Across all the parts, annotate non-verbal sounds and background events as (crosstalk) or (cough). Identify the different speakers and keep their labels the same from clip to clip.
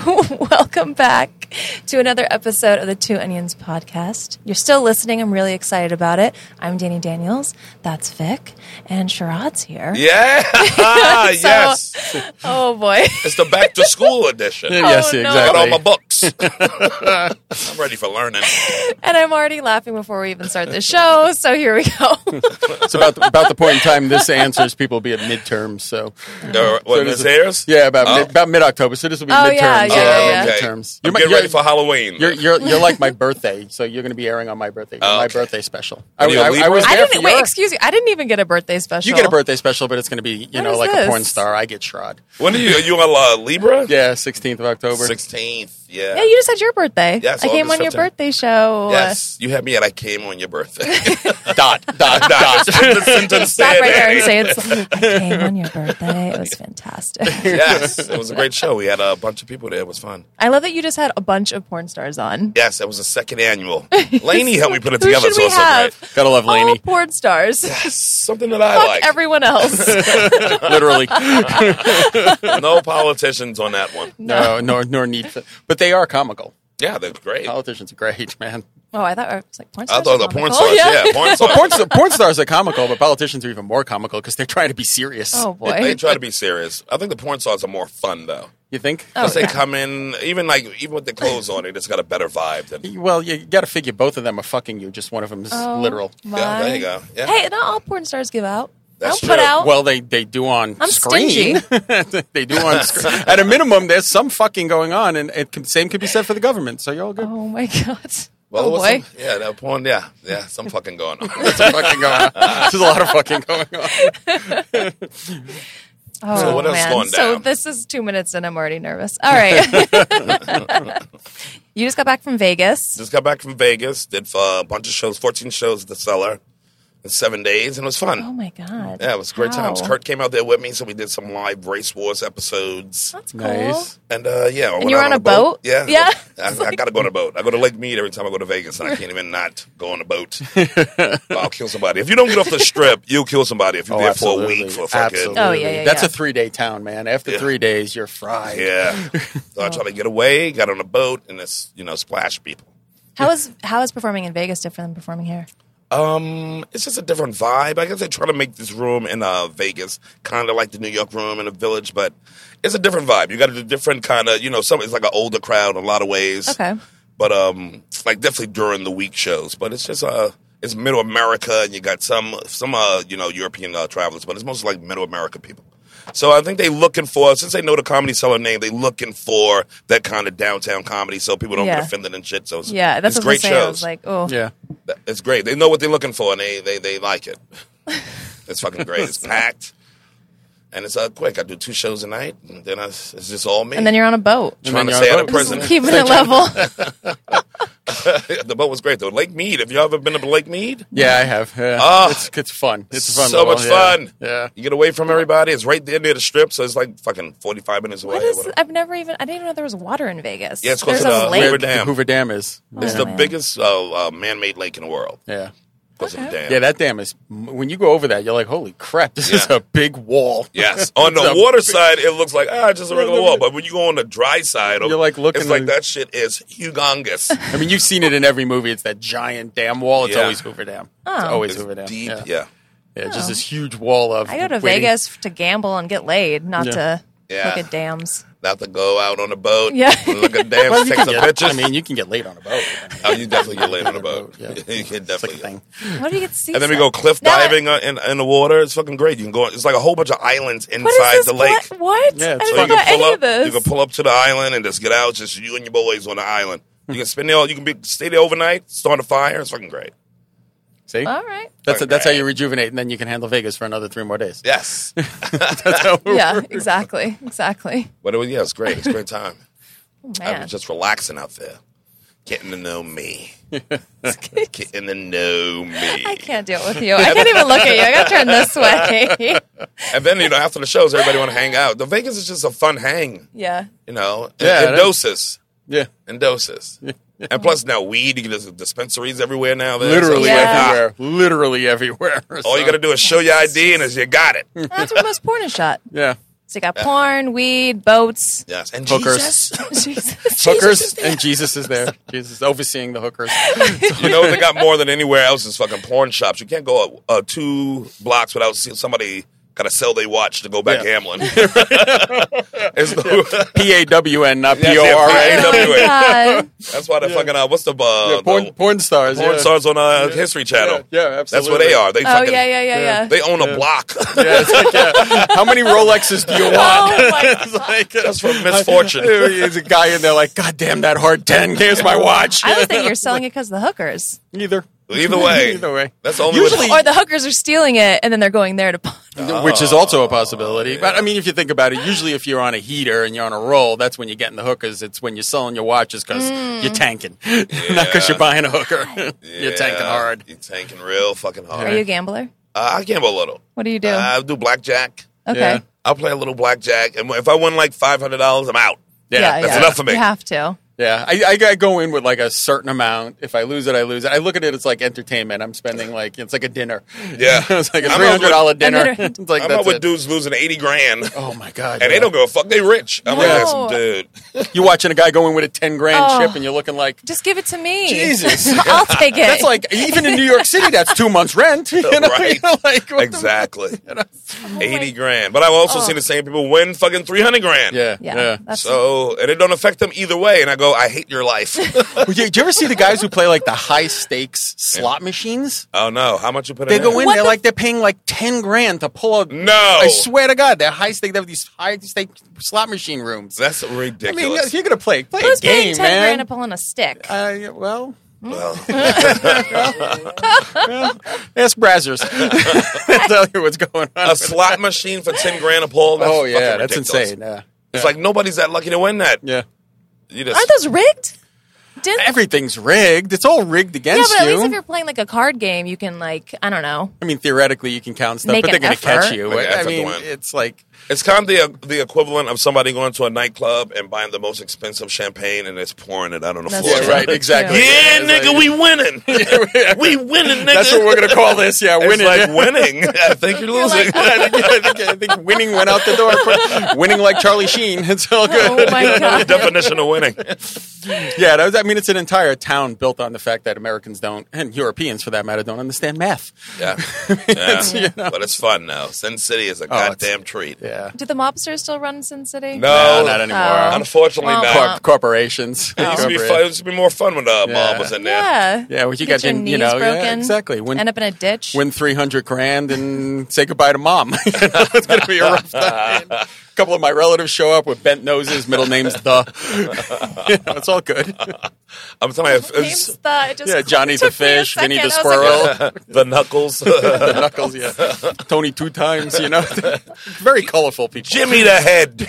Speaker 1: (laughs) Welcome back to another episode of the Two Onions podcast. You're still listening. I'm really excited about it. I'm Danny Daniels. That's Vic. And Sharad's here.
Speaker 2: (laughs)
Speaker 3: Yeah. (laughs) yes.
Speaker 1: Oh, boy.
Speaker 3: It's the back to school edition. I
Speaker 2: yes,
Speaker 1: Oh, no.
Speaker 3: Got all
Speaker 2: exactly. (laughs)
Speaker 3: my books. I'm ready for learning.
Speaker 1: And I'm already laughing before we even start the
Speaker 3: (laughs)
Speaker 1: show. So here we go.
Speaker 2: It's about the, about the point in time this answers people will be at midterms. So,
Speaker 3: Uh, what,
Speaker 2: So
Speaker 3: Miss
Speaker 2: this-
Speaker 3: Ayers?
Speaker 2: Yeah, about
Speaker 3: Oh.
Speaker 2: mid, about mid October. So this will be
Speaker 1: Oh,
Speaker 2: midterms.
Speaker 1: yeah, yeah, yeah,
Speaker 3: yeah.
Speaker 2: midterms.
Speaker 3: I'm
Speaker 2: my-
Speaker 3: getting ready for Halloween.
Speaker 2: You're, you're, you're like my birthday, so you're going to be airing on my birthday. my birthday special. I,
Speaker 3: Are you a
Speaker 2: I, I
Speaker 3: Libra?
Speaker 2: was
Speaker 1: I
Speaker 2: there
Speaker 1: didn't,
Speaker 2: for
Speaker 1: wait,
Speaker 2: your-
Speaker 1: excuse me. I didn't even get a birthday special.
Speaker 2: You get a birthday special, but it's going to be you
Speaker 1: What
Speaker 2: know
Speaker 1: is
Speaker 2: like
Speaker 1: this?
Speaker 2: a porn star. I get Shrod.
Speaker 3: when are you? Are you on uh, Libra?
Speaker 2: Yeah, 16th of October.
Speaker 3: 16th. Yeah.
Speaker 1: Yeah, you just had your birthday.
Speaker 3: Yes,
Speaker 1: I came on
Speaker 3: August
Speaker 1: your
Speaker 3: 15th.
Speaker 1: birthday show.
Speaker 3: yes. You had me at I came on
Speaker 2: (laughs)
Speaker 3: your birthday.
Speaker 2: (laughs)
Speaker 3: (laughs)
Speaker 2: Dot dot
Speaker 3: Nah,
Speaker 2: dot.
Speaker 3: just put the sentence
Speaker 1: Stop
Speaker 3: there,
Speaker 1: right there and
Speaker 3: Danny.
Speaker 1: say it's I came on your birthday. It was fantastic.
Speaker 3: Yes. It was a great show. We had a bunch of people there. It was fun.
Speaker 1: I love that you just had a bunch of porn stars on.
Speaker 3: Yes. That was the second annual. Laney helped me put
Speaker 1: (laughs)
Speaker 3: it
Speaker 1: Who
Speaker 3: together.
Speaker 1: should
Speaker 3: so
Speaker 1: we
Speaker 3: it's so
Speaker 1: have?
Speaker 2: (laughs)
Speaker 3: great.
Speaker 2: Gotta love
Speaker 1: All (laughs)
Speaker 2: Laney.
Speaker 1: porn stars.
Speaker 3: Yes, Something that I
Speaker 1: Fuck
Speaker 3: like.
Speaker 1: everyone
Speaker 3: (laughs)
Speaker 1: else. Oh, (laughs)
Speaker 2: Literally.
Speaker 3: no politicians on that one.
Speaker 2: No, nor nor need. For, but they are comical.
Speaker 3: Yeah, that's great.
Speaker 2: Politicians are great, man.
Speaker 1: oh, I thought I was like porn
Speaker 3: I
Speaker 1: stars.
Speaker 3: thought
Speaker 1: are
Speaker 3: the porn
Speaker 1: comical. (laughs)
Speaker 3: stars. Yeah, porn
Speaker 2: Well,
Speaker 3: stars.
Speaker 2: porn, st- porn stars are comical, but politicians are even more comical because they're trying to be serious.
Speaker 1: Oh
Speaker 3: They
Speaker 1: boy.
Speaker 3: try to be serious. I think the porn stars are more fun though.
Speaker 2: You think?
Speaker 3: Because
Speaker 1: Oh, yeah.
Speaker 3: they come in, even like even with the clothes on, they just got a better vibe. Than,
Speaker 2: Well, you got to figure both of them are fucking you. Just one of them is
Speaker 1: Oh,
Speaker 2: literal.
Speaker 1: my-
Speaker 3: Yeah, there you go. Yeah.
Speaker 1: Hey, not all porn stars give out.
Speaker 3: That's
Speaker 1: I'll put
Speaker 3: true.
Speaker 1: out.
Speaker 2: Well, they, they do on
Speaker 1: I'm
Speaker 2: screen. (laughs) they do on screen. At a minimum, there's some fucking going on, and it can, same could be said for the government. So you're all good.
Speaker 1: oh my god.
Speaker 3: well,
Speaker 1: oh
Speaker 3: it was
Speaker 1: boy.
Speaker 3: some- yeah, that porn. Yeah, yeah, some fucking going on.
Speaker 2: There's some fucking going (laughs) on. There's a lot of fucking going on.
Speaker 1: Oh,
Speaker 3: So what else
Speaker 1: man.
Speaker 3: going
Speaker 1: So
Speaker 3: down?
Speaker 1: this is two minutes and I'm already nervous. All
Speaker 3: (laughs)
Speaker 1: right. you just got back from Vegas.
Speaker 3: just got back from Vegas. Did uh, a bunch of shows, fourteen shows at the cellar in seven days, and it was fun.
Speaker 1: Oh my god.
Speaker 3: yeah, it was great
Speaker 1: How?
Speaker 3: times. Kurt came out there with me, so we did some live race wars episodes.
Speaker 1: That's cool.
Speaker 2: Nice.
Speaker 3: And uh, yeah, I went
Speaker 1: you were
Speaker 3: out
Speaker 1: on a boat?
Speaker 3: Yeah,
Speaker 1: Yeah.
Speaker 3: (laughs) I, I gotta go on a boat. I go to Lake Mead every time I go to Vegas, and I can't even not go on
Speaker 2: (laughs)
Speaker 3: a boat. I'll kill somebody if you don't get
Speaker 1: (laughs)
Speaker 3: off the strip. You'll kill somebody if you're
Speaker 2: Oh,
Speaker 3: there
Speaker 2: absolutely.
Speaker 3: for a week for a fucking.
Speaker 2: Absolutely.
Speaker 1: Oh, yeah, yeah,
Speaker 2: That's
Speaker 1: yeah.
Speaker 2: a three day town, man. After three days, you're fried.
Speaker 3: Yeah. So I tried to get away, got on a boat, and it's, you know, splash people.
Speaker 1: How is how is performing in Vegas different than performing here?
Speaker 3: Um, it's just a different vibe. I guess they try to make this room in uh, Vegas kind of like the New York room in the village, but it's a different vibe. You got a different kind of, you know, some it's like an older crowd in a lot of ways.
Speaker 1: Okay.
Speaker 3: But um, like definitely during the week shows, but it's just uh, it's Middle America, and you got some some uh, you know, European uh, travelers, but it's mostly like Middle America people. So I think they looking for since they know the comedy seller name, they looking for that kind of downtown comedy, so people don't
Speaker 1: Yeah.
Speaker 3: get offended and shit. So it's,
Speaker 1: Yeah, that's
Speaker 3: it's
Speaker 1: what I was
Speaker 3: great
Speaker 1: saying.
Speaker 3: shows.
Speaker 1: I was like, oh,
Speaker 2: Yeah.
Speaker 3: Th- It's great. They know what they're looking for, and they they, they
Speaker 1: (laughs)
Speaker 3: like it. It's fucking great. It's packed, and it's uh, quick. I do two shows a night, and then I, it's just all me.
Speaker 1: and then you're on a boat.
Speaker 2: then
Speaker 3: trying to
Speaker 2: you're
Speaker 3: stay
Speaker 2: on
Speaker 3: out of
Speaker 2: boat.
Speaker 3: prison. (laughs)
Speaker 1: Keeping it level.
Speaker 3: the boat was great though. Lake Mead. Have you ever been to Lake Mead?
Speaker 2: Yeah, I have. Yeah.
Speaker 3: Ah.
Speaker 2: it's, it's fun. It's a fun.
Speaker 3: so
Speaker 2: little-
Speaker 3: much
Speaker 2: yeah.
Speaker 3: fun.
Speaker 2: Yeah.
Speaker 3: you get away from everybody. It's right there near the strip, so it's like fucking forty five minutes away.
Speaker 1: What is,
Speaker 3: Whatever.
Speaker 1: I've never even. I didn't even know there was water in Vegas.
Speaker 3: Yeah, it's close
Speaker 1: There's
Speaker 3: to
Speaker 1: a
Speaker 2: Where
Speaker 3: the
Speaker 1: lake.
Speaker 3: Hoover
Speaker 2: the
Speaker 3: Dam.
Speaker 2: Hoover Dam is.
Speaker 3: It's
Speaker 2: Yeah.
Speaker 3: the
Speaker 1: man.
Speaker 3: biggest uh, uh, man made lake in the world.
Speaker 2: yeah.
Speaker 3: Because of the dam.
Speaker 2: Yeah, that dam is. When you go over that, you're like, "Holy crap! This is
Speaker 3: Yeah.
Speaker 2: a big wall." (laughs)
Speaker 3: Yes. On the
Speaker 2: It's a
Speaker 3: water side, it looks like ah, just a regular wall. But when you go on the dry side, of-
Speaker 2: You're like looking
Speaker 3: It's like
Speaker 2: at-
Speaker 3: that shit is
Speaker 1: (laughs)
Speaker 3: humongous.
Speaker 2: I mean, you've seen it in every movie. It's that giant dam wall. It's
Speaker 3: Yeah.
Speaker 2: always Hoover Dam.
Speaker 1: Oh.
Speaker 2: It's always Hoover Dam.
Speaker 3: deep.
Speaker 2: Yeah,
Speaker 3: Yeah.
Speaker 2: Yeah, just this huge wall of.
Speaker 1: I go to
Speaker 2: waiting-
Speaker 1: Vegas to gamble and get laid, not
Speaker 2: Yeah.
Speaker 1: to
Speaker 3: Yeah.
Speaker 1: look at dams.
Speaker 3: Not to go out on a boat.
Speaker 1: Yeah.
Speaker 3: Look at damn
Speaker 2: Well, you
Speaker 3: take
Speaker 2: can
Speaker 3: some
Speaker 2: get,
Speaker 3: pictures.
Speaker 2: I mean, you can get laid on a boat.
Speaker 3: oh, you (laughs) definitely get laid on a boat.
Speaker 2: Yeah.
Speaker 3: (laughs) you can
Speaker 2: It's like a
Speaker 3: definitely.
Speaker 2: thing.
Speaker 1: What do you get to see?
Speaker 3: and then we
Speaker 1: so-
Speaker 3: go cliff
Speaker 1: Now I-
Speaker 3: diving uh in, in the water. It's fucking great. You can go. It's like a whole bunch of islands
Speaker 1: What is
Speaker 3: inside
Speaker 1: this
Speaker 3: the lake.
Speaker 1: pla- What?
Speaker 2: Yeah,
Speaker 1: I
Speaker 2: it's
Speaker 1: didn't
Speaker 2: fun.
Speaker 1: know
Speaker 2: You
Speaker 3: can
Speaker 1: any
Speaker 3: pull
Speaker 1: of
Speaker 3: up,
Speaker 1: this.
Speaker 3: You can pull up to the island and just get out. Just you and your boys on the island. You can spend there. all- You can be stay there overnight. Start a fire. It's fucking great.
Speaker 2: See,
Speaker 1: All
Speaker 3: (laughs)
Speaker 1: right.
Speaker 2: that's
Speaker 3: Fucking
Speaker 2: that's how
Speaker 3: great.
Speaker 2: you rejuvenate, and then you can handle Vegas for another three more days.
Speaker 3: Yes.
Speaker 2: (laughs)
Speaker 3: (laughs)
Speaker 2: That's how-
Speaker 1: Yeah, exactly, exactly.
Speaker 3: But it was yeah, it's great. It's a great time. I
Speaker 1: man.
Speaker 3: was just relaxing out there, getting to know me, getting to know me.
Speaker 1: I can't deal with
Speaker 3: (laughs)
Speaker 1: you. I can't even look at you. I got to turn this way. (laughs)
Speaker 3: And then you know, after the shows, everybody want to hang out. The Vegas is just a fun hang,
Speaker 1: yeah.
Speaker 3: you know.
Speaker 2: Yeah,
Speaker 3: and
Speaker 2: it is.
Speaker 3: doses,
Speaker 2: Yeah.
Speaker 3: and doses, and plus now weed. You get dispensaries everywhere now. man.
Speaker 2: Literally
Speaker 3: So, ah,
Speaker 1: Yeah.
Speaker 2: everywhere. Literally everywhere.
Speaker 3: (laughs) all you got to do is show your ID, and is you got it.
Speaker 1: That's where most porn is shot.
Speaker 2: (laughs) Yeah.
Speaker 1: So you got porn, weed,
Speaker 3: (laughs)
Speaker 1: boats.
Speaker 3: Yes, and
Speaker 2: Hookers. (laughs)
Speaker 3: Jesus.
Speaker 1: Jesus.
Speaker 2: Hookers and Jesus is
Speaker 3: (laughs)
Speaker 2: there. Jesus overseeing the hookers.
Speaker 3: you know they got more than anywhere else is fucking porn shops. You can't go uh, uh, two blocks without see somebody got to sell their watch to go back
Speaker 2: Yeah. (laughs)
Speaker 3: gambling. (laughs) It's the-
Speaker 2: P A W N, not
Speaker 3: That's
Speaker 2: P
Speaker 3: it,
Speaker 2: O R
Speaker 3: P
Speaker 2: A.
Speaker 1: (laughs) Oh,
Speaker 3: A.
Speaker 1: God.
Speaker 3: that's why the fucking uh, what's the, uh,
Speaker 2: Yeah, Porn,
Speaker 3: the
Speaker 2: porn stars.
Speaker 3: porn
Speaker 2: yeah.
Speaker 3: stars on uh, History Channel?
Speaker 2: Yeah, yeah,
Speaker 3: That's where
Speaker 2: absolutely.
Speaker 3: they are. They
Speaker 1: Oh,
Speaker 3: fucking
Speaker 1: yeah,
Speaker 3: (laughs)
Speaker 1: yeah, yeah, yeah.
Speaker 3: they own a block.
Speaker 2: (laughs)
Speaker 3: (laughs)
Speaker 2: Yeah, it's like, yeah. How many Rolexes do you want?
Speaker 1: Oh, my
Speaker 2: (laughs) It's like, uh, (laughs)
Speaker 3: That's from misfortune.
Speaker 2: There's a guy in there like, God damn that hard ten. Here's my watch.
Speaker 1: I would
Speaker 3: (laughs)
Speaker 1: think you're selling it because the hookers.
Speaker 2: (laughs) Either.
Speaker 3: Either way,
Speaker 2: (laughs) Either way.
Speaker 3: that's the only
Speaker 2: Usually-
Speaker 3: Way
Speaker 1: Or the hookers are stealing it and then they're going there to pawn.
Speaker 2: Which
Speaker 3: Oh.
Speaker 2: is also a possibility. But I mean, if you think about it, usually if you're on a heater and you're on a roll, that's when you're getting the hookers. It's when you're selling your watches because
Speaker 1: Mm.
Speaker 2: you're tanking, (laughs) not because you're buying a hooker. (laughs) You're tanking hard.
Speaker 3: You're tanking real fucking hard.
Speaker 1: Are you a gambler?
Speaker 3: Uh, I gamble a little.
Speaker 1: What do Oh. you do?
Speaker 3: I do blackjack.
Speaker 1: okay.
Speaker 2: yeah.
Speaker 3: I'll play a little blackjack, and if I win like five hundred dollars, I'm out.
Speaker 1: Yeah,
Speaker 3: that's
Speaker 1: yeah.
Speaker 3: enough for me.
Speaker 1: You have to.
Speaker 2: Yeah, I, I, I go in with like a certain amount. If I lose it, I lose it. I look at it as like entertainment. I'm spending like it's like a dinner.
Speaker 3: Yeah.
Speaker 2: (laughs) it's like a
Speaker 3: I'm
Speaker 2: three hundred dollar
Speaker 3: not
Speaker 2: dinner. (laughs)
Speaker 1: I'm not-
Speaker 2: it's like
Speaker 3: I'm
Speaker 2: that's
Speaker 3: out with
Speaker 2: it.
Speaker 3: dudes losing eighty
Speaker 2: (laughs)
Speaker 3: grand, and
Speaker 2: Oh my god!
Speaker 3: they don't give a fuck. They rich. I'm
Speaker 1: No.
Speaker 3: like, that's some dude.
Speaker 2: (laughs) You're watching a guy go in with a ten grand
Speaker 1: Oh.
Speaker 2: chip, and you're looking like
Speaker 1: Just give it to me.
Speaker 2: Jesus.
Speaker 1: (laughs) I'll
Speaker 3: (laughs)
Speaker 1: take it.
Speaker 2: that's like even in New York City, that's two months rent. (laughs) You know?
Speaker 3: Right.
Speaker 2: You're like, what the-
Speaker 3: exactly,
Speaker 2: (laughs)
Speaker 1: (laughs)
Speaker 3: eighty
Speaker 1: my-
Speaker 3: grand. But I've also seen the same people win fucking three hundred grand.
Speaker 2: oh. Yeah,
Speaker 1: Yeah.
Speaker 2: yeah.
Speaker 1: That's
Speaker 3: So and it don't affect them either way. And I go, I hate your life. (laughs)
Speaker 2: Well, you- do you ever see the guys who play like the high stakes slot machines?
Speaker 3: oh no, how much you put?
Speaker 2: They go in,
Speaker 1: What
Speaker 2: they're
Speaker 1: the-
Speaker 2: like they're paying like ten grand to pull out.
Speaker 3: No.
Speaker 2: I swear to God, they're high stake. They have these high stake slot machine rooms.
Speaker 3: That's
Speaker 2: I mean,
Speaker 3: ridiculous.
Speaker 2: if you're gonna play, play
Speaker 1: Who's
Speaker 2: a game,
Speaker 1: paying 10
Speaker 2: man.
Speaker 1: grand to pull on a stick?
Speaker 2: Uh, yeah,
Speaker 3: (laughs)
Speaker 2: well,
Speaker 3: well,
Speaker 2: ask (laughs) Brazzers. I'll tell you what's going on.
Speaker 3: a slot machine for ten grand a pull. That's
Speaker 2: oh
Speaker 3: fucking
Speaker 2: yeah, that's
Speaker 3: ridiculous.
Speaker 2: insane. Yeah,
Speaker 3: It's like nobody's that lucky to win that.
Speaker 2: yeah.
Speaker 3: You just
Speaker 1: Aren't those rigged? Didn't,
Speaker 2: Everything's rigged. It's all rigged
Speaker 1: yeah,
Speaker 2: against
Speaker 1: but at
Speaker 2: you.
Speaker 1: least if you're playing like a card game, you can like, I don't know.
Speaker 2: I mean, theoretically, you can count stuff,
Speaker 1: Make
Speaker 2: but they're
Speaker 1: an
Speaker 2: going to catch
Speaker 1: effort.
Speaker 2: you. I
Speaker 3: Make an effort to
Speaker 2: mean,
Speaker 3: win.
Speaker 2: it's like
Speaker 3: It's kind of the the equivalent of somebody going to a nightclub and buying the most expensive champagne and it's pouring it out on the
Speaker 1: That's
Speaker 3: floor.
Speaker 1: true.
Speaker 2: yeah, right, exactly.
Speaker 3: Yeah,
Speaker 2: It's like-
Speaker 3: nigga, we
Speaker 2: (laughs)
Speaker 3: winning. we (laughs) winning, nigga.
Speaker 2: That's what we're going to call this. Yeah,
Speaker 3: (laughs) It's
Speaker 2: winning. (laughs)
Speaker 3: like
Speaker 2: yeah.
Speaker 3: winning. (laughs) I think you're losing.
Speaker 1: "Oh,
Speaker 3: (laughs)
Speaker 2: I, think, I, think, I think winning went out the door. (laughs) quick. winning like Charlie Sheen. (laughs) It's all (laughs) good.
Speaker 1: Oh my God.
Speaker 3: Definition
Speaker 2: (laughs)
Speaker 3: of winning.
Speaker 2: Yeah, that was, I mean, it's an entire town built on the fact that Americans don't, and Europeans for that matter, don't understand math.
Speaker 3: Yeah, but it's fun now. Sin City is a
Speaker 2: Oh, it's-
Speaker 3: goddamn treat.
Speaker 2: Yeah.
Speaker 1: Do the mobsters still run Sin City?
Speaker 3: No,
Speaker 2: No, not anymore.
Speaker 1: Oh.
Speaker 3: Unfortunately,
Speaker 1: Well,
Speaker 3: not.
Speaker 1: well.
Speaker 2: Cor- corporations.
Speaker 3: It used to be
Speaker 2: Corporate-
Speaker 3: fun. It used to be more fun when uh,
Speaker 2: Yeah.
Speaker 3: mom was in there.
Speaker 1: Yeah.
Speaker 2: Yeah, well, you
Speaker 1: Get
Speaker 2: got
Speaker 1: your
Speaker 2: in-
Speaker 1: knees
Speaker 2: you know, yeah,
Speaker 1: broken.
Speaker 2: exactly. When-
Speaker 1: end up in a ditch.
Speaker 2: Win 300 grand and say goodbye to mom. (laughs) You know, it's going to be a (laughs) rough time. A couple of my relatives show up with bent noses, middle name's the. (laughs) You know, it's all good.
Speaker 3: I'm telling you, if
Speaker 1: Names
Speaker 3: it's
Speaker 1: the, it just (laughs)
Speaker 2: Yeah, Johnny the
Speaker 1: took me a
Speaker 2: fish, Vinny the
Speaker 1: second. I was like,
Speaker 2: squirrel.
Speaker 3: (laughs) the knuckles,
Speaker 2: (laughs) the knuckles, yeah. Tony two times, you know. (laughs) Very colorful people.
Speaker 3: Jimmy the head.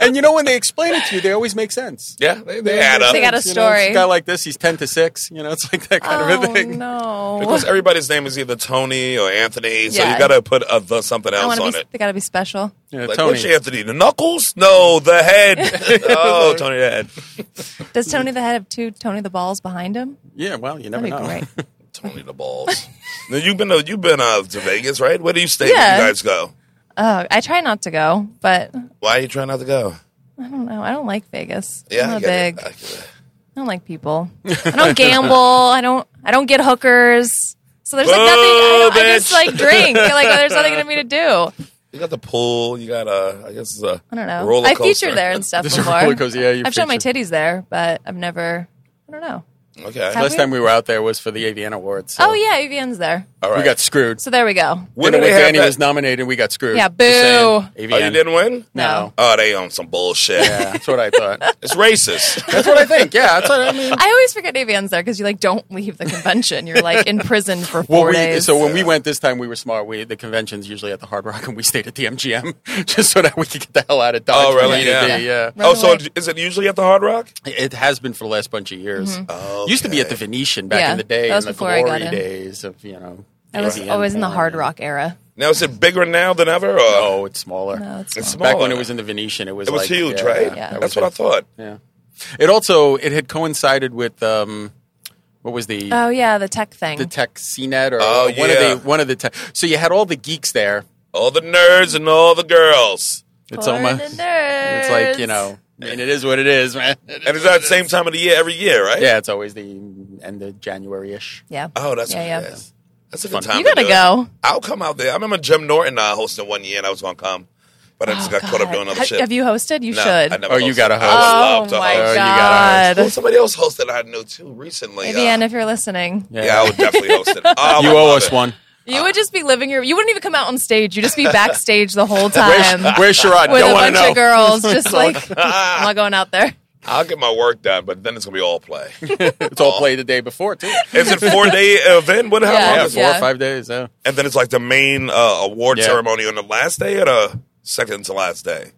Speaker 2: And you know when they explain it to you, they always make sense.
Speaker 3: (laughs) Yeah, they, they add up.
Speaker 1: They got a
Speaker 2: You know, it's
Speaker 1: story.
Speaker 2: a guy like this, he's ten to six. You know, it's like that kind of a
Speaker 1: oh,
Speaker 2: thing.
Speaker 1: no. (laughs)
Speaker 2: (laughs)
Speaker 3: Because everybody's name is either Tony or Anthony, so
Speaker 1: Yeah.
Speaker 3: you got to put a the something
Speaker 1: I
Speaker 3: else
Speaker 1: want
Speaker 3: on
Speaker 1: to be,
Speaker 3: it.
Speaker 1: they got to be special.
Speaker 2: Yeah,
Speaker 3: Like,
Speaker 2: Tony.
Speaker 3: what's your Anthony? The knuckles? No,
Speaker 1: (laughs)
Speaker 3: the head. oh, Tony the head.
Speaker 1: Does Tony the head have two Tony the balls behind him?
Speaker 2: Yeah, well, you never
Speaker 1: That'd be
Speaker 2: know.
Speaker 1: great.
Speaker 2: (laughs)
Speaker 3: Tony the balls. now, you've been to, you've been uh, to Vegas, right? Where do you stay?
Speaker 1: Yeah.
Speaker 3: When you guys go.
Speaker 1: Oh, I try not to go, but
Speaker 3: Why are you trying not to go?
Speaker 1: I don't know. I don't like Vegas. I'm
Speaker 3: Yeah,
Speaker 1: not
Speaker 3: I get
Speaker 2: uh,
Speaker 1: big.
Speaker 3: It. I get it.
Speaker 1: I don't like people. I don't gamble. I don't. I don't get hookers. So there's like nothing. I, don't, I just
Speaker 3: bitch.
Speaker 1: like drink. like oh, there's nothing for me to do.
Speaker 3: You got the pool. You got uh, I guess it's a
Speaker 1: I don't know.
Speaker 3: roller
Speaker 1: I
Speaker 3: coaster.
Speaker 1: featured there and stuff
Speaker 2: There's a
Speaker 1: before.
Speaker 2: (laughs) roller coaster, yeah, you
Speaker 1: I've shown my
Speaker 2: featured.
Speaker 1: titties there, but I've never. I don't know.
Speaker 3: Okay.
Speaker 1: Have
Speaker 2: Last time we were out there was for the AVN Awards. so-
Speaker 1: Oh yeah, Avian's there.
Speaker 3: All right.
Speaker 2: We got screwed.
Speaker 1: So there we go.
Speaker 3: When
Speaker 2: Dinner
Speaker 3: did they
Speaker 2: with
Speaker 3: have
Speaker 2: Danny
Speaker 3: that-
Speaker 2: was nominated. We got screwed.
Speaker 1: Yeah,
Speaker 2: Just saying.
Speaker 1: boo.
Speaker 2: AVN.
Speaker 3: Oh, you didn't win?
Speaker 2: No.
Speaker 3: Oh, they on some bullshit.
Speaker 2: Yeah, that's what I thought.
Speaker 3: (laughs) It's racist.
Speaker 2: (laughs) That's what I think. Yeah, that's what I mean.
Speaker 1: I always forget Avian's there because you like don't leave the convention. You're like in prison for four
Speaker 2: Well, we,
Speaker 1: days.
Speaker 2: so when we went this time, we were smart. We the convention's usually at the Hard Rock, and we stayed at the MGM (laughs) just so that we could get the hell out of Dodge.
Speaker 3: Oh,
Speaker 2: when
Speaker 3: really?
Speaker 2: we needed
Speaker 3: Yeah.
Speaker 2: to, yeah.
Speaker 1: Run
Speaker 3: oh, so
Speaker 1: away.
Speaker 3: is it usually at the Hard Rock?
Speaker 2: It has been for the last bunch of years. Used to be at the Venetian back
Speaker 1: Mm-hmm. Yeah,
Speaker 2: in the day,
Speaker 1: that was
Speaker 2: in the
Speaker 1: before I
Speaker 2: glory
Speaker 1: got in.
Speaker 2: days of you know.
Speaker 1: I was
Speaker 2: AVN
Speaker 1: always in the
Speaker 2: porn.
Speaker 1: hard rock era.
Speaker 3: Now is it bigger now than ever? Or?
Speaker 2: Oh, it's smaller.
Speaker 1: No, it's
Speaker 3: It's
Speaker 1: not.
Speaker 2: back when
Speaker 3: smaller.
Speaker 2: it was in the Venetian, it was
Speaker 3: it was
Speaker 2: like,
Speaker 3: huge,
Speaker 2: yeah,
Speaker 3: right?
Speaker 1: Yeah.
Speaker 2: that was
Speaker 3: That's what
Speaker 2: it.
Speaker 3: I thought.
Speaker 2: Yeah. It also it had coincided with um, what was the
Speaker 1: Oh yeah, the tech thing.
Speaker 2: the tech CNET or
Speaker 3: Oh,
Speaker 2: one
Speaker 3: yeah.
Speaker 2: of the one of the tech. So you had all the geeks there.
Speaker 3: All the nerds and all the girls.
Speaker 2: It's
Speaker 1: Porn
Speaker 2: almost
Speaker 1: and
Speaker 2: it's like you
Speaker 1: nerds.
Speaker 2: know. I mean, it is what it is, man. (laughs)
Speaker 3: And it's at the same time of the year every year, right?
Speaker 2: yeah, it's always the end of January ish.
Speaker 1: Yeah.
Speaker 3: Oh, that's
Speaker 1: yeah, yeah.
Speaker 3: That's, that's a good time.
Speaker 1: You
Speaker 3: to
Speaker 1: gotta
Speaker 3: do it.
Speaker 1: go.
Speaker 3: I'll come out there. I remember Jim Norton uh, hosting one year, and I was gonna come, but I just got caught up
Speaker 1: Oh, God.
Speaker 3: doing other
Speaker 1: Ha-
Speaker 3: shit.
Speaker 1: Have you hosted? You
Speaker 3: No,
Speaker 1: should.
Speaker 3: I never
Speaker 2: Oh, you
Speaker 3: hosted.
Speaker 2: gotta
Speaker 3: I would
Speaker 1: oh
Speaker 3: love to
Speaker 1: my
Speaker 3: host.
Speaker 2: you gotta
Speaker 1: god.
Speaker 3: Well, somebody else hosted I knew too recently. uh,
Speaker 1: Avian, if you're listening,
Speaker 3: yeah. I would definitely
Speaker 2: (laughs)
Speaker 3: host it. Oh,
Speaker 2: you
Speaker 3: I
Speaker 2: owe
Speaker 3: love
Speaker 2: us
Speaker 3: it.
Speaker 2: one.
Speaker 1: you would just be living your. You wouldn't even come out on stage. You'd just
Speaker 3: (laughs)
Speaker 1: be backstage the whole time
Speaker 2: Where's Sherrod?
Speaker 1: Um, with a
Speaker 2: Don't want to
Speaker 1: bunch
Speaker 2: know.
Speaker 1: of girls, just
Speaker 3: (laughs)
Speaker 1: like I'm not going out there.
Speaker 3: I'll get my work done, but then it's gonna be
Speaker 2: (laughs)
Speaker 3: all play.
Speaker 2: It's all played the day
Speaker 1: (laughs)
Speaker 2: before too.
Speaker 3: Is it four day event? What? How
Speaker 1: Yeah.
Speaker 3: long
Speaker 2: Yeah,
Speaker 3: is
Speaker 2: four
Speaker 3: it?
Speaker 1: Um, Yeah.
Speaker 2: or five days. Yeah.
Speaker 3: And then it's like the main uh, award
Speaker 2: Yeah.
Speaker 3: ceremony on the last day or the second to last day.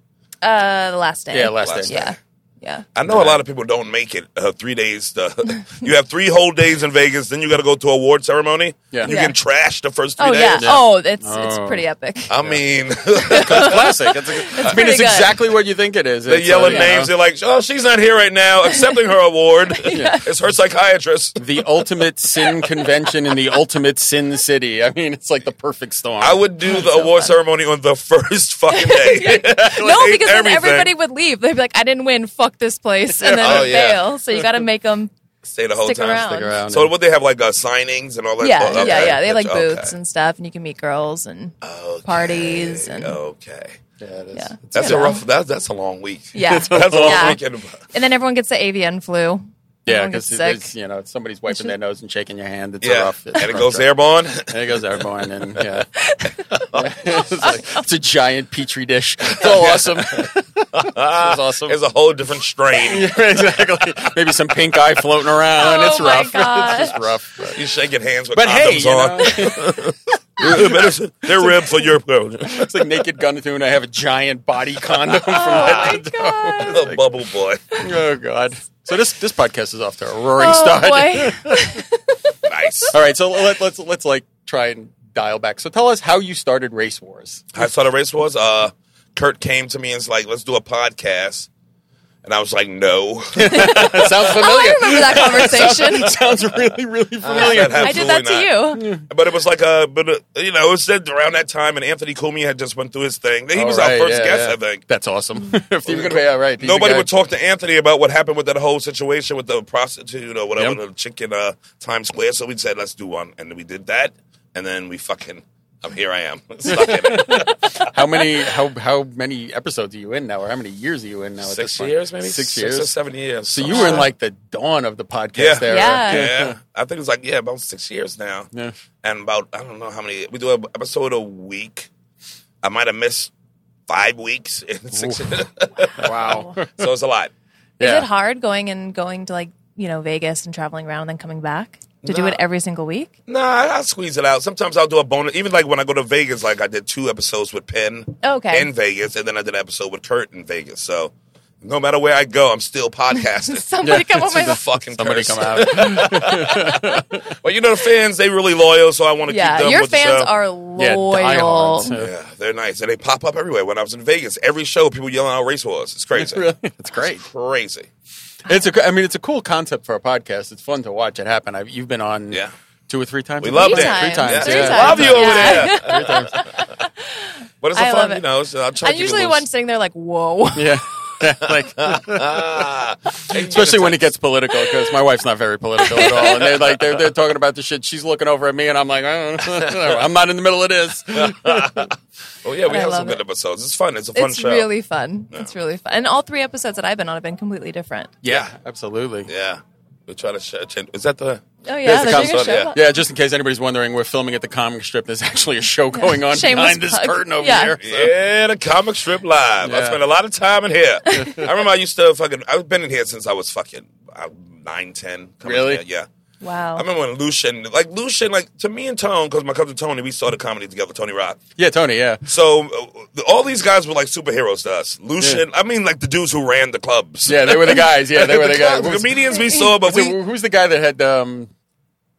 Speaker 1: Uh, the last day.
Speaker 2: Yeah, last,
Speaker 3: Last
Speaker 2: day.
Speaker 3: day.
Speaker 1: Yeah, yeah.
Speaker 3: I know a lot of people don't make it uh, three days. To, (laughs) you have three whole days in Vegas, then you got to go to award ceremony.
Speaker 2: Yeah.
Speaker 3: you
Speaker 1: Yeah.
Speaker 3: can trash the first three
Speaker 1: Oh
Speaker 3: days.
Speaker 1: yeah. Oh, it's
Speaker 2: Oh.
Speaker 1: it's pretty epic.
Speaker 3: (laughs) I mean,
Speaker 2: Classic. It's a, I mean,
Speaker 1: pretty
Speaker 2: it's
Speaker 1: good.
Speaker 2: exactly what you think it is.
Speaker 3: they
Speaker 2: It's,
Speaker 3: yell
Speaker 2: uh,
Speaker 3: at
Speaker 2: you
Speaker 3: names.
Speaker 2: know,
Speaker 3: They're like, "Oh, she's not here right now, accepting her
Speaker 2: (laughs)
Speaker 3: award. It's her psychiatrist."
Speaker 2: the ultimate sin convention in the ultimate sin city. I mean, it's like the perfect storm.
Speaker 3: I would do the award ceremony on the (laughs) first fucking
Speaker 1: (laughs)
Speaker 3: (laughs) day.
Speaker 1: No, because then
Speaker 3: Everything.
Speaker 1: everybody would leave. They'd be like, "I didn't win. Fuck this place," and then
Speaker 3: (laughs) Oh,
Speaker 1: it'd
Speaker 3: yeah.
Speaker 1: fail. So you got to make them
Speaker 3: stay the whole
Speaker 1: stick
Speaker 3: time.
Speaker 1: around.
Speaker 2: Stick around.
Speaker 3: So would they have like uh, signings and all that?
Speaker 1: Yeah,
Speaker 3: Oh, okay.
Speaker 1: yeah, yeah. They have like
Speaker 3: Okay.
Speaker 1: booths and stuff, and you can meet girls and
Speaker 3: Okay. oh.
Speaker 1: parties and
Speaker 3: Okay,
Speaker 2: Yeah, it is.
Speaker 1: yeah.
Speaker 3: that's
Speaker 1: You
Speaker 3: a
Speaker 1: know.
Speaker 3: rough. That's that's a long week.
Speaker 1: Yeah,
Speaker 3: (laughs) that's a long
Speaker 1: Yeah.
Speaker 3: weekend.
Speaker 1: and then everyone gets the avian flu.
Speaker 2: Yeah,
Speaker 1: Everyone gets
Speaker 2: because
Speaker 1: sick.
Speaker 2: you know somebody's wiping their nose and shaking your hand. It's
Speaker 3: Yeah,
Speaker 2: rough.
Speaker 3: and
Speaker 2: It's
Speaker 3: it
Speaker 2: rough
Speaker 3: goes
Speaker 2: drive.
Speaker 3: airborne. (laughs)
Speaker 2: And it goes airborne,
Speaker 1: (laughs)
Speaker 2: and yeah, it's, like- it's a giant petri dish. It's all awesome. it was awesome. (laughs)
Speaker 3: It's a whole different strain.
Speaker 2: exactly. Maybe some pink eye floating around.
Speaker 1: Oh
Speaker 2: it's
Speaker 1: my
Speaker 2: rough.
Speaker 1: gosh.
Speaker 2: It's just rough. But,
Speaker 3: You shaking hands with
Speaker 2: but hey,
Speaker 3: condoms
Speaker 2: you
Speaker 3: on.
Speaker 2: know,
Speaker 3: But it's- (laughs) They're ribbed for your (laughs) little
Speaker 2: (laughs) it's like Naked Gun too, and I have a giant body condom.
Speaker 3: (laughs)
Speaker 2: From
Speaker 1: Oh
Speaker 2: that.
Speaker 1: my god!
Speaker 3: bubble
Speaker 2: (laughs)
Speaker 3: boy.
Speaker 2: Oh god. So this this podcast is off to a roaring
Speaker 1: Oh
Speaker 2: start.
Speaker 3: (laughs)
Speaker 1: boy!
Speaker 2: (laughs)
Speaker 3: Nice.
Speaker 2: All right, so let, let's let's like try and dial back. So tell us how you started Race Wars.
Speaker 3: I saw the race wars. Uh, Kurt came to me and was like, "Let's do a podcast," and I was
Speaker 2: (laughs)
Speaker 3: like, "No."
Speaker 2: That
Speaker 1: (laughs)
Speaker 2: sounds
Speaker 1: Oh, I
Speaker 2: familiar.
Speaker 1: remember
Speaker 3: (laughs)
Speaker 1: that conversation.
Speaker 2: sounds really really familiar.
Speaker 3: That
Speaker 1: I did that to
Speaker 3: absolutely
Speaker 1: you.
Speaker 3: But it was like a, but uh you know, it was said around that time, and Anthony Kumi had just went through his thing. He was our
Speaker 2: All right,
Speaker 3: first
Speaker 2: yeah,
Speaker 3: guest,
Speaker 2: yeah.
Speaker 3: I think.
Speaker 2: That's awesome. (laughs) if you were gonna be all right, he's the
Speaker 3: Nobody
Speaker 2: guy.
Speaker 3: would talk to Anthony about what happened with that whole situation with the prostitute or whatever,
Speaker 2: Yep.
Speaker 3: the chick in uh, Times Square. So we said, let's do one. And we did that. And then we fucking, I'm here I am. (laughs) Stuck in it.
Speaker 2: How
Speaker 3: (laughs)
Speaker 2: many how how many episodes are you in now, or how many years are you in now? at this
Speaker 3: Six
Speaker 2: point?
Speaker 3: years, maybe?
Speaker 2: Six
Speaker 3: or
Speaker 2: years.
Speaker 3: seven years.
Speaker 2: So you were in like the dawn of the podcast
Speaker 3: Yeah.
Speaker 2: era. (laughs)
Speaker 1: Yeah.
Speaker 3: yeah. I think it's like, yeah, about six years now.
Speaker 2: Yeah.
Speaker 3: And about, I don't know how many, we do an episode a week. I might have missed five weeks in (laughs) six years.
Speaker 2: (laughs) Wow.
Speaker 3: so it's a lot.
Speaker 1: Is
Speaker 2: Yeah.
Speaker 1: it hard going and going to like you know Vegas and traveling around and then coming back to do
Speaker 3: No.
Speaker 1: it every single
Speaker 3: (laughs)
Speaker 1: week?
Speaker 3: Nah, I, I squeeze it out. Sometimes I'll do a bonus. Even like when I go to Vegas, like I did two episodes with Penn
Speaker 1: Oh, Okay.
Speaker 3: in Vegas, and then I did an episode with Kurt in Vegas. So no matter where I go, I'm still
Speaker 1: (laughs)
Speaker 3: podcasting.
Speaker 1: Somebody come on oh my.
Speaker 3: the fucking
Speaker 2: Somebody
Speaker 3: curse.
Speaker 2: come out.
Speaker 3: Well, you know the fans, they really loyal, so I want to keep
Speaker 1: Yeah,
Speaker 3: them.
Speaker 1: your
Speaker 3: with the
Speaker 1: fans
Speaker 3: show.
Speaker 1: are
Speaker 2: yeah,
Speaker 1: loyal.
Speaker 2: diehards.
Speaker 3: Yeah, they're nice, and they pop up everywhere. When I was in Vegas, every show people yelling out race wars.
Speaker 2: (laughs)
Speaker 3: It's crazy.
Speaker 2: It's great.
Speaker 3: Crazy.
Speaker 2: It's a, I mean, it's a cool concept for a podcast. It's fun to watch it happen. I've, you've been on
Speaker 3: Yeah.
Speaker 2: two or three times.
Speaker 3: We loved
Speaker 1: Three
Speaker 3: it.
Speaker 1: times.
Speaker 2: times,
Speaker 1: Three
Speaker 2: yeah.
Speaker 1: times.
Speaker 3: Love you over
Speaker 1: Yeah.
Speaker 3: there. (laughs) But it's a
Speaker 1: I love
Speaker 3: fun,
Speaker 1: it.
Speaker 3: you know. So I'll try to
Speaker 1: I'm
Speaker 3: keep it
Speaker 1: usually
Speaker 3: loose.
Speaker 1: one sitting there like, whoa.
Speaker 2: Yeah. (laughs) like,
Speaker 3: (laughs)
Speaker 1: (laughs)
Speaker 3: Ah.
Speaker 2: especially when it gets political, because my wife's not very political at all, and they're like they're, they're talking about the shit. She's looking over at me, and I'm like, I don't know. (laughs) I'm not in the middle of this.
Speaker 3: Oh yeah,
Speaker 1: I
Speaker 3: we have some
Speaker 1: love
Speaker 3: good
Speaker 1: it.
Speaker 3: episodes. It's fun. It's a fun
Speaker 1: (laughs) It's
Speaker 3: show.
Speaker 1: really fun. It's really fun. And all three episodes that I've been on have been completely different.
Speaker 2: Yeah, absolutely.
Speaker 3: Yeah, we try to. Sh- ch- is that the?
Speaker 1: Oh yeah,
Speaker 2: There's the
Speaker 1: they're doing a
Speaker 2: concert,
Speaker 1: show.
Speaker 3: yeah.
Speaker 1: about-
Speaker 2: Yeah, just in case anybody's wondering, we're filming at the comic strip. There's actually a show going on
Speaker 1: Shameless
Speaker 2: behind this
Speaker 1: plug.
Speaker 2: curtain over
Speaker 1: Yeah.
Speaker 2: here.
Speaker 3: Yeah, the comic strip live. I
Speaker 2: Yeah.
Speaker 3: spent a lot of time
Speaker 2: (laughs)
Speaker 3: in here. I remember I used to fucking. I've been in here since I was fucking uh, nine, ten. coming
Speaker 2: Really?
Speaker 3: here, yeah.
Speaker 1: Wow.
Speaker 3: I remember when Lucian, like Lucian, like to me and Tone, because my cousin Tony, we started comedy together. Tony Rock.
Speaker 2: Yeah, Tony. Yeah,
Speaker 3: So uh, the- all these guys were like superheroes to us. Lucian, I mean, like the dudes who ran the clubs.
Speaker 2: yeah, they were the guys. Yeah, they
Speaker 3: (laughs)
Speaker 2: were the, guys.
Speaker 3: clubs,
Speaker 2: Who's-
Speaker 3: comedians we saw, but
Speaker 2: was it-
Speaker 3: we
Speaker 2: who's the guy that had um,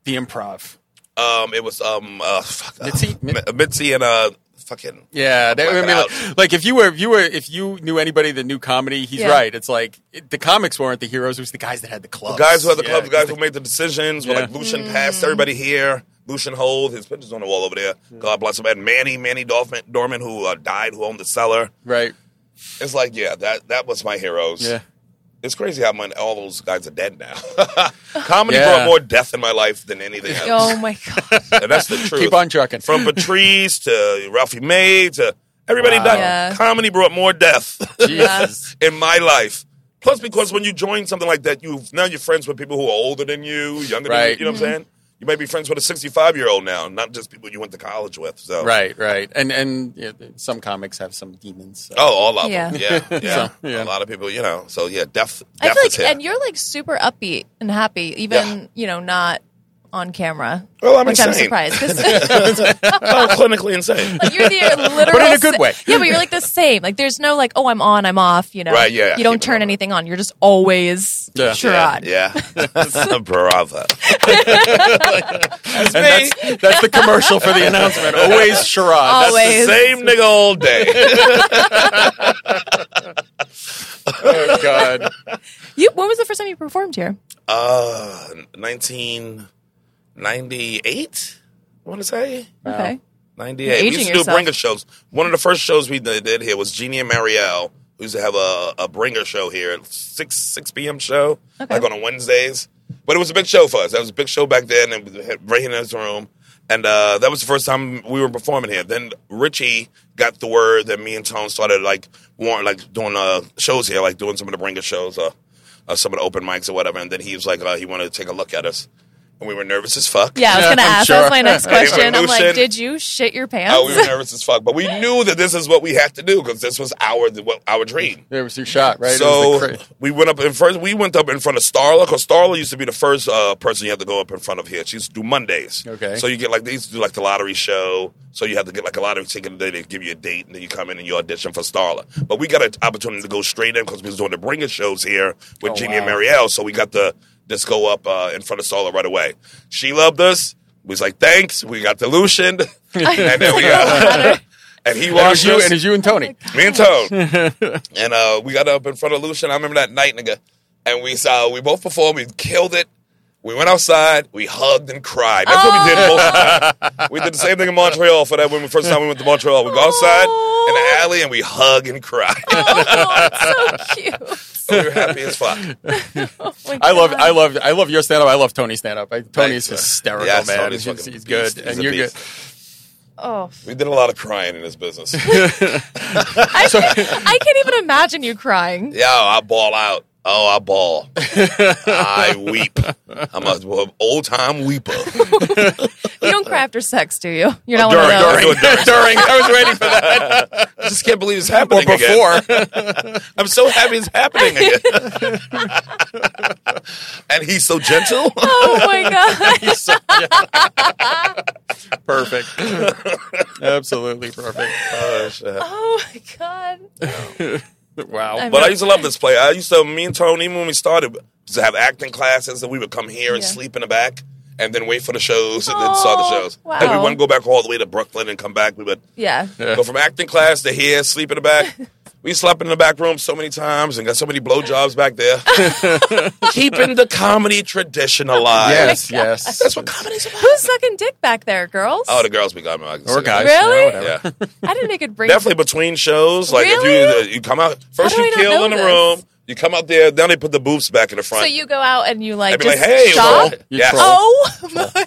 Speaker 2: the improv?
Speaker 3: um, it was um, uh, fuck, uh,
Speaker 2: Mitzi?
Speaker 3: Mi- Mitzi and uh, fucking
Speaker 2: Yeah, that, I
Speaker 3: Black
Speaker 2: mean,
Speaker 3: Out.
Speaker 2: like, like, if you were if you were if you knew anybody that knew comedy, he's
Speaker 1: Yeah.
Speaker 2: right. It's like it, the comics weren't the heroes; it was the guys that had the clubs.
Speaker 3: guys who had the
Speaker 2: Yeah,
Speaker 3: clubs,
Speaker 2: because
Speaker 3: guys who made the decisions. Were
Speaker 2: Yeah.
Speaker 3: like Lucian passed everybody here. Lucian Hold, his pictures on the wall over there. God bless him. And Manny, Manny Dorfman, Dorman, who uh, died, who owned the cellar.
Speaker 2: they- right?
Speaker 3: It's like, yeah, that that was my heroes.
Speaker 2: Yeah,
Speaker 3: It's crazy how many, all those guys are dead now. (laughs) Comedy
Speaker 2: Yeah.
Speaker 3: brought more death in my life than anything else.
Speaker 1: oh (laughs) my god.
Speaker 3: And that's
Speaker 2: (laughs)
Speaker 3: the truth.
Speaker 2: keep on trucking. (laughs)
Speaker 3: From Patrice to Ralphie May to everybody
Speaker 2: Wow.
Speaker 3: died.
Speaker 1: Yeah.
Speaker 3: Comedy brought more death
Speaker 2: (laughs)
Speaker 3: (laughs)
Speaker 2: Jesus.
Speaker 3: in my life. Plus, because when you join something like that, you now you're friends with people who are older than you, younger than
Speaker 2: Right.
Speaker 3: you. You know
Speaker 1: Mm-hmm.
Speaker 3: what I'm saying? You may be friends with a 65 year old now, not just people you went to college with. So
Speaker 2: Right, right, and and yeah, some comics have some demons. so.
Speaker 3: Oh, all of them.
Speaker 1: Yeah.
Speaker 3: Yeah, yeah.
Speaker 2: (laughs) So, yeah.
Speaker 3: A lot of people, you know. So yeah, death. death
Speaker 1: I feel
Speaker 3: is
Speaker 1: like,
Speaker 3: here.
Speaker 1: and you're like super upbeat and happy, even you know not on camera.
Speaker 3: Well, I'm
Speaker 1: which I'm
Speaker 3: insane.
Speaker 1: surprised
Speaker 3: (laughs)
Speaker 1: because
Speaker 3: (laughs) Oh, clinically insane.
Speaker 1: (laughs) you're
Speaker 3: (laughs)
Speaker 1: the literal,
Speaker 2: But in a good
Speaker 1: sa-
Speaker 2: way.
Speaker 1: Yeah, but you're like the same. Like there's no like, oh, I'm on, I'm off. You know,
Speaker 3: Right, yeah,
Speaker 1: You don't
Speaker 3: keep it
Speaker 1: turn
Speaker 3: on.
Speaker 1: anything on. You're just always
Speaker 2: Yeah.
Speaker 1: Sherrod. (laughs)
Speaker 3: Yeah. yeah. (laughs) Bravo.
Speaker 2: and that's, that's the commercial for the
Speaker 3: (laughs)
Speaker 2: announcement. Always charade. That's-
Speaker 1: Always.
Speaker 3: The same nigga all day.
Speaker 2: oh God.
Speaker 1: You. When was the first time you performed here?
Speaker 3: Uh, 1998, I want to say.
Speaker 1: Okay.
Speaker 3: 98. We
Speaker 1: Aging
Speaker 3: used to do
Speaker 1: yourself.
Speaker 3: bringer shows. One of the first shows we did did here was Jeannie and Marielle, who used to have a, a bringer show here, 6 6 p.m. show,
Speaker 1: Okay.
Speaker 3: like on a Wednesdays. But it was a big show for us. That was a big show back then, and we had Ray in his room. And uh, that was the first time we were performing here. Then Richie got the word that me and Tone started like warn, like doing uh, shows here, like doing some of the bringer shows, uh, uh, some of the open mics or whatever. And then he was like, uh, he wanted to take a look at us, and we were nervous as fuck.
Speaker 1: Yeah, I was
Speaker 2: Yeah,
Speaker 3: (laughs)
Speaker 1: gonna
Speaker 2: I'm
Speaker 1: ask. That was my
Speaker 2: sure.
Speaker 1: next question. I'm like,
Speaker 3: Evolution.
Speaker 1: did you shit your pants?
Speaker 3: Oh, we were nervous as fuck, but we knew that this is what we had to do because this was our what, our dream.
Speaker 2: There was your shot, right? It
Speaker 3: So
Speaker 2: was the cra-
Speaker 3: we went up in first. We went up in front of Starla because Starla used to be the first uh, person you had to go up in front of here. She used to do Mondays.
Speaker 2: Okay.
Speaker 3: So you get like they used to do like the lottery show. So you had to get like a lottery ticket. and They they give you a date and then you come in and you audition for Starla. But we got an opportunity to go straight in because we was doing the bringer shows here with
Speaker 2: Oh,
Speaker 3: Jeannie and
Speaker 2: wow.
Speaker 3: Marielle. So we got the just go up uh, in front of Starla right away. She loved us. We was like thanks. We got delusioned, (laughs) and
Speaker 1: (laughs)
Speaker 3: then
Speaker 2: (laughs)
Speaker 3: we got. And he
Speaker 2: and it was
Speaker 3: watched
Speaker 2: you,
Speaker 3: us.
Speaker 2: and it was you and Tony.
Speaker 1: Oh,
Speaker 3: Me
Speaker 2: (laughs)
Speaker 3: and Toad. and uh, we got up in front of Lucian. I remember that night, nigga. And we saw we both performed. We killed it. We went outside. We hugged and cried. That's what we did most of the time. We did the same thing in Montreal for that when we first time we went to Montreal. We go outside in the alley and we hug and cry.
Speaker 1: Oh,
Speaker 3: (laughs)
Speaker 1: it's so cute.
Speaker 3: we were happy as fuck.
Speaker 1: (laughs) Oh my
Speaker 2: I love,
Speaker 1: God.
Speaker 2: I love, I love your stand up. I love Tony's stand up. Tony's
Speaker 3: Thanks, man.
Speaker 2: hysterical,
Speaker 3: Yes,
Speaker 2: man.
Speaker 3: Tony's
Speaker 2: he's,
Speaker 3: fucking
Speaker 2: he's
Speaker 3: beast.
Speaker 2: good,
Speaker 3: He's
Speaker 2: and
Speaker 3: a
Speaker 2: you're
Speaker 3: beast.
Speaker 2: good.
Speaker 3: (laughs)
Speaker 1: Oh,
Speaker 3: We did a lot of crying in this business.
Speaker 1: I, I can't even imagine you crying.
Speaker 3: Yeah, I ball out. Oh, I ball. I weep. I'm a old time weeper.
Speaker 1: You don't cry after sex, do you? You're not
Speaker 3: During,
Speaker 1: one of those.
Speaker 2: (laughs)
Speaker 3: during, during,
Speaker 2: During, I was waiting for that.
Speaker 3: I just can't believe it's
Speaker 2: Or
Speaker 3: happening again. (laughs)
Speaker 2: before.
Speaker 3: I'm so happy it's happening again. (laughs) and he's so gentle.
Speaker 1: (laughs) Oh my god!
Speaker 2: He's so- yeah. perfect. Absolutely perfect.
Speaker 3: Oh, shit.
Speaker 1: Oh my god!
Speaker 2: Wow.
Speaker 1: I'm-
Speaker 3: But I used to love this play. I used to, me and Tony, even when we started, used to have acting classes, and we would come here and
Speaker 1: Yeah.
Speaker 3: sleep in the back and then wait for the shows and then saw the
Speaker 1: Oh,
Speaker 3: shows. Like, we
Speaker 1: wow.
Speaker 3: wouldn't go back all the way to Brooklyn and come back. We would (laughs)
Speaker 1: Yeah.
Speaker 2: Yeah.
Speaker 3: go from acting class to here, sleep in the back. We slept in the back room so many times and got so many blowjobs back there. (laughs) Keeping the comedy tradition alive.
Speaker 2: yes, yes.
Speaker 3: That's what comedy's about.
Speaker 1: Who's sucking dick back there, girls?
Speaker 3: Oh, the girls be got me. I can see
Speaker 2: or
Speaker 3: that.
Speaker 2: guys.
Speaker 1: Really?
Speaker 2: Yeah, whatever.
Speaker 3: Yeah.
Speaker 1: I didn't think it'd bring.
Speaker 3: Definitely between shows. Like if
Speaker 1: Really?
Speaker 3: you you come out first,
Speaker 1: How do
Speaker 3: you
Speaker 1: I not
Speaker 3: kill
Speaker 1: know
Speaker 3: in the
Speaker 1: this?
Speaker 3: room. You come out there. Now they put the boobs back in the front.
Speaker 1: So you go out and you like
Speaker 3: I'd be like,
Speaker 1: just
Speaker 3: hey,
Speaker 1: shop.
Speaker 3: well,
Speaker 2: You
Speaker 3: yes.
Speaker 2: troll.
Speaker 1: Oh
Speaker 3: (laughs)
Speaker 1: my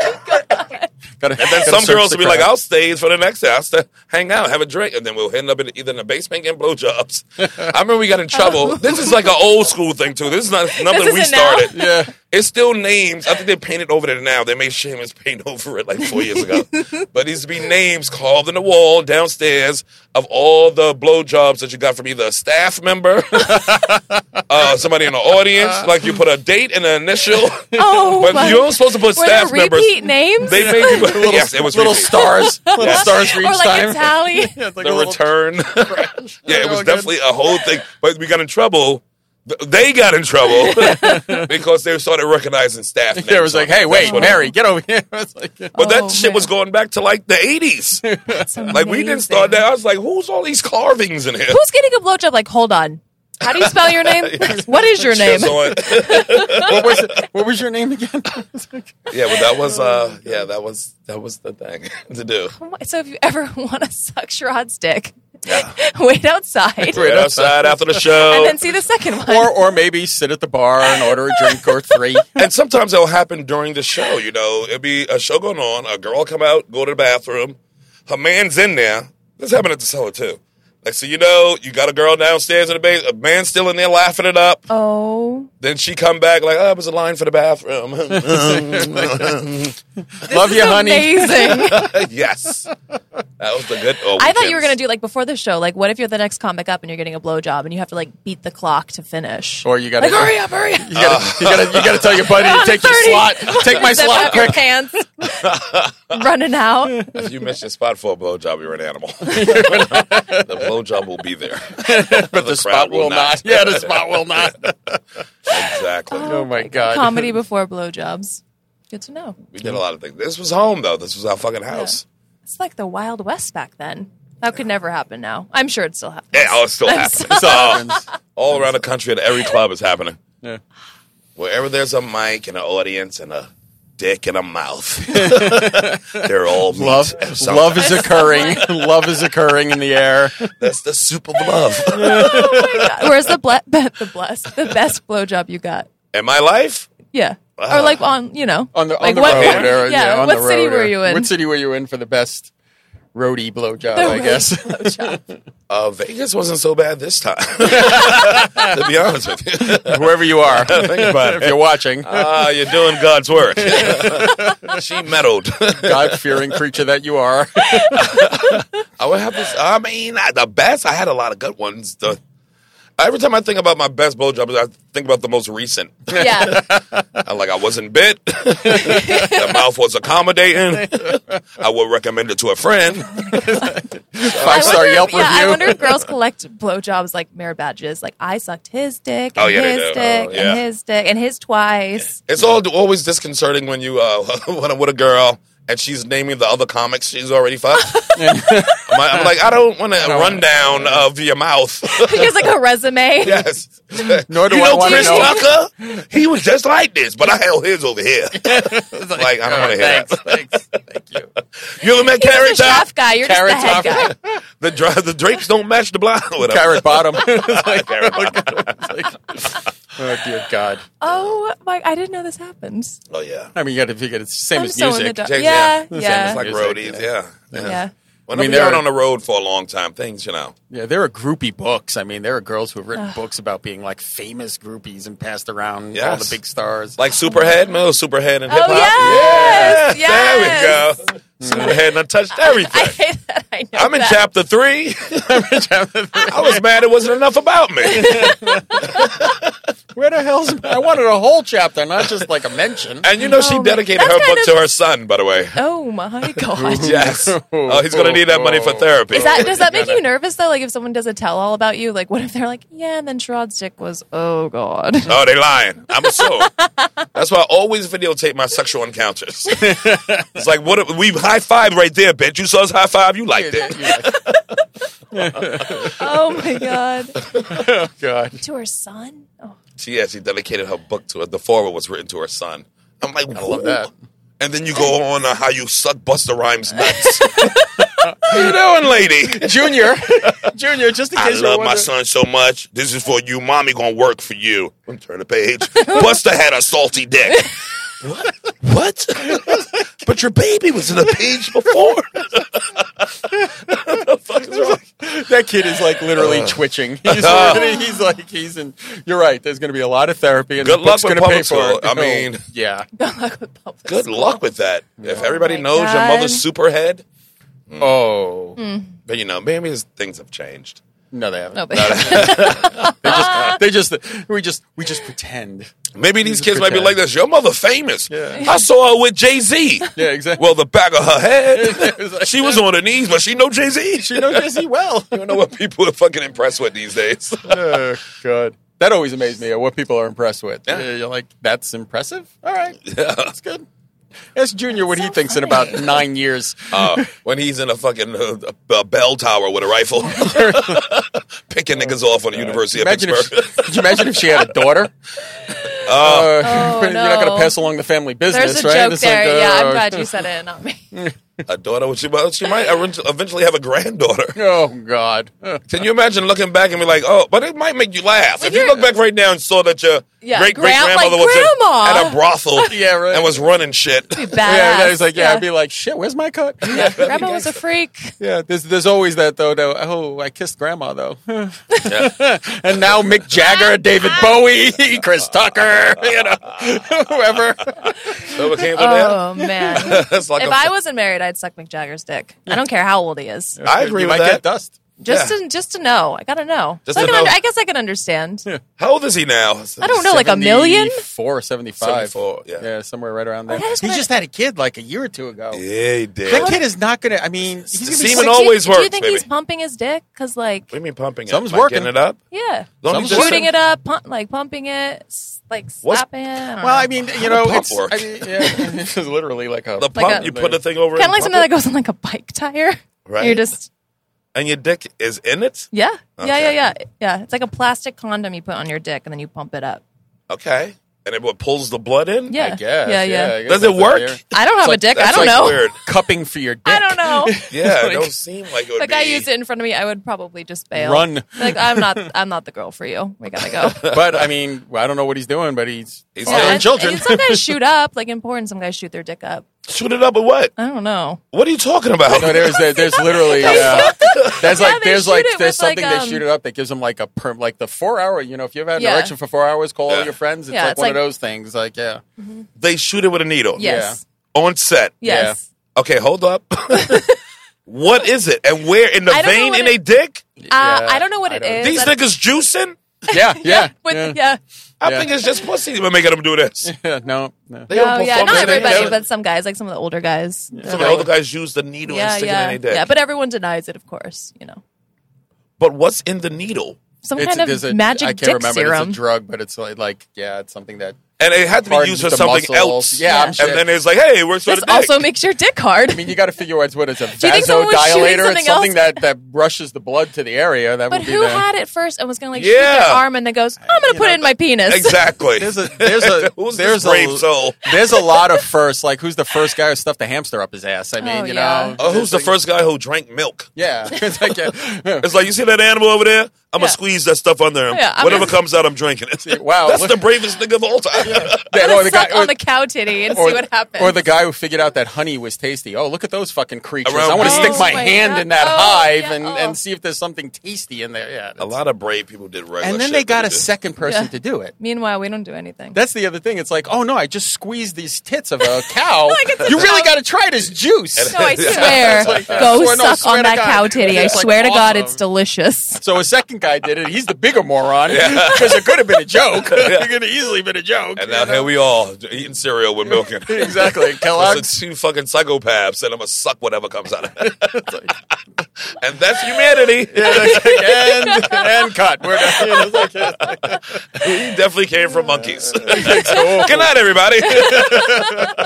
Speaker 1: god!
Speaker 2: Gotta,
Speaker 3: And then some girls will be like, "I'll stay for the next day. I'll stay, hang out, have a drink, and then we'll end up in, either in the basement
Speaker 1: (laughs)
Speaker 3: getting blowjobs." I remember we got in trouble. This is like an old school thing too. This is not nothing
Speaker 1: This
Speaker 3: we
Speaker 1: isn't now.
Speaker 3: started.
Speaker 2: Yeah.
Speaker 3: It's still names. I think they painted over there now. They made Seamus paint (laughs) over it like four years ago.
Speaker 2: (laughs)
Speaker 3: but it's be names carved in the wall downstairs of all the blowjobs that you got from either a staff member,
Speaker 2: (laughs)
Speaker 3: uh, somebody in the audience. Like you put a date and
Speaker 2: (laughs)
Speaker 3: an initial.
Speaker 1: Oh,
Speaker 3: but
Speaker 1: my-
Speaker 3: you're not supposed to put
Speaker 1: Were
Speaker 3: staff
Speaker 1: there repeat
Speaker 3: members.
Speaker 1: names?
Speaker 3: They made people.
Speaker 2: (laughs) little,
Speaker 3: yes, it was
Speaker 2: little
Speaker 3: repeat.
Speaker 2: stars, little stars for
Speaker 1: (laughs)
Speaker 2: each
Speaker 1: or like
Speaker 2: time.
Speaker 3: (laughs)
Speaker 1: Italian.
Speaker 2: Yeah, it's like
Speaker 3: the
Speaker 2: a little- (laughs)
Speaker 3: return. (laughs) yeah, it
Speaker 2: They're all
Speaker 3: was
Speaker 2: good.
Speaker 3: definitely a whole thing. But we got in trouble. Th- They got
Speaker 2: (laughs)
Speaker 3: in trouble (laughs) because they started recognizing staff.
Speaker 2: There was like,
Speaker 3: names on it.
Speaker 2: hey, wait,
Speaker 3: That's what it
Speaker 2: Mary, get over here. It's like,
Speaker 3: But that
Speaker 1: Oh,
Speaker 3: shit was
Speaker 1: man.
Speaker 3: going back to like the
Speaker 1: (laughs)
Speaker 3: eighties.
Speaker 1: That's
Speaker 3: Like we didn't
Speaker 1: amazing.
Speaker 3: start that. I was like, who's all these carvings in here?
Speaker 1: Who's getting a blowjob? Like, hold on. How do you spell
Speaker 3: (laughs)
Speaker 1: your name? what is your name? (laughs)
Speaker 3: Shit's on.
Speaker 2: what was it? What was your name again? It's like-
Speaker 3: yeah, but that was
Speaker 1: Oh,
Speaker 3: uh yeah, that was that was the thing to do.
Speaker 1: So if you (laughs) ever want to suck Sherrod's dick, (laughs) wait outside
Speaker 3: Right outside
Speaker 1: (laughs)
Speaker 3: after the
Speaker 1: and
Speaker 3: show.
Speaker 1: then see the second one.
Speaker 2: or or maybe sit at the bar and order a drink or three.
Speaker 3: And sometimes it'll happen during the show, you know. It'll be a show going on, a girl come out, go to the bathroom, her man's in there. This happened at the cellar too. Like so you know, you got a girl downstairs in the base, a man's still in there laughing it up.
Speaker 1: oh,
Speaker 3: Then she come back like, oh, it was a line for
Speaker 1: (laughs)
Speaker 3: the bathroom. (laughs)
Speaker 2: Love you, honey.
Speaker 1: amazing!
Speaker 2: (laughs)
Speaker 3: yes. That was the good. Oh,
Speaker 1: I thought you were gonna
Speaker 3: weekends.
Speaker 1: do like before the show. Like, what if you're the next comic up and you're getting a blowjob and you have to like beat the clock to finish?
Speaker 2: Or Oh, you gotta,
Speaker 1: like, hurry up, hurry up!
Speaker 2: you gotta, you gotta, you gotta tell your buddy to take your
Speaker 1: 30.
Speaker 2: slot, take my
Speaker 1: Zip
Speaker 2: slot
Speaker 1: up your
Speaker 2: quick.
Speaker 1: pants,
Speaker 2: (laughs)
Speaker 1: running out.
Speaker 3: If you missed your spot for a blowjob, you're an animal. the blowjob will be there.
Speaker 2: But the
Speaker 3: crowd
Speaker 2: spot will
Speaker 3: will
Speaker 2: not.
Speaker 3: not.
Speaker 2: Yeah, the spot will not.
Speaker 3: Exactly.
Speaker 2: Oh my god.
Speaker 1: Comedy before blowjobs. Good to know.
Speaker 3: We did a lot of things. This was home, though. This was our fucking house.
Speaker 1: It's like the Wild West back then. That could never happen now. I'm sure it still happens.
Speaker 3: Yeah, oh, it's still
Speaker 1: I'm
Speaker 3: happening.
Speaker 1: sorry.
Speaker 3: It's all, all around the country at every club is happening.
Speaker 2: Yeah.
Speaker 3: Wherever there's a mic and an audience and a dick and
Speaker 2: (laughs)
Speaker 3: a mouth, they're all meat
Speaker 2: Love,
Speaker 3: (laughs) of something.
Speaker 2: love is
Speaker 3: (laughs)
Speaker 2: occurring. love is occurring in the air.
Speaker 3: That's the soup of love.
Speaker 1: Oh Where's the ble- (laughs) be- the blessed the best blowjob you got?
Speaker 3: In my life,
Speaker 1: Yeah, or like
Speaker 3: Uh,
Speaker 1: on you know
Speaker 2: On the
Speaker 1: like
Speaker 2: on the
Speaker 1: what-
Speaker 2: road. Or,
Speaker 1: yeah,
Speaker 2: yeah, on
Speaker 1: what
Speaker 2: the road
Speaker 1: city
Speaker 2: or-
Speaker 1: were you in?
Speaker 2: What city were you in for the best roadie blowjob?
Speaker 1: The
Speaker 2: I guess.
Speaker 1: (laughs)
Speaker 2: (laughs)
Speaker 1: road blowjob.
Speaker 3: uh, Vegas wasn't so bad this time. to be honest with
Speaker 2: (laughs)
Speaker 3: you.
Speaker 2: Wherever you are,
Speaker 3: (laughs) Think about
Speaker 2: if you're watching,
Speaker 3: Ah, you're doing
Speaker 2: (laughs)
Speaker 3: God's work. she meddled.
Speaker 2: God fearing creature that
Speaker 1: (laughs)
Speaker 2: you are. (laughs)
Speaker 3: I would have this. I mean, I- the best. I had a lot of good ones. The, every time I think about my best blowjobs, I think about the most recent. (laughs)
Speaker 2: (laughs)
Speaker 1: yeah,
Speaker 3: I'm like, I wasn't bit. (laughs) the mouth was accommodating. I would recommend it to a friend.
Speaker 1: I
Speaker 2: Five star
Speaker 1: wonder-
Speaker 2: Yelp
Speaker 1: yeah, I
Speaker 2: review.
Speaker 1: wonder
Speaker 2: (laughs)
Speaker 1: if girls collect blowjobs like merit badges. Like I sucked his dick, and
Speaker 3: Oh, yeah, they
Speaker 1: his
Speaker 3: do.
Speaker 1: dick,
Speaker 3: Oh, yeah.
Speaker 1: and his dick, and his twice.
Speaker 3: It's all always disconcerting when you uh, (laughs) when I'm with a girl and she's naming the other comics she's already fucked. I'm, like, I'm like, I don't want a rundown of your mouth.
Speaker 1: (laughs) He has like a
Speaker 2: (laughs)
Speaker 1: resume.
Speaker 3: (laughs) Yes.
Speaker 2: Nor do
Speaker 3: you
Speaker 2: I
Speaker 3: know
Speaker 2: wanna
Speaker 3: Chris
Speaker 2: know.
Speaker 3: Tucker? He was just like this, but I held his over here. like, I don't want to hear
Speaker 2: thanks,
Speaker 3: that.
Speaker 2: thanks, thank you.
Speaker 3: You ever met Carrot
Speaker 1: He's a
Speaker 3: Top?
Speaker 1: chef guy. You're just the
Speaker 2: Carrot
Speaker 1: head
Speaker 2: top,
Speaker 1: guy.
Speaker 2: (laughs)
Speaker 3: The, dra- the drapes don't match the blind. Whatever.
Speaker 2: carrot
Speaker 3: (laughs)
Speaker 2: bottom. It's like- it's like- oh dear God!
Speaker 1: Oh my! I didn't know this happened.
Speaker 3: Oh, yeah.
Speaker 2: I mean, you got to figure it's the same
Speaker 1: I'm
Speaker 2: as
Speaker 1: so in the
Speaker 2: music.
Speaker 1: dark.
Speaker 3: James,
Speaker 1: yeah,
Speaker 3: yeah.
Speaker 1: yeah,
Speaker 3: It's like
Speaker 2: Music,
Speaker 3: roadies, yeah. yeah.
Speaker 1: yeah.
Speaker 3: When I mean,
Speaker 2: they're-
Speaker 3: they're out on the road for a long time, things, you know.
Speaker 2: Yeah, there are groupie books. I mean, there are girls who have written books about being like famous groupies and passed around all the
Speaker 3: Yes.
Speaker 2: big stars. (laughs)
Speaker 3: Like Superhead, remember Superhead and hip hop?
Speaker 1: Oh yes,
Speaker 3: Yeah,
Speaker 1: yes.
Speaker 3: There we go. Superhead and touched everything.
Speaker 1: (laughs) I hate that. I know.
Speaker 3: I, am in
Speaker 1: that.
Speaker 3: chapter three. (laughs) I was mad it wasn't enough about me.
Speaker 2: (laughs) where the hell's I wanted a whole chapter, not just like a
Speaker 3: (laughs)
Speaker 2: mention. (laughs)
Speaker 3: And you know, she
Speaker 1: Oh,
Speaker 3: dedicated
Speaker 1: that's
Speaker 3: her
Speaker 1: kind
Speaker 3: book
Speaker 1: of-
Speaker 3: to her son, by the way.
Speaker 1: Oh my
Speaker 2: (laughs)
Speaker 1: god. (laughs)
Speaker 3: Yes. Oh, he's going to need that money for therapy.
Speaker 1: Is that does that make you nervous though? Like if someone does a tell all about you, like what if they're like, yeah, and then Sherrod's dick was, oh
Speaker 2: (laughs)
Speaker 1: god.
Speaker 3: Oh, they lying. I'm a soul. That's why I always videotape my sexual encounters. it's like what if- we high five right there, bitch. You saw us high five. You liked it.
Speaker 1: Oh my god.
Speaker 2: oh God!
Speaker 1: to her son. Oh, (laughs)
Speaker 3: She yeah, she dedicated her book to her. The forward was written to her son. I'm like, I
Speaker 2: love that.
Speaker 3: And then you go on uh, how you suck Buster Rhymes
Speaker 2: (laughs)
Speaker 3: nuts. How you doing, lady?
Speaker 2: Junior, (laughs) Junior, just in
Speaker 3: I
Speaker 2: case you
Speaker 3: love
Speaker 2: were
Speaker 3: my
Speaker 2: wondering-
Speaker 3: son so much.
Speaker 2: (laughs)
Speaker 3: This is for you. Mommy gonna work for you. Turn the page. Buster had a salty dick. what? What? (laughs) but your baby was in a page before. the fuck is wrong?
Speaker 2: (laughs) That kid is like literally
Speaker 3: (laughs)
Speaker 2: twitching. He's, literally- he's like he's in. You're right. There's going to be a lot of therapy, and
Speaker 3: Good
Speaker 2: the book's
Speaker 3: luck with
Speaker 2: going to pay
Speaker 3: public
Speaker 2: for
Speaker 3: school.
Speaker 2: it. Oh,
Speaker 3: I mean-
Speaker 2: yeah.
Speaker 3: (laughs) Good luck with that. If everybody
Speaker 1: Oh my
Speaker 3: knows your
Speaker 1: God.
Speaker 3: mother's superhead, mm.
Speaker 2: Oh
Speaker 3: but you know, maybe his- things have changed.
Speaker 2: no, they haven't.
Speaker 1: No, but
Speaker 2: They just they just we just we just pretend.
Speaker 3: Maybe these
Speaker 2: Just
Speaker 3: kids might be
Speaker 2: pretend.
Speaker 3: like this. Your mother famous.
Speaker 2: Yeah.
Speaker 3: I saw her with Jay Z.
Speaker 2: Yeah, exactly.
Speaker 3: Well, the back of her head.
Speaker 2: It's like-
Speaker 3: she was on her knees, but she know Jay Z. She (laughs)
Speaker 2: you (laughs) know Jesse well.
Speaker 3: don't know what people are fucking impressed with these
Speaker 2: (laughs)
Speaker 3: days.
Speaker 2: oh god, that always amazed me. What people are impressed with.
Speaker 3: Yeah.
Speaker 2: Uh, You're like, that's impressive. All
Speaker 3: (laughs)
Speaker 2: right, that's good. Ask Junior what he thinks in about nine years.
Speaker 3: (laughs) Uh, when he's in a fucking uh, uh, bell tower with a rifle, (laughs) picking niggas off on the University
Speaker 2: (laughs)
Speaker 3: of
Speaker 2: Imagine if,
Speaker 3: Pittsburgh. (laughs)
Speaker 2: could you imagine if she had a daughter? Uh, (laughs) you're not going
Speaker 1: Oh, no.
Speaker 2: to pass along the family business,
Speaker 1: there's a
Speaker 2: right?
Speaker 1: joke
Speaker 2: It's like,
Speaker 1: there. yeah, I'm
Speaker 2: uh,
Speaker 1: glad you said it, not me.
Speaker 3: a daughter, well, she, well, she might orin- eventually have a granddaughter.
Speaker 2: (laughs) Oh
Speaker 3: (laughs)
Speaker 2: God! Uh,
Speaker 3: Can you imagine looking back and be like, oh, but it might make you laugh. if you
Speaker 1: you're-
Speaker 3: look back right now and saw that your
Speaker 1: Yeah,
Speaker 3: great great
Speaker 1: grand-
Speaker 3: grandmother
Speaker 1: like
Speaker 3: was in-
Speaker 1: grandma.
Speaker 3: at a brothel
Speaker 2: (laughs) Yeah, right.
Speaker 3: and was running
Speaker 1: (laughs)
Speaker 3: shit. (laughs)
Speaker 1: Badass.
Speaker 2: yeah, he's like, yeah, I'd be like, shit, where's my cut? (laughs) Yeah,
Speaker 1: (laughs) Grandma was a freak.
Speaker 2: there's there's always that though. though oh, I kissed grandma though,
Speaker 3: Yeah.
Speaker 2: and now Mick Jagger, David Bowie, (laughs) Chris Tucker, you know, (laughs) whoever.
Speaker 3: So it came to that.
Speaker 1: Oh
Speaker 2: (laughs)
Speaker 1: man!
Speaker 3: (laughs)
Speaker 1: if
Speaker 3: That's like a-
Speaker 1: I wasn't married, I'd suck McJagger's dick. I don't care how old he is.
Speaker 3: I agree
Speaker 2: you
Speaker 3: with
Speaker 2: might
Speaker 3: that.
Speaker 2: get dust.
Speaker 1: Just
Speaker 3: Yeah.
Speaker 1: to just to know, I gotta know.
Speaker 3: Just
Speaker 1: So I,
Speaker 3: to
Speaker 1: can
Speaker 3: know.
Speaker 1: under- I guess I can understand.
Speaker 3: How old is he now?
Speaker 1: I don't know, like a million. Oh,
Speaker 2: four seventy five,
Speaker 3: 74, yeah.
Speaker 2: somewhere right around there.
Speaker 1: that is
Speaker 2: He
Speaker 1: what I-
Speaker 2: just had a kid like a year or two ago.
Speaker 3: Yeah, he did.
Speaker 2: That kid is not gonna. I mean, he's gonna be
Speaker 3: Semen
Speaker 1: do
Speaker 3: all-
Speaker 2: sick.
Speaker 1: you-
Speaker 3: always
Speaker 1: do you
Speaker 3: works,
Speaker 1: think he's
Speaker 3: baby.
Speaker 1: pumping his dick? Because like,
Speaker 3: What do you mean pumping it?
Speaker 2: Something's
Speaker 3: Like,
Speaker 2: working.
Speaker 3: getting it up?
Speaker 1: yeah,
Speaker 3: Don't
Speaker 2: Something's
Speaker 3: you just-
Speaker 2: working.
Speaker 1: shooting it up, pump, like pumping it, s- like
Speaker 3: What's-
Speaker 1: slapping it. I don't
Speaker 2: Well,
Speaker 1: know.
Speaker 2: I mean, you know,
Speaker 3: pump
Speaker 2: it's,
Speaker 3: work?
Speaker 2: I mean, yeah,
Speaker 3: (laughs)
Speaker 2: it's literally like a
Speaker 3: The pump,
Speaker 1: Like a-
Speaker 3: you put the thing over it
Speaker 1: kind of like
Speaker 3: and
Speaker 1: something that
Speaker 3: pump
Speaker 1: goes on like a bike tire.
Speaker 3: Right.
Speaker 1: You're just
Speaker 3: it, And your dick is in it?
Speaker 1: yeah, yeah, yeah,
Speaker 3: Okay.
Speaker 1: yeah, yeah. It's like a plastic condom you put on your dick and then you pump it up.
Speaker 3: (laughs) Okay. And it what, pulls the blood in?
Speaker 1: Yeah,
Speaker 2: I guess.
Speaker 1: yeah, yeah.
Speaker 2: I guess
Speaker 3: Does it
Speaker 2: that's
Speaker 3: work?
Speaker 2: idea.
Speaker 1: I don't have a
Speaker 2: like-
Speaker 1: dick. I
Speaker 3: That's
Speaker 1: don't
Speaker 3: like
Speaker 1: know.
Speaker 3: weird.
Speaker 2: Cupping for your dick.
Speaker 1: (laughs) I don't know.
Speaker 3: Yeah,
Speaker 2: Like-
Speaker 3: (laughs) it don't seem like it would
Speaker 1: If a
Speaker 3: be.
Speaker 1: guy used it in front of me, I would probably just bail.
Speaker 2: Run.
Speaker 1: Like I'm
Speaker 3: (laughs)
Speaker 1: not. I'm not the girl for you. We gotta go.
Speaker 2: But I mean, well, I don't know what he's doing, but he's
Speaker 3: He's
Speaker 2: fathering
Speaker 3: doing-
Speaker 1: and-
Speaker 2: children.
Speaker 1: and some guys shoot up. Like in porn, some guys shoot their dick up.
Speaker 3: (laughs) Shoot it up with what?
Speaker 1: I don't know.
Speaker 3: What are you talking
Speaker 2: (laughs)
Speaker 3: about?
Speaker 2: no, there's there-
Speaker 1: (laughs)
Speaker 2: there's literally uh, there's
Speaker 1: Yeah,
Speaker 2: like
Speaker 1: they
Speaker 2: there's
Speaker 1: shoot
Speaker 2: like
Speaker 1: it
Speaker 2: there's
Speaker 1: with, like,
Speaker 2: something
Speaker 1: um,
Speaker 2: they shoot it up that gives them like a perm like the four hour. You know, if you've had an
Speaker 1: Yeah.
Speaker 2: erection for four hours, call
Speaker 3: Yeah.
Speaker 2: all your friends. It's
Speaker 1: Yeah,
Speaker 2: like
Speaker 1: it's
Speaker 2: one of
Speaker 1: like-
Speaker 2: those things.
Speaker 1: (laughs)
Speaker 2: Like yeah,
Speaker 3: they shoot it with a needle. (laughs)
Speaker 1: Yes.
Speaker 3: On set.
Speaker 1: Yes.
Speaker 3: Okay,
Speaker 1: (laughs)
Speaker 3: hold up. what is it? And where? In the
Speaker 1: I don't know
Speaker 3: vein
Speaker 1: what
Speaker 3: in
Speaker 1: it-
Speaker 3: a dick?
Speaker 1: Uh,
Speaker 2: Yeah.
Speaker 1: I don't know what
Speaker 2: I
Speaker 1: it
Speaker 2: don't-
Speaker 1: is.
Speaker 3: These
Speaker 1: I don't-
Speaker 3: niggas juicing?
Speaker 2: yeah, yeah,
Speaker 1: With, yeah.
Speaker 2: yeah.
Speaker 3: I
Speaker 2: Yeah.
Speaker 3: think it's just pussy but making them
Speaker 2: (laughs)
Speaker 3: do this.
Speaker 2: Yeah, no, no.
Speaker 3: They
Speaker 1: Oh
Speaker 3: don't
Speaker 1: yeah,
Speaker 3: perform
Speaker 1: not
Speaker 3: that. They
Speaker 1: everybody,
Speaker 3: don't-
Speaker 1: but some guys, like some of the older guys. Yeah,
Speaker 3: Some of the other guys use the needle and
Speaker 1: yeah,
Speaker 3: stick
Speaker 1: yeah,
Speaker 3: it in their dick.
Speaker 1: yeah. But everyone denies it, of course. You know,
Speaker 3: but what's in the needle?
Speaker 1: some
Speaker 2: It's-
Speaker 1: kind
Speaker 2: there's
Speaker 1: of magic
Speaker 2: I can't
Speaker 1: dick
Speaker 2: remember.
Speaker 1: serum.
Speaker 2: It's a drug, but it's like, like yeah, it's something that
Speaker 3: And it had to be
Speaker 2: hardens
Speaker 3: used for
Speaker 2: the
Speaker 3: something
Speaker 2: muscles.
Speaker 3: else.
Speaker 2: Yeah, I'm
Speaker 1: Yeah.
Speaker 2: sure.
Speaker 3: And then it's like, hey, it works for
Speaker 1: this
Speaker 3: the dick.
Speaker 1: also makes your dick hard.
Speaker 2: I mean, you got to figure out what it's a
Speaker 1: you think someone was shooting
Speaker 2: vasodilator.
Speaker 1: something
Speaker 2: It's something
Speaker 1: else?
Speaker 2: that that rushes the blood to the area. That
Speaker 1: (laughs) but
Speaker 2: would be
Speaker 1: who
Speaker 2: the,
Speaker 1: had it first and was going to like shoot
Speaker 3: Yeah.
Speaker 1: their arm and then goes, "I'm going to put it in my penis."
Speaker 3: exactly.
Speaker 2: There's a there's a
Speaker 3: (laughs) Who's
Speaker 2: there's
Speaker 3: this brave
Speaker 2: a
Speaker 3: soul?
Speaker 2: there's a
Speaker 1: (laughs)
Speaker 2: lot of first. Like who's the first guy who stuffed a hamster up his ass? I mean,
Speaker 1: Oh,
Speaker 2: you
Speaker 1: yeah.
Speaker 2: know,
Speaker 3: Oh, who's
Speaker 2: there's
Speaker 3: the
Speaker 2: like-
Speaker 3: first guy who drank milk?
Speaker 2: Yeah, (laughs) it's like yeah.
Speaker 3: It's like you see that animal over there. I'm
Speaker 1: Yeah.
Speaker 3: gonna squeeze that stuff under
Speaker 2: Oh,
Speaker 3: him.
Speaker 1: Yeah, I'm
Speaker 3: Whatever
Speaker 1: gonna-
Speaker 3: comes out, I'm drinking
Speaker 2: (laughs)
Speaker 3: it.
Speaker 2: Wow.
Speaker 3: that's the bravest nigga of all time.
Speaker 2: Yeah,
Speaker 1: (laughs) Let's
Speaker 2: or the
Speaker 1: suck
Speaker 2: guy-
Speaker 1: on the cow titty and
Speaker 2: or-
Speaker 1: see what happens.
Speaker 2: Or the guy who figured out that honey was tasty. Oh, look at those fucking creatures!
Speaker 3: Around
Speaker 2: I want to
Speaker 3: bees.
Speaker 2: stick my
Speaker 1: Oh, my
Speaker 2: hand
Speaker 1: God.
Speaker 2: in that
Speaker 1: Oh,
Speaker 2: hive
Speaker 1: yeah.
Speaker 2: and,
Speaker 1: Oh.
Speaker 2: and see if there's something tasty in there. Yeah,
Speaker 3: (laughs) a lot of brave people did regular.
Speaker 2: and then
Speaker 3: shit
Speaker 2: they got
Speaker 3: that
Speaker 2: a
Speaker 3: did.
Speaker 2: second person
Speaker 1: Yeah.
Speaker 2: to do it.
Speaker 1: Meanwhile, we don't do anything.
Speaker 2: That's the other thing. It's like, oh no, I just squeezed these tits
Speaker 1: (laughs)
Speaker 2: of a cow.
Speaker 1: it's a
Speaker 2: you really
Speaker 1: cow.
Speaker 2: got to try this juice. (laughs)
Speaker 1: no, I swear. Go
Speaker 2: Swear- no,
Speaker 1: suck
Speaker 2: swear
Speaker 1: on
Speaker 2: to
Speaker 1: that
Speaker 2: God.
Speaker 1: cow titty. I
Speaker 2: It's like
Speaker 1: swear to God,
Speaker 2: awesome.
Speaker 1: it's delicious.
Speaker 2: So a second guy did it. He's the bigger moron (laughs) because it could have been a
Speaker 3: (laughs)
Speaker 2: joke. It could have easily been a joke.
Speaker 3: And
Speaker 2: you
Speaker 3: now
Speaker 2: know?
Speaker 3: here we are eating cereal with milk in it. (laughs)
Speaker 2: exactly Kellogg's. (laughs)
Speaker 3: It's like two fucking psychopaths, and I'm gonna suck whatever comes out of it. (laughs) and that's humanity.
Speaker 2: and, and cut. We're done. You know, it's like, yeah,
Speaker 3: He definitely came from
Speaker 2: (laughs)
Speaker 3: monkeys. (laughs)
Speaker 2: it's awful.
Speaker 3: Good
Speaker 2: (laughs)
Speaker 3: night, everybody. (laughs)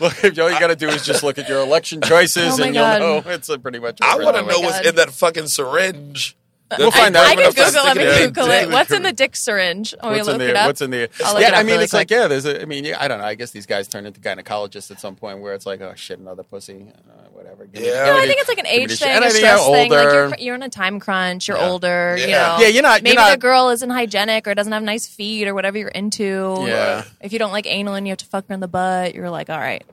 Speaker 2: Look, (laughs) if all you got to do is just look at your election choices,
Speaker 1: Oh my
Speaker 2: and you'll
Speaker 1: God.
Speaker 2: know it's a pretty much.
Speaker 3: I want to
Speaker 2: over.
Speaker 3: know
Speaker 1: God.
Speaker 3: what's in that fucking syringe
Speaker 2: We'll find out.
Speaker 1: I
Speaker 2: when
Speaker 1: can
Speaker 2: the first
Speaker 1: Google. Let me
Speaker 2: ticket is.
Speaker 1: Google it.
Speaker 2: Exactly.
Speaker 1: What's
Speaker 2: (laughs)
Speaker 1: in the dick syringe? Let me
Speaker 2: What's in
Speaker 1: look
Speaker 2: the
Speaker 1: it up.
Speaker 2: What's in the
Speaker 1: I'll look
Speaker 2: yeah,
Speaker 1: it up
Speaker 2: I mean,
Speaker 1: really
Speaker 2: it's
Speaker 1: quick.
Speaker 2: like yeah. There's a. I mean, yeah, I don't know. I guess these guys turn into gynecologists at some point where it's like, oh shit, another pussy, uh, whatever. Give me- give me
Speaker 3: Yeah. No,
Speaker 1: No, I
Speaker 2: the-
Speaker 1: think it's like an
Speaker 2: give me
Speaker 1: age
Speaker 2: the shit.
Speaker 1: thing,
Speaker 2: And
Speaker 1: a
Speaker 2: I think I'm
Speaker 1: stress thing. Like
Speaker 2: older.
Speaker 1: you're, you're on a time crunch. You're older. You know.
Speaker 3: Yeah.
Speaker 2: Yeah, you're not-
Speaker 1: Maybe
Speaker 2: you're not-
Speaker 1: the girl isn't hygienic or doesn't have nice feet or whatever you're into.
Speaker 2: Yeah.
Speaker 1: If you don't like anal and you have to fuck her in the butt, you're like, all right.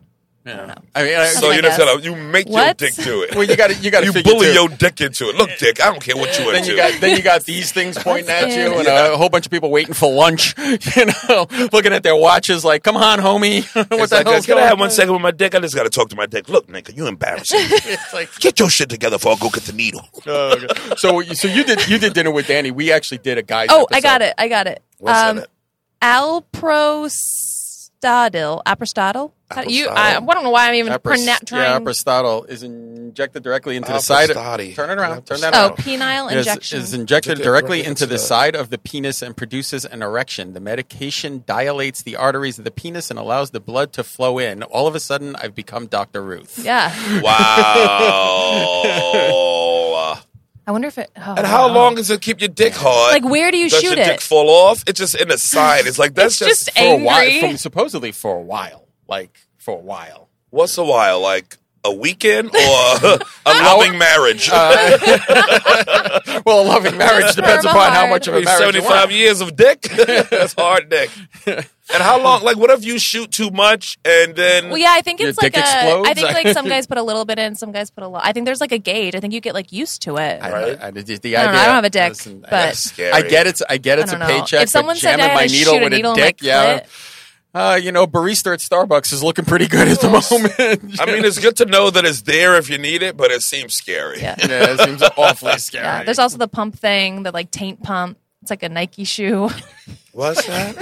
Speaker 2: Yeah. I mean, I,
Speaker 3: So
Speaker 1: I
Speaker 3: you just
Speaker 1: guess.
Speaker 3: gotta you make
Speaker 1: What?
Speaker 3: your dick do it.
Speaker 2: well, you got to you got to
Speaker 3: you bully your dick into it. Look, dick, I don't care what you
Speaker 2: Then
Speaker 3: into.
Speaker 2: you got then
Speaker 1: (laughs)
Speaker 2: you got these things pointing at
Speaker 1: That's
Speaker 2: you,
Speaker 1: it.
Speaker 2: and a whole bunch of people waiting for lunch. (laughs) You know, looking at their watches, like, "Come on, homie, (laughs) what
Speaker 3: It's
Speaker 2: the
Speaker 3: like,
Speaker 2: hell's
Speaker 3: can
Speaker 2: going
Speaker 3: I have
Speaker 2: on?"
Speaker 3: one second with my dick? I just gotta talk to my dick. Look, nigga, you embarrassing. me.
Speaker 2: (laughs) It's like,
Speaker 3: Get your shit together before I go get the needle.
Speaker 2: (laughs) oh, God. so you- so you did you did dinner with Danny. We actually did a guy.
Speaker 1: Oh, I got it. I got it. Um,
Speaker 3: What's in (laughs) it?
Speaker 1: Alprostadil. Aprostadil. How- You, I, I
Speaker 3: Aprostadil.
Speaker 1: don't know why I'm even
Speaker 2: Apros-
Speaker 1: pronoun-
Speaker 2: yeah,
Speaker 1: trying.
Speaker 2: Aristotle is injected directly into the side.
Speaker 3: Aprostati.
Speaker 2: Turn it around. Turn that
Speaker 1: oh,
Speaker 2: around.
Speaker 1: penile
Speaker 2: Is-
Speaker 1: injection.
Speaker 2: Is, injected
Speaker 3: Injected
Speaker 2: directly
Speaker 3: directly
Speaker 2: into the
Speaker 3: into the-
Speaker 2: side of the penis and produces an erection. The medication dilates the arteries of the penis and allows the blood to flow in. All of a sudden, I've become Dr. Ruth.
Speaker 1: yeah.
Speaker 3: Wow.
Speaker 1: I wonder if it. Oh,
Speaker 3: and how
Speaker 1: wow.
Speaker 3: long does it keep your dick hard?
Speaker 1: Like, where do you
Speaker 3: does
Speaker 1: shoot
Speaker 3: your
Speaker 1: it?
Speaker 3: dick fall off? It's just in the side.
Speaker 1: (laughs)
Speaker 3: It's like that's
Speaker 1: It's just
Speaker 2: For a while,
Speaker 1: Angry.
Speaker 2: from supposedly for a while, like for a while.
Speaker 3: What's a while? Like a weekend
Speaker 2: (laughs)
Speaker 3: or a loving marriage?
Speaker 2: Uh, Well, a loving
Speaker 1: (laughs)
Speaker 2: marriage
Speaker 1: Just
Speaker 2: depends
Speaker 1: sperm
Speaker 2: upon how
Speaker 1: hard.
Speaker 2: much of a marriage you
Speaker 3: Seventy-five
Speaker 2: want.
Speaker 3: years
Speaker 2: (laughs)
Speaker 3: of dick. That's hard dick. And how long? Like, what if you shoot too much and then?
Speaker 1: Well, yeah, I think
Speaker 2: Your
Speaker 1: it's like
Speaker 2: dick
Speaker 1: a. I
Speaker 2: explodes?
Speaker 1: think like some
Speaker 2: (laughs)
Speaker 1: guys put a little bit in, some guys put a lot. I think there's like a gauge. I think you get like used to it.
Speaker 2: I,
Speaker 1: I,
Speaker 2: I, I, the idea,
Speaker 1: don't know. I don't have a dick, but-
Speaker 2: that's
Speaker 3: Scary.
Speaker 2: I get it's I get it's a
Speaker 1: don't know.
Speaker 2: paycheck.
Speaker 1: if someone
Speaker 2: but
Speaker 1: said
Speaker 2: jamming
Speaker 1: I
Speaker 2: my
Speaker 1: had to
Speaker 2: needle
Speaker 1: shoot
Speaker 2: with
Speaker 1: a needle
Speaker 2: a
Speaker 1: in my
Speaker 2: dick, yeah.
Speaker 1: clit,
Speaker 2: Uh, you know, barista at Starbucks is looking pretty good at the moment.
Speaker 3: I mean, it's good to know that it's there if you need it, but it seems scary.
Speaker 1: Yeah.
Speaker 2: (laughs) yeah, it seems awfully scary.
Speaker 1: yeah. There's also the pump thing, the like taint pump. It's like a Nike shoe. (laughs)
Speaker 3: What's that?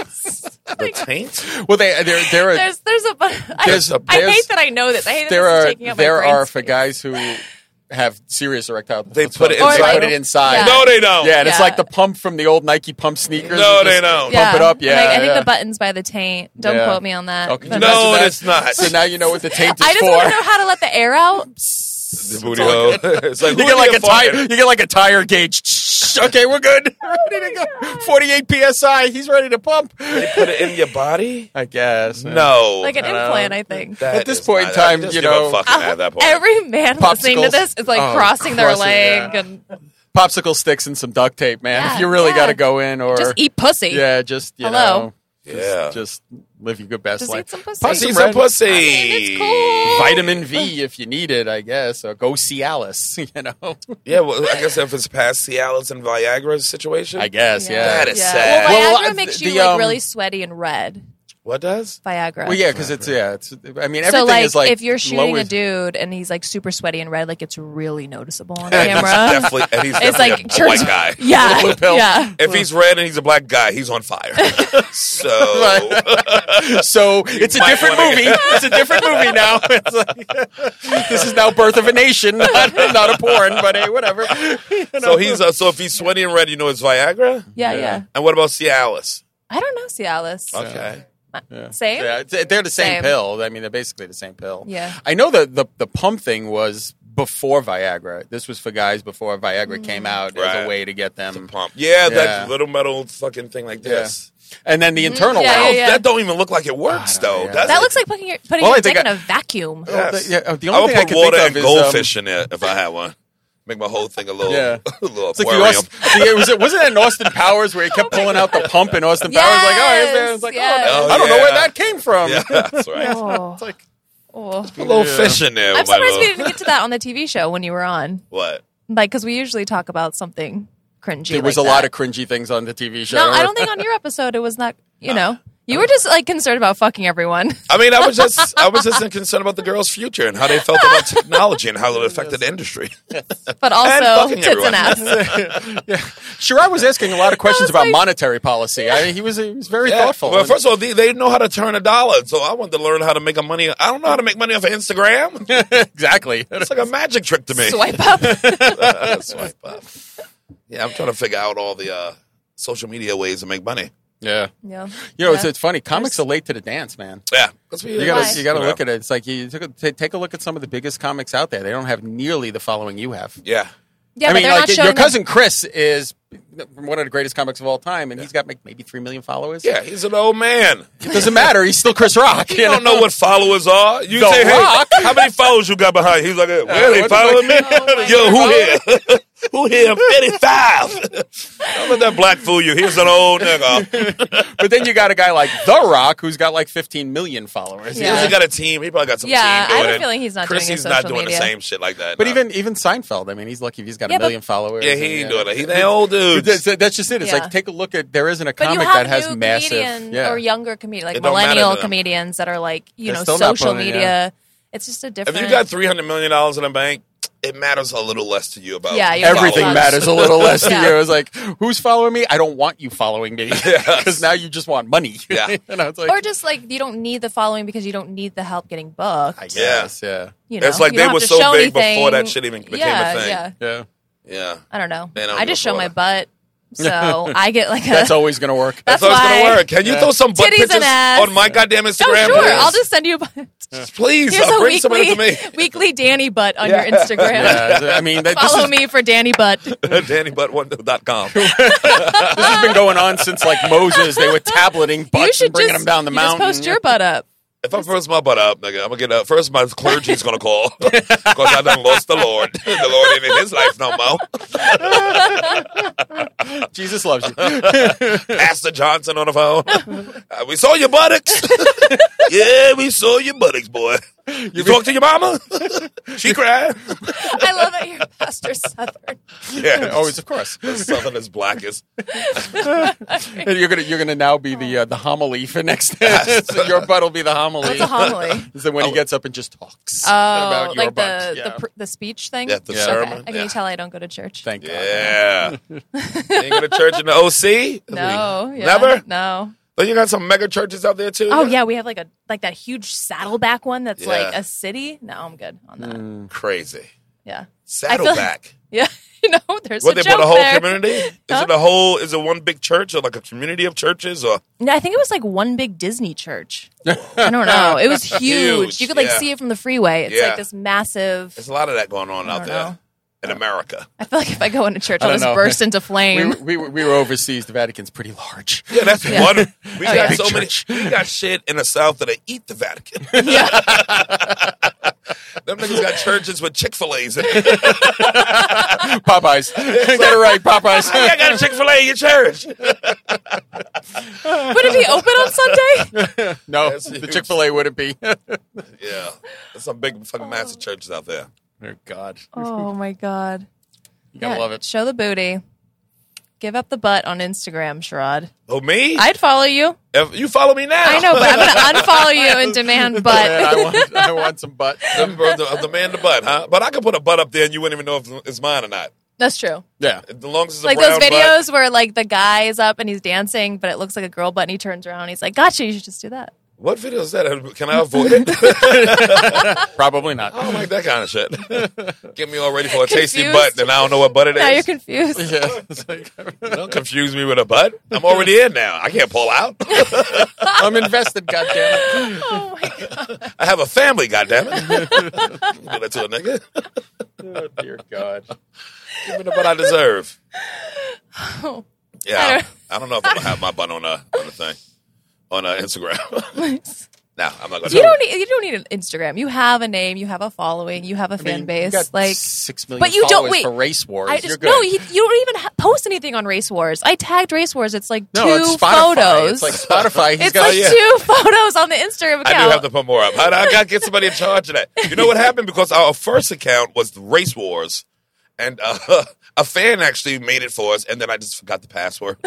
Speaker 3: the taint?
Speaker 2: well, they there there are
Speaker 1: there's there's a. bu- I,
Speaker 2: (laughs) There's a-
Speaker 1: I
Speaker 2: there's-
Speaker 1: hate that I know this. I hate that
Speaker 2: there
Speaker 1: this is
Speaker 2: are
Speaker 1: taking up my
Speaker 2: there
Speaker 1: brain
Speaker 2: are
Speaker 1: space.
Speaker 2: for guys who have serious erectile.
Speaker 3: They put
Speaker 2: dysfunction,
Speaker 3: it
Speaker 1: inside.
Speaker 2: They put it inside.
Speaker 1: Yeah.
Speaker 3: No, they don't.
Speaker 2: Yeah, and it's
Speaker 1: Yeah.
Speaker 2: like the pump from the old Nike pump sneakers.
Speaker 3: No,
Speaker 2: You
Speaker 3: they
Speaker 2: just
Speaker 3: don't.
Speaker 2: Pump it up. Yeah,
Speaker 1: and I, I think
Speaker 2: yeah.
Speaker 1: the buttons by the taint. Don't
Speaker 2: Yeah.
Speaker 1: quote me on that.
Speaker 2: Oh, can you
Speaker 1: But-
Speaker 2: imagine
Speaker 3: No,
Speaker 2: that?
Speaker 3: it's not.
Speaker 2: So now you know what the taint is
Speaker 1: (laughs) I just
Speaker 2: for.
Speaker 1: want to know how to let the air
Speaker 2: (laughs)
Speaker 1: out.
Speaker 3: The booty hole. (laughs) It's like,
Speaker 2: you
Speaker 3: who
Speaker 2: get
Speaker 3: are
Speaker 2: like a
Speaker 3: fucking?
Speaker 2: tire. You get like a tire gauge. Shh, Okay,
Speaker 1: (laughs)
Speaker 2: we're good. Ready to go. Forty-eight psi. He's ready to pump.
Speaker 3: They put it in your body?
Speaker 2: I guess. yeah.
Speaker 3: No.
Speaker 1: Like an
Speaker 2: I don't know.
Speaker 1: implant, I think. Uh-huh.
Speaker 3: That
Speaker 2: At this
Speaker 3: is
Speaker 2: point in
Speaker 3: not-
Speaker 2: time,
Speaker 3: just
Speaker 2: you
Speaker 3: give
Speaker 2: know-
Speaker 3: a fuck at that point.
Speaker 1: Every man listening to
Speaker 2: Popsicles.
Speaker 1: this is like
Speaker 2: Oh,
Speaker 1: crossing their
Speaker 2: crossing,
Speaker 1: leg
Speaker 2: yeah.
Speaker 1: and
Speaker 2: popsicle sticks and some duct tape, man.
Speaker 1: Yeah,
Speaker 2: if you really
Speaker 1: yeah.
Speaker 2: got to go in, or
Speaker 1: just eat pussy.
Speaker 2: yeah, just you
Speaker 1: Hello.
Speaker 2: know, just,
Speaker 3: Yeah.
Speaker 2: just live your good best
Speaker 1: Just
Speaker 2: life.
Speaker 1: eat some pussy.
Speaker 2: Pop
Speaker 3: See
Speaker 2: some
Speaker 3: some
Speaker 2: red-
Speaker 3: pussy.
Speaker 1: it's cool.
Speaker 2: Vitamin V if you need it, I guess. Or go Cialis, (laughs) you know.
Speaker 3: Yeah, well, I guess if it's past Cialis and Viagra situation.
Speaker 2: I guess, yeah.
Speaker 3: That is sad.
Speaker 1: Well,
Speaker 2: Well,
Speaker 1: Viagra
Speaker 2: I-
Speaker 1: makes
Speaker 2: the,
Speaker 1: you like
Speaker 2: um,
Speaker 1: really sweaty and red.
Speaker 3: What does?
Speaker 1: Viagra.
Speaker 2: Well, yeah, because it's yeah. It's I mean, everything
Speaker 1: So like,
Speaker 2: is like
Speaker 1: if you're shooting
Speaker 2: lower-
Speaker 1: a dude and he's like super sweaty and red, like it's really noticeable
Speaker 2: (laughs)
Speaker 1: on
Speaker 3: And he's
Speaker 1: camera.
Speaker 3: definitely, and he's
Speaker 1: It's
Speaker 3: definitely
Speaker 1: like
Speaker 3: a
Speaker 1: church-
Speaker 3: white guy.
Speaker 1: (laughs) yeah,
Speaker 2: Blue pill.
Speaker 1: yeah.
Speaker 3: If he's red and he's a black guy, he's
Speaker 1: (laughs)
Speaker 3: on fire. so (laughs)
Speaker 2: So it's a
Speaker 3: might
Speaker 2: different
Speaker 3: wanna-
Speaker 2: movie. It's a different movie now.
Speaker 3: (laughs)
Speaker 2: It's like, (laughs) this is now Birth of a Nation, (laughs) not, not a porn, but hey,
Speaker 3: (laughs)
Speaker 2: whatever.
Speaker 3: so he's uh, so if he's sweaty and red, you know it's Viagra.
Speaker 1: yeah, yeah,
Speaker 2: Yeah.
Speaker 3: And what about Cialis?
Speaker 1: I don't know Cialis.
Speaker 3: Okay.
Speaker 1: Same.
Speaker 2: Yeah, it's- they're the same,
Speaker 1: Same.
Speaker 2: pill. I mean, they're basically the same pill.
Speaker 1: Yeah.
Speaker 2: I know that the the pump thing was before Viagra. This was for guys before Viagra
Speaker 1: Mm-hmm.
Speaker 2: came out as
Speaker 3: Right.
Speaker 2: a way to get them
Speaker 3: Pump. Yeah,
Speaker 2: Yeah.
Speaker 3: that little metal fucking thing like this. Oh,
Speaker 2: And then the internal
Speaker 1: Mm-hmm. yeah,
Speaker 2: route.
Speaker 1: yeah, yeah.
Speaker 3: That don't even look like it works though.
Speaker 2: yeah.
Speaker 3: does
Speaker 1: That
Speaker 3: it?
Speaker 1: looks like putting your putting
Speaker 2: Well,
Speaker 1: your
Speaker 2: I think
Speaker 1: dick in
Speaker 2: I-
Speaker 1: a
Speaker 2: (laughs)
Speaker 1: vacuum.
Speaker 3: Yes.
Speaker 2: Yeah, oh, the
Speaker 3: I
Speaker 2: only
Speaker 3: would
Speaker 2: thing I
Speaker 3: put
Speaker 2: can
Speaker 3: water
Speaker 2: think
Speaker 3: and
Speaker 2: of is, um,
Speaker 3: goldfish in it if I had one. Make my whole thing a little,
Speaker 2: Yeah.
Speaker 3: (laughs) a little
Speaker 2: It's like the
Speaker 3: aquarium.
Speaker 2: Austin, the, was it, wasn't it in Austin Powers where he kept pulling out the pump in Austin Powers? Like, oh,
Speaker 1: Yes,
Speaker 2: it's there. It's like,
Speaker 1: yes.
Speaker 2: oh,
Speaker 3: Oh,
Speaker 2: I don't know where
Speaker 3: yeah.
Speaker 2: that came from.
Speaker 3: yeah, that's right.
Speaker 1: Oh.
Speaker 2: (laughs) It's like,
Speaker 1: Oh.
Speaker 3: A little fish in there.
Speaker 1: I'm
Speaker 3: with my
Speaker 1: surprised we
Speaker 3: little-
Speaker 1: didn't get to that on the TV show when you were on,
Speaker 3: What?
Speaker 1: like because we usually talk about something cringy.
Speaker 2: there was
Speaker 1: like
Speaker 2: a lot
Speaker 1: that.
Speaker 2: of cringy things on the TV show.
Speaker 1: No, I don't think on your episode it was not. You know, you were just like concerned about fucking everyone.
Speaker 3: I mean, I was just, I was just concerned about the girls' future and how they felt
Speaker 1: (laughs)
Speaker 3: about technology and how it affected the industry.
Speaker 1: but
Speaker 3: And
Speaker 1: also
Speaker 3: fucking
Speaker 1: tits and
Speaker 3: everyone.
Speaker 1: ass.
Speaker 2: Sherrod was asking
Speaker 1: (laughs)
Speaker 2: a lot of questions
Speaker 1: That was like-
Speaker 2: about monetary policy. I mean, he was he was very
Speaker 3: Yeah.
Speaker 2: thoughtful.
Speaker 3: Well, first of all, they, they know how to turn a dollar, so I wanted to learn how to make a money. I don't know how to make money off of Instagram.
Speaker 2: (laughs) exactly.
Speaker 3: It's like a magic trick to
Speaker 1: (laughs)
Speaker 3: me.
Speaker 1: Swipe
Speaker 3: (laughs)
Speaker 1: up.
Speaker 3: Swipe up. Yeah, I'm trying to figure out all the uh, social media ways to make money.
Speaker 2: Yeah.
Speaker 1: Yeah.
Speaker 2: You know, it's,
Speaker 1: Yeah.
Speaker 2: it's funny. Comics are late to the dance, man.
Speaker 3: Yeah, 'cause we-
Speaker 2: You
Speaker 1: Why?
Speaker 2: gotta, you gotta
Speaker 3: Yeah.
Speaker 2: look at it. It's like you took a, t- take a look at some of the biggest comics out there. They don't have nearly the following you have.
Speaker 3: Yeah.
Speaker 1: Yeah,
Speaker 2: I
Speaker 1: but
Speaker 2: mean,
Speaker 1: they're
Speaker 2: like
Speaker 1: not showing
Speaker 2: your
Speaker 1: them-
Speaker 2: cousin Chris is one of the greatest comics of all time, and he's got like, maybe three million followers.
Speaker 3: Yeah, he's an old man.
Speaker 2: it doesn't matter. He's still Chris Rock.
Speaker 3: You don't know what followers are. You
Speaker 2: The
Speaker 3: say, hey,
Speaker 2: Rock. Uh,
Speaker 3: how many followers you got behind? you?" He's like, hey, where
Speaker 2: what Oh the
Speaker 3: they
Speaker 2: (laughs)
Speaker 3: following me?
Speaker 1: my
Speaker 3: Yo, who here? (laughs) who here? Fifty-five. Don't let that black fool you. He's an old nigga.
Speaker 2: But then you got a guy like The Rock who's got like 15 million followers.
Speaker 3: He
Speaker 1: Yeah.
Speaker 3: also got a team. He probably got some
Speaker 1: Yeah, I
Speaker 3: team doing
Speaker 1: have a
Speaker 3: it.
Speaker 1: feeling he's not
Speaker 3: Chris,
Speaker 1: doing his
Speaker 3: he's not
Speaker 1: social
Speaker 3: doing
Speaker 1: media.
Speaker 3: the same shit like that.
Speaker 2: But
Speaker 3: no.
Speaker 2: even even Seinfeld, I mean, he's lucky if he's got
Speaker 1: Yeah,
Speaker 2: a
Speaker 1: but-
Speaker 2: million followers.
Speaker 3: yeah, he
Speaker 2: and,
Speaker 3: ain't
Speaker 2: yeah.
Speaker 3: doing it. He's an old dude.
Speaker 2: That's, that's just it. It's
Speaker 1: Yeah.
Speaker 2: like take a look at there isn't a
Speaker 1: But
Speaker 2: comic
Speaker 1: you have
Speaker 2: that has
Speaker 1: new
Speaker 2: massive
Speaker 1: comedian
Speaker 2: yeah.
Speaker 1: or younger comedian, like
Speaker 3: It don't matter
Speaker 1: millennial
Speaker 3: to them.
Speaker 1: comedians that are like you
Speaker 2: They're
Speaker 1: know
Speaker 2: still not
Speaker 1: social
Speaker 2: pulling it,
Speaker 1: media.
Speaker 2: yeah.
Speaker 1: It's just a different.
Speaker 3: If you got three hundred million dollars in the bank, it matters a little less to you about
Speaker 1: Yeah, you're
Speaker 2: Everything
Speaker 1: followers.
Speaker 2: matters a little less to
Speaker 1: Yeah.
Speaker 2: you. It's like, who's following me? I don't want you following
Speaker 3: (laughs)
Speaker 2: me because (laughs) now you just want money.
Speaker 3: Yeah.
Speaker 2: (laughs) and I was like,
Speaker 1: or just like you don't need the following because you don't need the help getting booked.
Speaker 2: I guess, yeah,
Speaker 1: You know,
Speaker 3: It's like
Speaker 1: You don't
Speaker 3: they
Speaker 1: have
Speaker 3: were
Speaker 1: to
Speaker 3: so
Speaker 1: show
Speaker 3: big before
Speaker 1: anything.
Speaker 3: that shit even became a
Speaker 1: Yeah,
Speaker 3: thing.
Speaker 1: Yeah,
Speaker 2: yeah.
Speaker 3: Yeah,
Speaker 1: I don't know.
Speaker 3: They don't
Speaker 1: I just
Speaker 3: give a
Speaker 1: show my
Speaker 3: fuck. (laughs)
Speaker 1: butt, so I get like a.
Speaker 2: That's always gonna work.
Speaker 1: That's
Speaker 3: so it's gonna
Speaker 1: why-
Speaker 3: work. Can you
Speaker 2: Yeah.
Speaker 3: throw some butt
Speaker 1: Titties and
Speaker 3: pictures
Speaker 1: ass.
Speaker 3: on my goddamn Instagram?
Speaker 1: (laughs) oh sure,
Speaker 3: please?
Speaker 1: I'll just send you. A butt.
Speaker 3: please
Speaker 1: Here's
Speaker 3: uh,
Speaker 1: a
Speaker 3: bring somebody
Speaker 1: weekly
Speaker 3: to me.
Speaker 1: (laughs) weekly Danny butt on your Instagram.
Speaker 2: yeah, I mean, that,
Speaker 1: (laughs)
Speaker 2: this,
Speaker 1: Follow
Speaker 2: is,
Speaker 1: me for Danny butt.
Speaker 3: (laughs) DannyButt1.com.
Speaker 2: this has been going on since like Moses. They were
Speaker 1: (laughs)
Speaker 2: tableting
Speaker 1: you
Speaker 2: butts
Speaker 1: should
Speaker 2: and bringing
Speaker 1: just,
Speaker 2: them down the
Speaker 1: you just
Speaker 2: mountain.
Speaker 1: post your butt up.
Speaker 3: If I first my butt up, nigga, I'm gonna get up. First, my clergy's gonna call (laughs) because I done lost the Lord. (laughs) the Lord ain't in his life no more.
Speaker 2: (laughs) Jesus loves you. (laughs)
Speaker 3: Pastor Johnson on the phone.
Speaker 1: (laughs)
Speaker 3: Uh, we saw your buttocks. (laughs) yeah, we saw your buttocks, boy. You talked to
Speaker 2: (laughs)
Speaker 3: your mama? she cried.
Speaker 1: I love that you're (laughs) Pastor Southern.
Speaker 3: Yeah,
Speaker 2: Always, of course.
Speaker 3: (laughs) Southern is
Speaker 1: (laughs)
Speaker 3: blackest.
Speaker 2: And you're gonna you're gonna now be the uh, the homily for next. (laughs) so your butt will be the homily.
Speaker 1: That's a
Speaker 3: (laughs)
Speaker 1: homily.
Speaker 2: (laughs) Is that when he gets up and just talks
Speaker 1: Oh,
Speaker 2: about your
Speaker 1: like the,
Speaker 2: butt? Yeah.
Speaker 1: the pr- the speech thing.
Speaker 3: Yeah, the
Speaker 2: Yeah.
Speaker 1: Okay.
Speaker 3: sermon.
Speaker 1: I can
Speaker 3: Yeah.
Speaker 1: you tell I don't go to church?
Speaker 2: Thank God.
Speaker 1: (laughs)
Speaker 3: Yeah. you ain't go to church in the OC?
Speaker 1: no, yeah,
Speaker 3: Never?
Speaker 1: No.
Speaker 3: Don't you got some mega churches out there too?
Speaker 1: Oh yeah, we have like a like that huge saddleback one that's like
Speaker 3: Yeah. Mm.
Speaker 1: a city. No, I'm good on that.
Speaker 3: Crazy.
Speaker 1: Yeah, (laughs)
Speaker 3: Saddleback.
Speaker 1: yeah. (laughs) You know, there's
Speaker 3: What
Speaker 1: a
Speaker 3: they
Speaker 1: joke
Speaker 3: bought a whole
Speaker 1: there.
Speaker 3: community? Is
Speaker 1: Huh?
Speaker 3: it a whole? Is it one big church or like a community of churches? Or
Speaker 1: No, I think it was like one big Disney church. I don't know. It
Speaker 2: (laughs)
Speaker 1: was huge.
Speaker 3: Huge,
Speaker 1: you could like
Speaker 3: yeah.
Speaker 1: see it from the freeway. It's
Speaker 3: Yeah.
Speaker 1: like this massive.
Speaker 3: there's a lot of that going on out
Speaker 1: don't
Speaker 3: there
Speaker 1: know. Uh,
Speaker 3: in America.
Speaker 1: I feel like if I go into church,
Speaker 2: I
Speaker 1: I'll
Speaker 2: don't
Speaker 1: just
Speaker 2: know.
Speaker 1: burst into
Speaker 2: (laughs) We,
Speaker 1: flame.
Speaker 2: we, were- we were overseas. The Vatican's pretty large.
Speaker 3: Yeah,
Speaker 1: (laughs)
Speaker 3: that's
Speaker 1: Yeah. Oh,
Speaker 3: one. We got
Speaker 1: yeah.
Speaker 3: so
Speaker 2: Big
Speaker 3: many.
Speaker 2: church.
Speaker 3: We got shit in the South that eat the Vatican.
Speaker 1: (laughs)
Speaker 3: (laughs)
Speaker 1: yeah,
Speaker 3: Them niggas got churches with Chick Fil A's. in it. (laughs)
Speaker 1: (laughs)
Speaker 2: Popeyes. (laughs) Get it right, Popeyes.
Speaker 3: I got a Chick Fil A in your church.
Speaker 1: would it be open on
Speaker 2: (laughs)
Speaker 1: Sunday?
Speaker 2: (laughs) No,
Speaker 3: That's
Speaker 2: the
Speaker 3: huge.
Speaker 2: Chick Fil A wouldn't be. (laughs)
Speaker 3: Yeah, there's some big fucking massive churches out there.
Speaker 2: oh God,
Speaker 1: Oh my god.
Speaker 2: you gotta
Speaker 1: Yeah,
Speaker 2: love it.
Speaker 1: Show the booty. Give up the butt on Instagram, Sherrod.
Speaker 3: Oh me?
Speaker 1: I'd follow you.
Speaker 3: if you follow me now.
Speaker 1: I
Speaker 3: (laughs)
Speaker 1: know, but I'm going to unfollow you and
Speaker 2: (laughs)
Speaker 1: demand
Speaker 2: Man,
Speaker 1: butt.
Speaker 2: I want I want some butt.
Speaker 3: Them bro- the, the man the butt, huh? But I could put a butt up there and you wouldn't even know if it's mine or not.
Speaker 1: (laughs) That's true.
Speaker 2: Yeah,
Speaker 3: As long as it's a
Speaker 1: Like
Speaker 3: brown
Speaker 1: those
Speaker 3: butt,
Speaker 1: videos where like the guy is up and he's dancing, but it looks like a girl butt, and he turns around. And he's like, "Gotcha, you should just do that."
Speaker 3: What video is that? Can I avoid
Speaker 1: (laughs)
Speaker 3: it? I
Speaker 2: probably not.
Speaker 3: don't like that kind
Speaker 1: (laughs)
Speaker 3: of shit. Get me all ready for a tasty
Speaker 1: Confused.
Speaker 3: butt, then I don't know what butt it
Speaker 1: Now you're
Speaker 3: is.
Speaker 1: confused. (laughs)
Speaker 2: (laughs)
Speaker 3: Oh.
Speaker 2: Yeah, it's like,
Speaker 3: don't confuse me with a butt. I'm already in now. I can't pull out. (laughs)
Speaker 2: I'm invested. Goddamn. it.
Speaker 1: Oh
Speaker 2: (laughs)
Speaker 1: my god!
Speaker 3: I have a
Speaker 1: (laughs)
Speaker 3: family, goddammit. Give that to a nigga.
Speaker 2: Oh, dear God.
Speaker 3: Give me the butt I deserve. (laughs) Yeah. I don't know if I'm going to have my butt on a, on a thing, on a Instagram. (laughs) no, I'm not going to.
Speaker 1: You don't need you don't need an Instagram. You have a name. You have a following. You have a fan
Speaker 2: mean,
Speaker 1: base.
Speaker 2: you got
Speaker 1: like
Speaker 2: six million
Speaker 1: but you don't-
Speaker 2: followers
Speaker 1: wait.
Speaker 2: for race wars.
Speaker 1: I
Speaker 2: You're
Speaker 1: just
Speaker 2: good.
Speaker 1: no. You, you don't even ha- post anything on Race Wars. I tagged Race Wars. It's like
Speaker 2: No,
Speaker 1: two
Speaker 2: it's Spotify.
Speaker 1: photos.
Speaker 2: It's like Spotify. He's
Speaker 1: It's
Speaker 2: got
Speaker 1: like
Speaker 3: Oh, yeah.
Speaker 1: two (laughs) photos on the Instagram account.
Speaker 3: I do have to put more up. I, I got to get somebody in charge of that. You know what happened? Because our first account was the Race Wars, and uh, (laughs) a fan actually made it for us, and then I just forgot the password.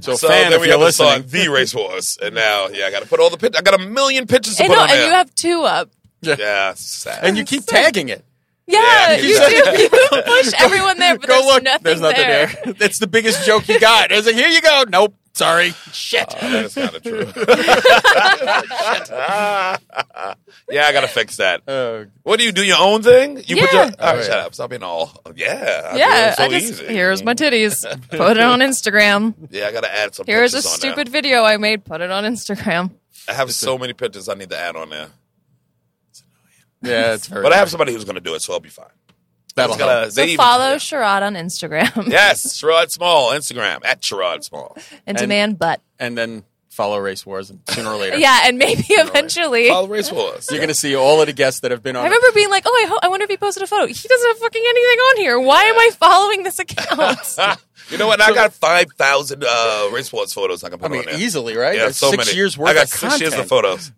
Speaker 2: so,
Speaker 3: So
Speaker 2: fan,
Speaker 3: then
Speaker 2: if
Speaker 3: we
Speaker 2: you're
Speaker 3: had to start
Speaker 2: listening,
Speaker 3: the Race Wars, and now yeah, I got to put all the pictures. I got a million pictures to
Speaker 1: and
Speaker 3: put
Speaker 1: Eh, no,
Speaker 3: on
Speaker 1: and
Speaker 3: there.
Speaker 1: you have two up.
Speaker 3: yeah, it's sad.
Speaker 2: and you keep
Speaker 1: (laughs)
Speaker 2: tagging it.
Speaker 1: Yeah,
Speaker 3: Yeah,
Speaker 1: you
Speaker 3: exactly.
Speaker 1: do. You push everyone there, but
Speaker 2: Go
Speaker 1: there's
Speaker 2: look.
Speaker 1: nothing
Speaker 2: there's nothing there. (laughs) That's the biggest joke you got. It's like, here you go. Nope. Sorry. Shit. (laughs)
Speaker 3: Oh, that is kind of true.
Speaker 1: (laughs)
Speaker 3: yeah, I gotta fix that.
Speaker 2: Uh,
Speaker 3: What do you do? Your own thing? You put your
Speaker 1: Yeah.
Speaker 3: all right,
Speaker 2: Oh, yeah.
Speaker 3: shut up. Stop being all yeah. I
Speaker 1: (laughs)
Speaker 3: do
Speaker 1: Yeah,
Speaker 3: it so
Speaker 1: I just
Speaker 3: easy.
Speaker 1: here's my titties. Put it on Instagram.
Speaker 3: yeah, I gotta add some.
Speaker 1: Here's a
Speaker 3: pictures on there.
Speaker 1: stupid video I made. Put it on Instagram.
Speaker 3: I have so many pictures I need to add on there.
Speaker 2: yeah, it's very.
Speaker 3: But I have somebody who's going to do it, so I'll be fine.
Speaker 2: That'll
Speaker 3: It's gotta-
Speaker 2: help.
Speaker 3: they
Speaker 1: So
Speaker 3: even-
Speaker 1: follow Sherrod on Instagram
Speaker 3: Yes, Sherrod Small, Instagram at Sherrod Small.
Speaker 1: (laughs) and demand butt.
Speaker 2: And then follow Race Wars and sooner or later.
Speaker 1: Yeah, and maybe eventually.
Speaker 3: Follow Race Wars.
Speaker 2: You're going to see all of the guests that have been on.
Speaker 1: I remember being like, "Oh, I, ho- I wonder if he posted a photo. He doesn't have fucking anything on here. Why am I following this
Speaker 2: (laughs)
Speaker 1: account?"
Speaker 3: (laughs) You know what? I got five thousand uh, Race Wars photos I can
Speaker 2: I
Speaker 3: put
Speaker 2: mean,
Speaker 3: on there.
Speaker 2: easily, right?
Speaker 3: Yeah,
Speaker 2: That's
Speaker 3: so
Speaker 2: six
Speaker 3: many.
Speaker 2: years worth
Speaker 3: I got
Speaker 2: of
Speaker 3: six
Speaker 2: content.
Speaker 3: years of photos.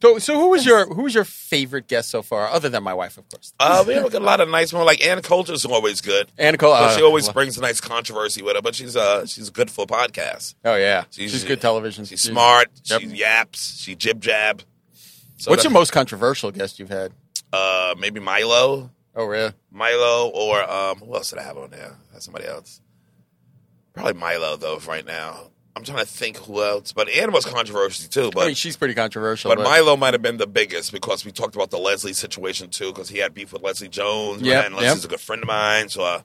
Speaker 2: So, so who was your who was your favorite guest so far, other than my wife, of course?
Speaker 3: Uh, we have a lot of nice ones. Like Ann Coulter's always good.
Speaker 2: Anna Cole.
Speaker 3: But
Speaker 2: uh,
Speaker 3: she always
Speaker 2: well,
Speaker 3: brings a nice controversy with her, but she's uh she's good for podcasts.
Speaker 2: Oh yeah,
Speaker 3: She's-
Speaker 2: she's, good television.
Speaker 3: She's smart.
Speaker 2: Yep.
Speaker 3: She yaps. She jib jab. So
Speaker 2: What's
Speaker 3: that-
Speaker 2: your most controversial guest you've had?
Speaker 3: uh maybe Milo,
Speaker 2: Oh really?
Speaker 3: Milo, or um who else did I have on there? I had somebody else. Probably Milo though. Right now, I'm trying to think who else. But Ann was controversy too. But
Speaker 2: I mean, she's pretty controversial.
Speaker 3: But Milo might have been the biggest because we talked about the Leslie situation too, because he had beef with Leslie Jones.
Speaker 2: Yep,
Speaker 3: and Leslie's
Speaker 2: yep.
Speaker 3: a good friend of mine, so I,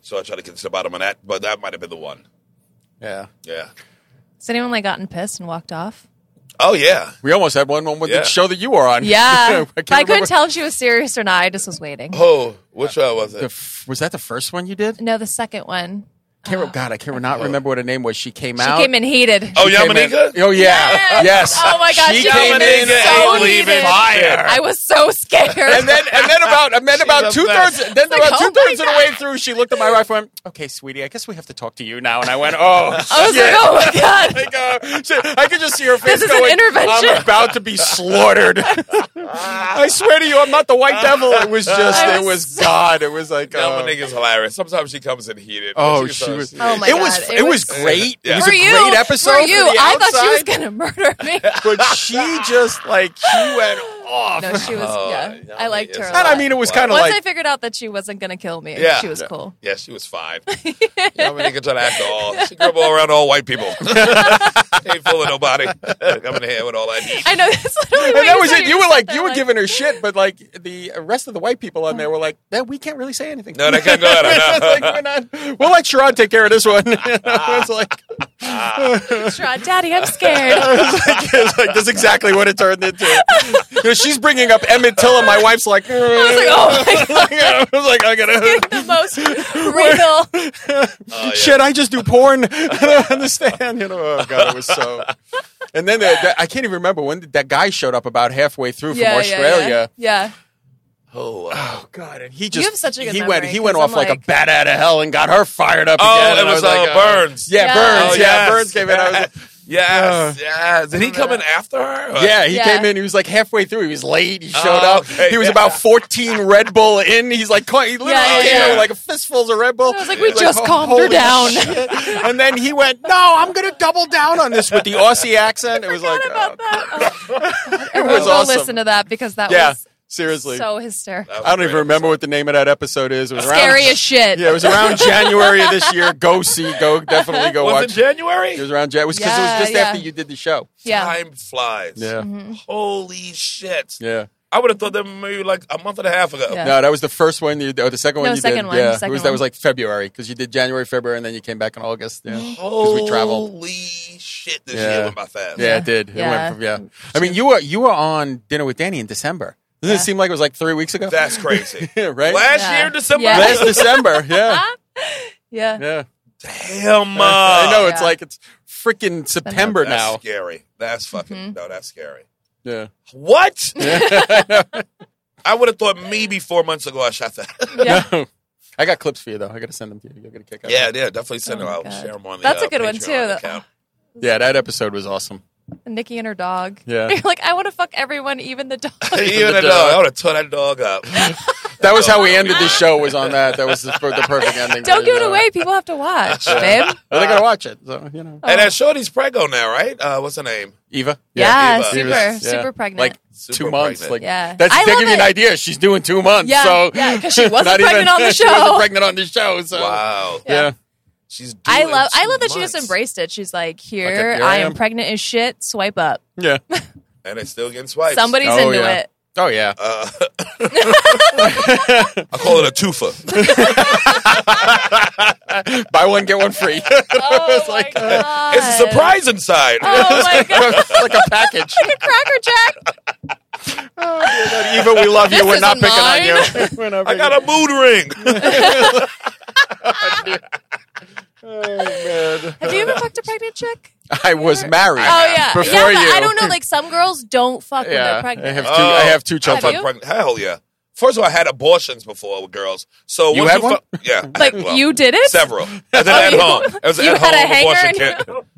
Speaker 3: so I try to get to the bottom of that. But that might have been the one.
Speaker 2: yeah,
Speaker 3: Yeah.
Speaker 1: Has anyone like gotten pissed and walked off?
Speaker 3: Oh yeah.
Speaker 2: we almost had one on with
Speaker 3: Yeah.
Speaker 2: the show that you were on.
Speaker 1: Yeah,
Speaker 2: (laughs) I,
Speaker 1: but I couldn't
Speaker 2: remember-
Speaker 1: tell if she was serious or not. I just was waiting.
Speaker 3: Oh, which one was
Speaker 2: The
Speaker 3: it?
Speaker 2: f- was that the first one you did?
Speaker 1: No, the second one.
Speaker 2: Can't, re- God, I can't not remember what her name was. She came out.
Speaker 1: Uh, She came in heated.
Speaker 3: Oh,
Speaker 2: Came in-
Speaker 3: Yamanika.
Speaker 2: Oh yeah. Yes.
Speaker 1: Oh my gosh,
Speaker 2: She
Speaker 1: she
Speaker 2: came
Speaker 1: was
Speaker 2: in
Speaker 1: so
Speaker 2: and
Speaker 1: heated.
Speaker 2: leaving fire.
Speaker 1: I was so scared.
Speaker 2: And then, and then about, and then
Speaker 3: She's
Speaker 2: about
Speaker 3: the
Speaker 2: two
Speaker 3: best.
Speaker 2: thirds, then
Speaker 1: like,
Speaker 2: about
Speaker 1: oh
Speaker 2: two thirds
Speaker 1: my
Speaker 2: of the way through, she looked at my wife and went, "Okay, sweetie, I guess we have to talk to you now." And I went,
Speaker 1: (laughs)
Speaker 2: "Oh,
Speaker 1: I was like,
Speaker 2: shit." (laughs)
Speaker 1: oh my god.
Speaker 2: Like, uh, shit, I could just see her face
Speaker 1: This is an
Speaker 2: going,
Speaker 1: intervention.
Speaker 2: I'm about to be slaughtered.
Speaker 1: (laughs)
Speaker 2: I swear to you, I'm not the white devil. It was just,
Speaker 1: I
Speaker 2: it
Speaker 1: was
Speaker 2: was God. It
Speaker 1: (laughs)
Speaker 2: was like, uh,
Speaker 3: Yamaninka's hilarious. Sometimes she comes in heated. but
Speaker 2: oh,
Speaker 3: she's
Speaker 2: she
Speaker 3: so-
Speaker 2: was.
Speaker 1: Oh my
Speaker 2: it was,
Speaker 1: God,
Speaker 2: it,
Speaker 1: it
Speaker 2: was
Speaker 1: was-
Speaker 2: great. It
Speaker 3: Yeah.
Speaker 2: was
Speaker 1: for
Speaker 2: a
Speaker 1: you,
Speaker 2: great episode.
Speaker 1: For you,
Speaker 2: the
Speaker 1: I thought she was
Speaker 2: outside,
Speaker 1: gonna murder
Speaker 2: (laughs)
Speaker 1: me.
Speaker 2: but she just
Speaker 1: (laughs)
Speaker 2: like she went off.
Speaker 1: No, she was.
Speaker 3: Oh,
Speaker 1: yeah, I liked her. a
Speaker 3: yes.
Speaker 2: and
Speaker 1: lot.
Speaker 2: I mean, it was kind of
Speaker 1: Once
Speaker 2: like
Speaker 1: I figured out that she wasn't gonna kill me,
Speaker 3: Yeah.
Speaker 1: she was
Speaker 3: Yeah.
Speaker 1: cool.
Speaker 3: Yeah, she was
Speaker 1: (laughs)
Speaker 3: five. Yamanika tried to act all. She grew up all around all white people. (laughs) Ain't fooling nobody. (laughs) Coming here with all that. heat.
Speaker 1: I know. (laughs) That's literally
Speaker 2: and
Speaker 1: what
Speaker 2: that was
Speaker 1: said.
Speaker 2: it. You were
Speaker 1: sat
Speaker 2: like,
Speaker 1: there
Speaker 2: you
Speaker 1: (laughs)
Speaker 2: were giving her shit, but like the rest of the white people on there were like, "Yeah, we can't really say anything. (laughs)
Speaker 3: No, they can't go at her, no.
Speaker 2: It's (laughs) like, we're not- we'll let Sharon take care of this one. (laughs) it's like, (laughs)
Speaker 1: Sherrod, Daddy, I'm scared. (laughs)
Speaker 2: it's like that's exactly what it turned into. You know, she's bringing up Emmett Till, and my wife's like, (laughs)
Speaker 1: oh my
Speaker 2: I was (laughs) like, I gotta.
Speaker 1: (laughs)
Speaker 2: (laughs)
Speaker 1: the most real.
Speaker 3: Oh, yeah.
Speaker 2: Shit, I just do porn. (laughs) I don't understand. You know, oh god, it was
Speaker 3: (laughs)
Speaker 2: so. And then the, the- I can't even remember when that guy showed up about halfway through from Australia.
Speaker 1: Yeah. yeah.
Speaker 3: Oh, wow.
Speaker 2: Oh God! And he just
Speaker 1: have such a good
Speaker 2: he
Speaker 1: memory,
Speaker 2: went he went
Speaker 1: 'cause
Speaker 2: off
Speaker 1: I'm
Speaker 2: like, a
Speaker 1: like-
Speaker 2: bat out of hell and got her fired up.
Speaker 3: Oh,
Speaker 2: again.
Speaker 3: it
Speaker 2: And I
Speaker 3: was, uh, Burns.
Speaker 2: Yeah,
Speaker 1: Yeah.
Speaker 2: Burns.
Speaker 1: Oh,
Speaker 2: yeah, Burns came in. I was
Speaker 3: (laughs)
Speaker 2: like, uh,
Speaker 3: yes, yes. Did he come in after her? Or-
Speaker 2: yeah, he
Speaker 1: Yeah.
Speaker 2: came in. He was like halfway through. He was late. He showed
Speaker 3: Oh,
Speaker 2: up.
Speaker 3: okay.
Speaker 2: He was about fourteen Red Bull in. He's like, he literally
Speaker 1: Yeah, yeah,
Speaker 2: came in
Speaker 1: yeah.
Speaker 2: with like fistfuls of Red Bull.
Speaker 1: I was like, we
Speaker 2: He's
Speaker 1: just
Speaker 2: "Ho-
Speaker 1: calmed her
Speaker 2: holy
Speaker 1: down."
Speaker 2: shit. and then he went, "No, I'm going to double down on this with the Aussie accent." It was like,
Speaker 1: about
Speaker 2: oh,
Speaker 1: that.
Speaker 2: (laughs) it
Speaker 1: Everyone
Speaker 2: was
Speaker 1: go
Speaker 2: awesome.
Speaker 1: listen to that because that
Speaker 2: yeah,
Speaker 1: was
Speaker 2: seriously.
Speaker 1: so hysterical.
Speaker 3: That was
Speaker 2: I don't even
Speaker 3: great.
Speaker 2: remember what the name of that episode is. It was around-
Speaker 1: Scary as shit.
Speaker 2: Yeah, it was around January of this year. Go see, go definitely go
Speaker 3: Was
Speaker 2: watch.
Speaker 3: it January?
Speaker 2: It was around January because
Speaker 1: Yeah,
Speaker 2: it was just
Speaker 1: yeah.
Speaker 2: after you did the show.
Speaker 1: yeah. Mm-hmm.
Speaker 3: Time flies.
Speaker 2: Yeah,
Speaker 3: Holy shit.
Speaker 2: yeah.
Speaker 3: I would have thought that maybe like a month and a half ago.
Speaker 1: Yeah.
Speaker 2: No, that was the first one you or the second one
Speaker 1: No,
Speaker 2: you
Speaker 1: second
Speaker 2: did.
Speaker 1: one,
Speaker 2: yeah,
Speaker 1: second
Speaker 2: it was that was
Speaker 1: one.
Speaker 2: like February because you did January, February, and then you came back in August. Yeah, because
Speaker 3: Holy
Speaker 2: we traveled.
Speaker 3: shit, this
Speaker 2: Yeah.
Speaker 3: year went by fast.
Speaker 2: Yeah, it did. It
Speaker 1: Yeah.
Speaker 2: went from, yeah. I mean, you were you were on dinner with Danny in December. Doesn't it seem like it was like three weeks ago?
Speaker 3: That's crazy.
Speaker 2: (laughs) Yeah, right.
Speaker 3: Last
Speaker 1: Yeah.
Speaker 3: year in December?
Speaker 1: Yeah.
Speaker 2: Last December.
Speaker 1: (laughs)
Speaker 2: Yeah,
Speaker 1: Yeah.
Speaker 3: (laughs)
Speaker 2: yeah.
Speaker 3: Damn.
Speaker 2: (laughs)
Speaker 3: Uh,
Speaker 2: I know it's
Speaker 1: Yeah.
Speaker 2: like it's freaking September
Speaker 3: That's (laughs)
Speaker 2: now.
Speaker 3: scary. That's fucking,
Speaker 1: Mm-hmm.
Speaker 3: no, that's scary.
Speaker 2: Yeah.
Speaker 3: What?
Speaker 2: (laughs)
Speaker 3: I would have thought maybe four months ago I shot that.
Speaker 1: Yeah.
Speaker 2: I got clips for you though. I got to send them to you. You'll get a kick out. of it.
Speaker 3: yeah, yeah, definitely send
Speaker 1: Oh
Speaker 3: them
Speaker 1: my
Speaker 3: out.
Speaker 1: God.
Speaker 3: Share them on the
Speaker 1: That's
Speaker 3: uh,
Speaker 1: a good one,
Speaker 3: Patreon
Speaker 1: too. (laughs)
Speaker 3: account.
Speaker 2: yeah. That episode was awesome.
Speaker 1: Nikki and her dog.
Speaker 2: Yeah.
Speaker 1: (laughs) You're like, I want to fuck everyone, even the
Speaker 2: (laughs)
Speaker 1: dog.
Speaker 3: (laughs) Even a
Speaker 2: the
Speaker 3: dog.
Speaker 2: dog.
Speaker 3: I would have tore that
Speaker 1: (laughs)
Speaker 3: dog up. (laughs)
Speaker 2: That was how we ended the show. Was on that. That was the, the
Speaker 1: (laughs)
Speaker 2: perfect ending.
Speaker 1: Don't give
Speaker 2: give
Speaker 1: it away. People have to watch, babe.
Speaker 2: Well, they gotta watch it. So you know,
Speaker 3: And that shorty's prego now, right? Uh, what's her name?
Speaker 2: Eva.
Speaker 1: Yeah,
Speaker 3: Eva.
Speaker 1: super,
Speaker 2: Eva's- yeah.
Speaker 1: super pregnant.
Speaker 2: Like
Speaker 3: Super
Speaker 2: two months.
Speaker 3: pregnant.
Speaker 2: Like
Speaker 1: Yeah.
Speaker 2: That's
Speaker 1: I
Speaker 2: that
Speaker 1: love
Speaker 2: give you an
Speaker 1: it.
Speaker 2: idea. She's doing two months.
Speaker 1: Yeah,
Speaker 2: So
Speaker 1: yeah, 'cause
Speaker 2: (laughs)
Speaker 1: she wasn't
Speaker 2: not
Speaker 1: pregnant on the
Speaker 2: she wasn't
Speaker 1: show.
Speaker 2: pregnant on the show. So
Speaker 3: Wow.
Speaker 2: Yeah.
Speaker 1: Yeah.
Speaker 3: She's doing
Speaker 1: I love, I
Speaker 3: two
Speaker 1: love that she
Speaker 3: months,
Speaker 1: just embraced it. She's like, here,
Speaker 2: Fuck it, here I
Speaker 1: I am
Speaker 2: am.
Speaker 1: pregnant as shit. Swipe up.
Speaker 2: Yeah.
Speaker 1: (laughs)
Speaker 3: And it's still getting swiped.
Speaker 1: Somebody's
Speaker 2: Oh,
Speaker 1: into
Speaker 2: yeah.
Speaker 1: it.
Speaker 2: (laughs) Oh yeah.
Speaker 3: Uh, (laughs) I call it
Speaker 1: (laughs)
Speaker 3: a twofer. (laughs)
Speaker 2: Buy one get
Speaker 1: (laughs)
Speaker 2: one free.
Speaker 1: Oh my
Speaker 2: like, (laughs)
Speaker 1: god!
Speaker 3: (laughs) It's a surprise inside.
Speaker 1: Oh my god!
Speaker 2: like a package.
Speaker 1: Cracker Jack.
Speaker 2: Eva, we love you.
Speaker 1: This
Speaker 2: We're not
Speaker 1: isn't
Speaker 2: picking on
Speaker 1: (laughs)
Speaker 2: you. We're not
Speaker 3: I
Speaker 2: picking-
Speaker 3: got a mood (laughs) ring.
Speaker 4: Oh,
Speaker 1: Have you ever fucked a pregnant chick?
Speaker 2: I was married.
Speaker 1: Oh yeah,
Speaker 2: Before
Speaker 1: yeah. But
Speaker 2: you.
Speaker 1: I don't know. Like some girls don't fuck when
Speaker 2: yeah,
Speaker 1: they're
Speaker 2: I
Speaker 1: pregnant.
Speaker 2: have two. I have two
Speaker 1: Have
Speaker 2: children.
Speaker 1: you?
Speaker 3: Pregnant- Oh. Hell yeah. First of all, I had abortions before with girls. So
Speaker 2: You
Speaker 3: once
Speaker 2: had one?
Speaker 3: fu- yeah.
Speaker 2: (laughs)
Speaker 3: I
Speaker 1: like
Speaker 3: had- well,
Speaker 1: you did it. (laughs)
Speaker 3: Several. And then at
Speaker 1: Oh, you-
Speaker 3: home. It was an
Speaker 1: you
Speaker 3: at
Speaker 1: had a
Speaker 3: home
Speaker 1: hanger
Speaker 3: abortion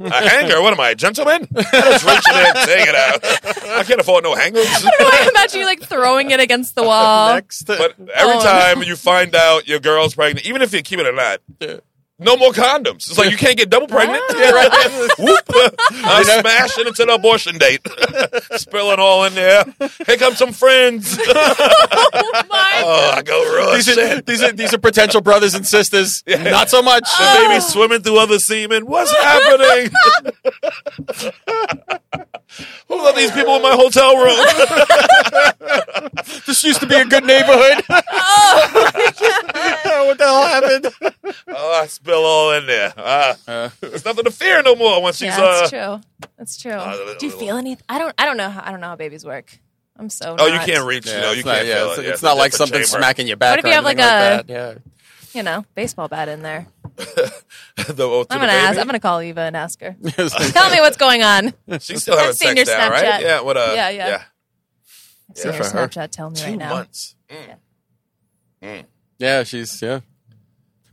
Speaker 1: in
Speaker 3: kit. A hanger? What am I, a gentleman? (laughs) I just reach in there and take it out. I can't afford no hangers.
Speaker 1: No, I imagine you like throwing it against the wall.
Speaker 2: Next.
Speaker 3: But every
Speaker 1: Oh,
Speaker 3: time you find out your girl's pregnant, even if you keep it or not, no more condoms. It's like you can't get
Speaker 1: (laughs)
Speaker 3: double pregnant.
Speaker 1: Ah.
Speaker 2: (laughs) Yeah, right.
Speaker 3: (laughs) Whoop. I'm smashing into the abortion date. (laughs) Spilling all in there. Here come some friends. (laughs)
Speaker 1: Oh my
Speaker 3: Oh, I go rush.
Speaker 2: these are, these are these are potential brothers and
Speaker 3: (laughs)
Speaker 2: sisters. Not so much.
Speaker 1: Oh.
Speaker 3: Baby swimming through other semen. What's happening?
Speaker 2: (laughs)
Speaker 3: Who are these people in my hotel
Speaker 2: (laughs)
Speaker 3: room?
Speaker 2: This used to be a good neighborhood. (laughs) Oh, what the hell happened?
Speaker 3: oh, I spill all in there. Ah,
Speaker 2: Uh,
Speaker 3: there's nothing to fear no more once she's
Speaker 1: Yeah,
Speaker 3: uh,
Speaker 1: that's true. That's true.
Speaker 3: uh,
Speaker 1: Do you feel any? I don't. I don't know. How, I don't know how babies work. I'm so.
Speaker 3: Oh, you
Speaker 1: not-
Speaker 3: can't reach. you know, you
Speaker 2: it's not,
Speaker 3: can't.
Speaker 2: yeah,
Speaker 3: feel
Speaker 2: it's,
Speaker 3: it. Yeah,
Speaker 2: it's
Speaker 3: a
Speaker 2: not like
Speaker 3: different
Speaker 2: something
Speaker 3: chamber.
Speaker 2: smacking your back.
Speaker 1: What if you
Speaker 2: or
Speaker 1: have,
Speaker 2: anything
Speaker 1: like,
Speaker 2: that?
Speaker 3: (laughs)
Speaker 2: Yeah.
Speaker 1: You know, baseball bat in there.
Speaker 3: The- oh, to
Speaker 1: I'm
Speaker 3: the
Speaker 1: gonna ask.
Speaker 3: baby?
Speaker 1: I'm gonna call Eva and ask
Speaker 2: (laughs)
Speaker 1: her. Tell me what's going on.
Speaker 3: She's still having
Speaker 1: I've seen your
Speaker 3: sex now,
Speaker 1: Snapchat.
Speaker 3: right? Yeah, what uh
Speaker 1: Yeah, yeah. I've seen
Speaker 2: Yeah,
Speaker 1: your
Speaker 2: for her.
Speaker 1: Snapchat. Tell me
Speaker 3: Two
Speaker 1: right now.
Speaker 3: months. Mm.
Speaker 2: yeah, she's yeah.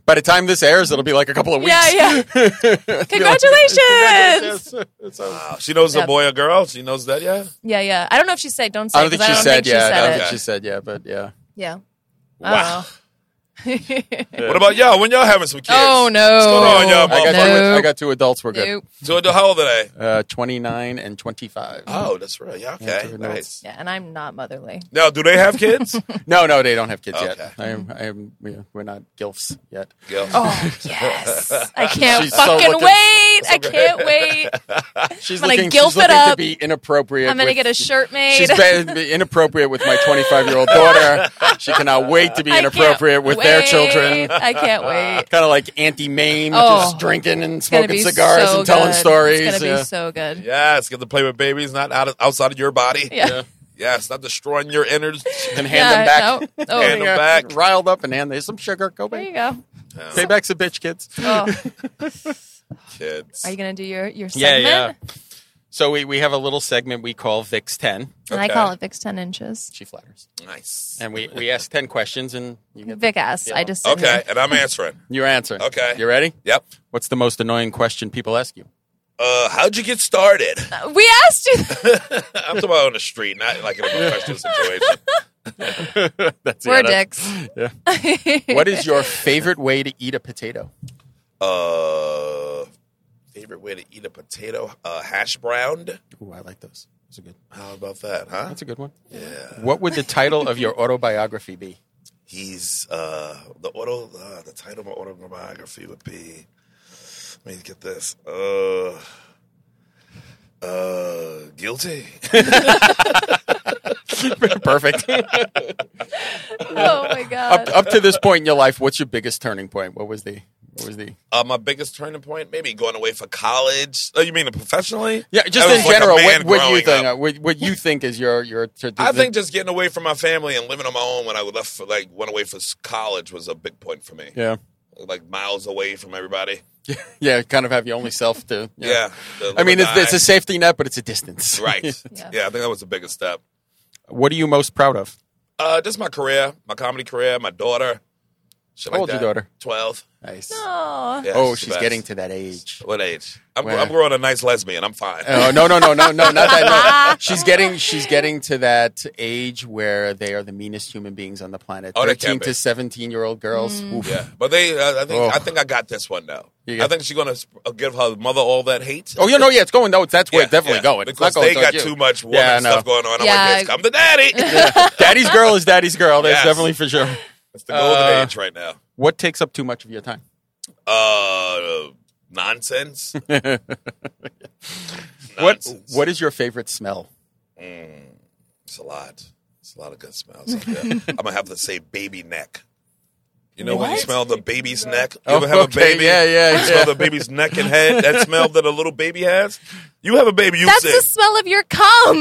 Speaker 2: By the time this airs, it'll be like a couple of weeks.
Speaker 1: Yeah,
Speaker 2: (laughs)
Speaker 1: yeah. Congratulations.
Speaker 3: Wow. Oh, She knows
Speaker 1: Yeah.
Speaker 3: a boy or girl. She knows that, yeah.
Speaker 1: Yeah, yeah. I don't know if she said. Don't say.
Speaker 2: I don't think
Speaker 1: 'cause
Speaker 2: she said
Speaker 1: think
Speaker 2: yeah. I don't
Speaker 1: it.
Speaker 2: think she said yeah, but yeah.
Speaker 1: Yeah.
Speaker 3: Wow.
Speaker 2: (laughs)
Speaker 1: (laughs) Oh.
Speaker 3: What about y'all? When y'all having some kids?
Speaker 1: Oh, no.
Speaker 3: What's going on, y'all?
Speaker 2: I got,
Speaker 3: motherfuckers?
Speaker 2: two,
Speaker 1: Nope.
Speaker 2: I got two adults. We're good.
Speaker 1: Nope.
Speaker 3: So how old are they?
Speaker 2: Uh, Twenty nine and twenty five.
Speaker 3: Oh, that's right. Yeah, okay.
Speaker 2: two adults.
Speaker 3: nice.
Speaker 1: Yeah, and I'm not motherly.
Speaker 3: Now, do they
Speaker 1: (laughs)
Speaker 3: have kids?
Speaker 2: No, no, they don't have kids
Speaker 3: Okay.
Speaker 2: yet. I am, I am, we- we're not gilfs yet.
Speaker 3: yeah.
Speaker 1: (laughs) Oh yes, I can't
Speaker 2: She's so
Speaker 1: fucking
Speaker 2: looking-
Speaker 1: wait. I can't
Speaker 2: (laughs)
Speaker 1: wait.
Speaker 2: She's
Speaker 1: I'm gonna
Speaker 2: looking,
Speaker 1: gilf it
Speaker 2: she's looking to
Speaker 1: up.
Speaker 2: be inappropriate.
Speaker 1: I'm gonna
Speaker 2: with-
Speaker 1: get a shirt made.
Speaker 2: She's been inappropriate with my 25 year old daughter. She cannot wait to be
Speaker 1: (laughs) I can't
Speaker 2: inappropriate with their
Speaker 1: wait.
Speaker 2: children.
Speaker 1: I
Speaker 2: (laughs)
Speaker 1: can't wait.
Speaker 2: Kind of like Auntie Mame,
Speaker 1: Oh.
Speaker 2: just drinking and
Speaker 1: It's gonna
Speaker 2: smoking
Speaker 1: be
Speaker 2: cigars
Speaker 1: so
Speaker 2: and telling
Speaker 1: good.
Speaker 2: stories.
Speaker 1: It's gonna
Speaker 2: yeah.
Speaker 1: be so good. Yeah.
Speaker 3: Yes, get to play with babies, not out of, outside of your body.
Speaker 2: Yeah.
Speaker 3: Yes, not destroying your
Speaker 1: (laughs)
Speaker 3: innards.
Speaker 2: and hand them back. (laughs)
Speaker 1: no. Oh,
Speaker 3: Hand
Speaker 1: there you go.
Speaker 3: them back.
Speaker 2: Riled up and hand. There's some sugar. Go
Speaker 1: There you
Speaker 2: back.
Speaker 1: go.
Speaker 2: Payback's a bitch, kids.
Speaker 1: Oh,
Speaker 3: Kids.
Speaker 1: are you gonna do your your segment?
Speaker 2: Yeah, yeah. So we, we have a little segment we call Vix 10.
Speaker 1: And I
Speaker 3: Okay.
Speaker 1: call it Vic's ten inches.
Speaker 2: She flatters.
Speaker 3: Nice.
Speaker 2: And we, we ask 10 questions and you get
Speaker 1: Vic ass. I just sit
Speaker 3: Okay,
Speaker 1: here.
Speaker 3: and I'm answering.
Speaker 2: your answer.
Speaker 3: Okay.
Speaker 2: You ready?
Speaker 3: Yep.
Speaker 2: What's the most annoying question people ask (laughs) you?
Speaker 3: Uh, how'd you get started?
Speaker 1: We asked you.
Speaker 3: (laughs) I'm talking about on the street, not like in a professional situation.
Speaker 2: That's
Speaker 1: We're
Speaker 2: yeah, that's-
Speaker 1: dicks.
Speaker 2: (laughs) What
Speaker 1: (laughs)
Speaker 2: is your favorite way to eat a potato?
Speaker 3: Uh, favorite way to eat a potato? Uh, hash browned.
Speaker 2: Ooh, I like those. That's a good.
Speaker 3: How about that, huh?
Speaker 2: That's a good one. Yeah. What would the title of your autobiography be?
Speaker 3: He's uh, the auto. Uh, the title of my autobiography would be. Let me get this. Uh, uh, guilty.
Speaker 2: (laughs)
Speaker 3: (laughs)
Speaker 2: Perfect. up,
Speaker 1: Oh my god.
Speaker 2: up to this point in your life, what's your biggest turning point? What was the? What was the?
Speaker 3: Uh, my biggest turning point, maybe going away for college. Oh, you mean professionally?
Speaker 2: Yeah, just
Speaker 3: I was
Speaker 2: in
Speaker 3: like a
Speaker 2: general, what,
Speaker 3: man
Speaker 2: what you
Speaker 3: growing
Speaker 2: think?
Speaker 3: up.
Speaker 2: uh, What, what you think is your your? T-
Speaker 3: I think just getting away from my family and living on my own when I left for like went away for s- college was a big point for me.
Speaker 2: yeah,
Speaker 3: Like miles away from everybody.
Speaker 2: yeah, kind of have your only self to.
Speaker 3: Yeah. The
Speaker 2: I mean, it's,
Speaker 3: Lebanon.
Speaker 2: it's a (laughs) safety net, but it's a distance.
Speaker 3: right.
Speaker 1: Yeah.
Speaker 3: yeah. I think that was the biggest step.
Speaker 2: (laughs) What are you most proud of?
Speaker 3: Uh, just my career, my comedy career, my daughter. shit
Speaker 2: How
Speaker 3: like
Speaker 2: old's your
Speaker 3: that.
Speaker 2: daughter?
Speaker 3: Twelve.
Speaker 2: Nice.
Speaker 1: Oh.
Speaker 3: Yeah,
Speaker 2: oh,
Speaker 3: the
Speaker 2: she's
Speaker 3: best.
Speaker 2: getting to that age.
Speaker 3: what age? I'm,
Speaker 2: Where?
Speaker 3: I'm growing a nice lesbian. I'm fine.
Speaker 2: Oh no no no no no not
Speaker 1: (laughs)
Speaker 2: that no. She's getting she's getting to that age where they are the meanest human beings on the planet.
Speaker 3: Oh, they
Speaker 2: Thirteen
Speaker 3: can
Speaker 2: to
Speaker 3: be.
Speaker 2: seventeen year old girls.
Speaker 1: Mm.
Speaker 2: Oof.
Speaker 3: Yeah, but they. Uh, I think.
Speaker 2: Oh.
Speaker 3: I think I got this one though.
Speaker 2: You got-
Speaker 3: I think she's gonna s- uh, give her mother all that hate.
Speaker 2: Oh yeah no yeah it's going no it's, that's where
Speaker 3: Yeah,
Speaker 2: it's definitely
Speaker 3: yeah.
Speaker 2: going. It's
Speaker 3: Because
Speaker 2: not going
Speaker 3: they got
Speaker 2: towards you.
Speaker 3: too much woman
Speaker 2: Yeah, I know.
Speaker 3: stuff going on.
Speaker 1: Yeah.
Speaker 3: I'm like, bitch, come
Speaker 2: (laughs)
Speaker 3: to daddy. (laughs)
Speaker 2: daddy's girl is daddy's girl. That's
Speaker 3: Yes.
Speaker 2: definitely for sure.
Speaker 3: It's the golden
Speaker 2: Uh,
Speaker 3: age right now.
Speaker 2: What takes up too much of your time?
Speaker 3: Uh, nonsense.
Speaker 2: What
Speaker 3: Nonsense.
Speaker 2: what is your favorite smell?
Speaker 3: It's a lot. It's a lot of good smells. out there.
Speaker 1: (laughs)
Speaker 3: I'm gonna have to say baby neck. You know when you
Speaker 1: What?
Speaker 3: smell the baby's neck? You
Speaker 2: Oh,
Speaker 3: ever have
Speaker 2: okay.
Speaker 3: a baby?
Speaker 2: Yeah, yeah,
Speaker 3: (laughs) You
Speaker 2: yeah.
Speaker 3: smell the baby's neck
Speaker 2: (laughs)
Speaker 3: and head. That smell that a little baby has. You have a baby. You
Speaker 1: That's
Speaker 2: (laughs)
Speaker 3: say,
Speaker 1: the smell of your cum.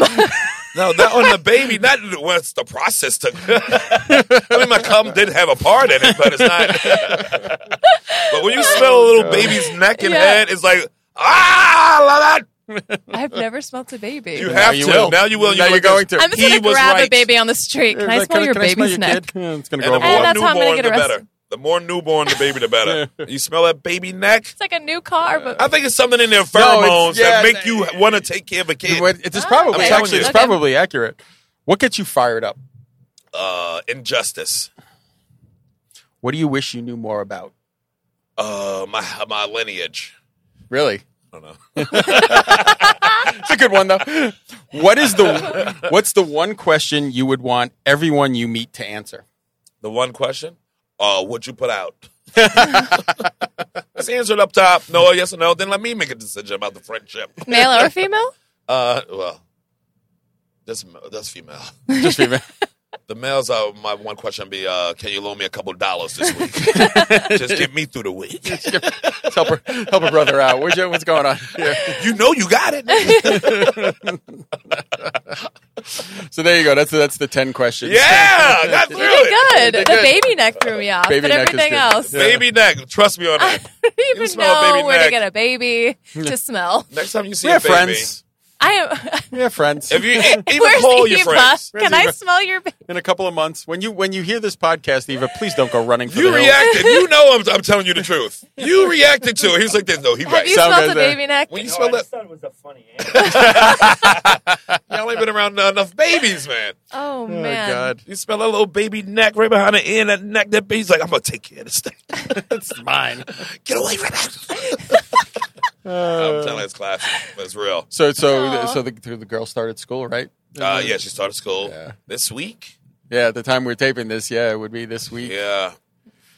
Speaker 3: No, not on the baby. Not once the process took. (laughs) I mean, my cum did have a part in it, but it's not. (laughs) but when you
Speaker 2: Oh,
Speaker 3: smell a little baby's neck and
Speaker 1: Yeah.
Speaker 3: head, it's like ah, la, la.
Speaker 1: I've never smelled a baby.
Speaker 3: You have
Speaker 2: you
Speaker 3: to
Speaker 2: will.
Speaker 3: now. You will.
Speaker 2: Now
Speaker 3: look
Speaker 2: you're
Speaker 3: at
Speaker 2: going
Speaker 3: this.
Speaker 2: to.
Speaker 1: I'm just
Speaker 3: He
Speaker 1: gonna
Speaker 3: was
Speaker 1: grab a
Speaker 3: right.
Speaker 1: baby on the street. Can I
Speaker 2: Like,
Speaker 1: smell your
Speaker 2: can I smell
Speaker 1: baby's
Speaker 2: your
Speaker 1: neck?
Speaker 2: kid? Yeah, it's gonna
Speaker 3: And
Speaker 2: grow
Speaker 3: the
Speaker 2: up. a lot.
Speaker 3: more
Speaker 1: that's how I'm gonna
Speaker 3: newborn,
Speaker 1: get
Speaker 3: the better.
Speaker 1: arrested.
Speaker 3: The more newborn, the baby,
Speaker 2: (laughs)
Speaker 3: the better. you smell that baby neck?
Speaker 1: It's like a new car, but
Speaker 3: I think it's something in their
Speaker 2: No, it's-
Speaker 3: pheromones
Speaker 2: yeah,
Speaker 3: that make
Speaker 2: they-
Speaker 3: you want to take care of a kid.
Speaker 2: What- It's, it's
Speaker 1: Ah,
Speaker 2: probably
Speaker 3: okay.
Speaker 2: actually it's
Speaker 1: Okay.
Speaker 2: probably accurate. What gets you fired up?
Speaker 3: Uh, injustice.
Speaker 2: What do you wish you knew more about?
Speaker 3: Uh, my my lineage.
Speaker 2: Really,
Speaker 3: I don't know.
Speaker 2: it's a good one though. What is the what's the one question you would want everyone you meet to answer?
Speaker 3: The one question? Uh, what you put out? Let's answer it up top. No, yes or no. Then let me make a decision about the friendship.
Speaker 1: male or female?
Speaker 3: Uh, well, that's that's female.
Speaker 2: Just remember-
Speaker 3: The males are my one question. Be uh, can you loan me a couple dollars this week? Just get me through the week.
Speaker 2: Let's (laughs) help her help her brother out. What's, your- what's going on? here?
Speaker 3: You know you got it.
Speaker 2: So there you go. That's that's the ten questions.
Speaker 3: yeah, got through it.
Speaker 1: Good. The baby neck threw me off,
Speaker 2: Baby
Speaker 1: but
Speaker 2: neck is
Speaker 1: everything
Speaker 2: good.
Speaker 1: else.
Speaker 2: Yeah.
Speaker 3: Baby neck. Trust me on that.
Speaker 1: I don't (laughs) even
Speaker 3: smell a
Speaker 1: know
Speaker 3: baby
Speaker 1: where
Speaker 3: neck.
Speaker 1: to get a
Speaker 3: (laughs)
Speaker 1: baby to smell.
Speaker 3: Next time you see
Speaker 2: we
Speaker 3: a
Speaker 2: have
Speaker 3: baby,
Speaker 2: friends.
Speaker 1: I am.
Speaker 2: We have friends.
Speaker 3: (laughs) if you e-, even
Speaker 1: (laughs) Where's
Speaker 3: call your
Speaker 1: Eva?
Speaker 3: friends,
Speaker 1: Can I smell your baby?
Speaker 2: in a couple of months, when you when you hear this podcast, Eva, please don't go running for
Speaker 3: you
Speaker 2: the hills.
Speaker 3: reacted. You know I'm, I'm telling you the truth. (laughs) You reacted to it. He's like, no, he
Speaker 1: Have
Speaker 3: right.
Speaker 1: you
Speaker 2: Sound
Speaker 1: smelled
Speaker 2: guys
Speaker 1: a
Speaker 2: there.
Speaker 1: baby neck?
Speaker 3: When you
Speaker 4: No,
Speaker 3: smell
Speaker 4: I
Speaker 3: that,
Speaker 4: just thought it was a funny answer.
Speaker 3: (laughs) y'all ain't been around enough babies, man.
Speaker 1: Oh
Speaker 2: Oh,
Speaker 1: man.
Speaker 2: God,
Speaker 3: You smell that little baby neck right behind the ear, that neck, that baby's like, I'm gonna take care
Speaker 1: (laughs)
Speaker 3: of this thing.
Speaker 2: it's mine.
Speaker 3: Get away from that. (laughs) I'm telling you, it's classic. It's real.
Speaker 2: So so
Speaker 1: Aw.
Speaker 2: so the the girl started school, right?
Speaker 3: Uh, yeah, she started school
Speaker 2: Yeah.
Speaker 3: this week.
Speaker 2: Yeah, at the time we are taping this, yeah, it would be this week.
Speaker 3: Yeah.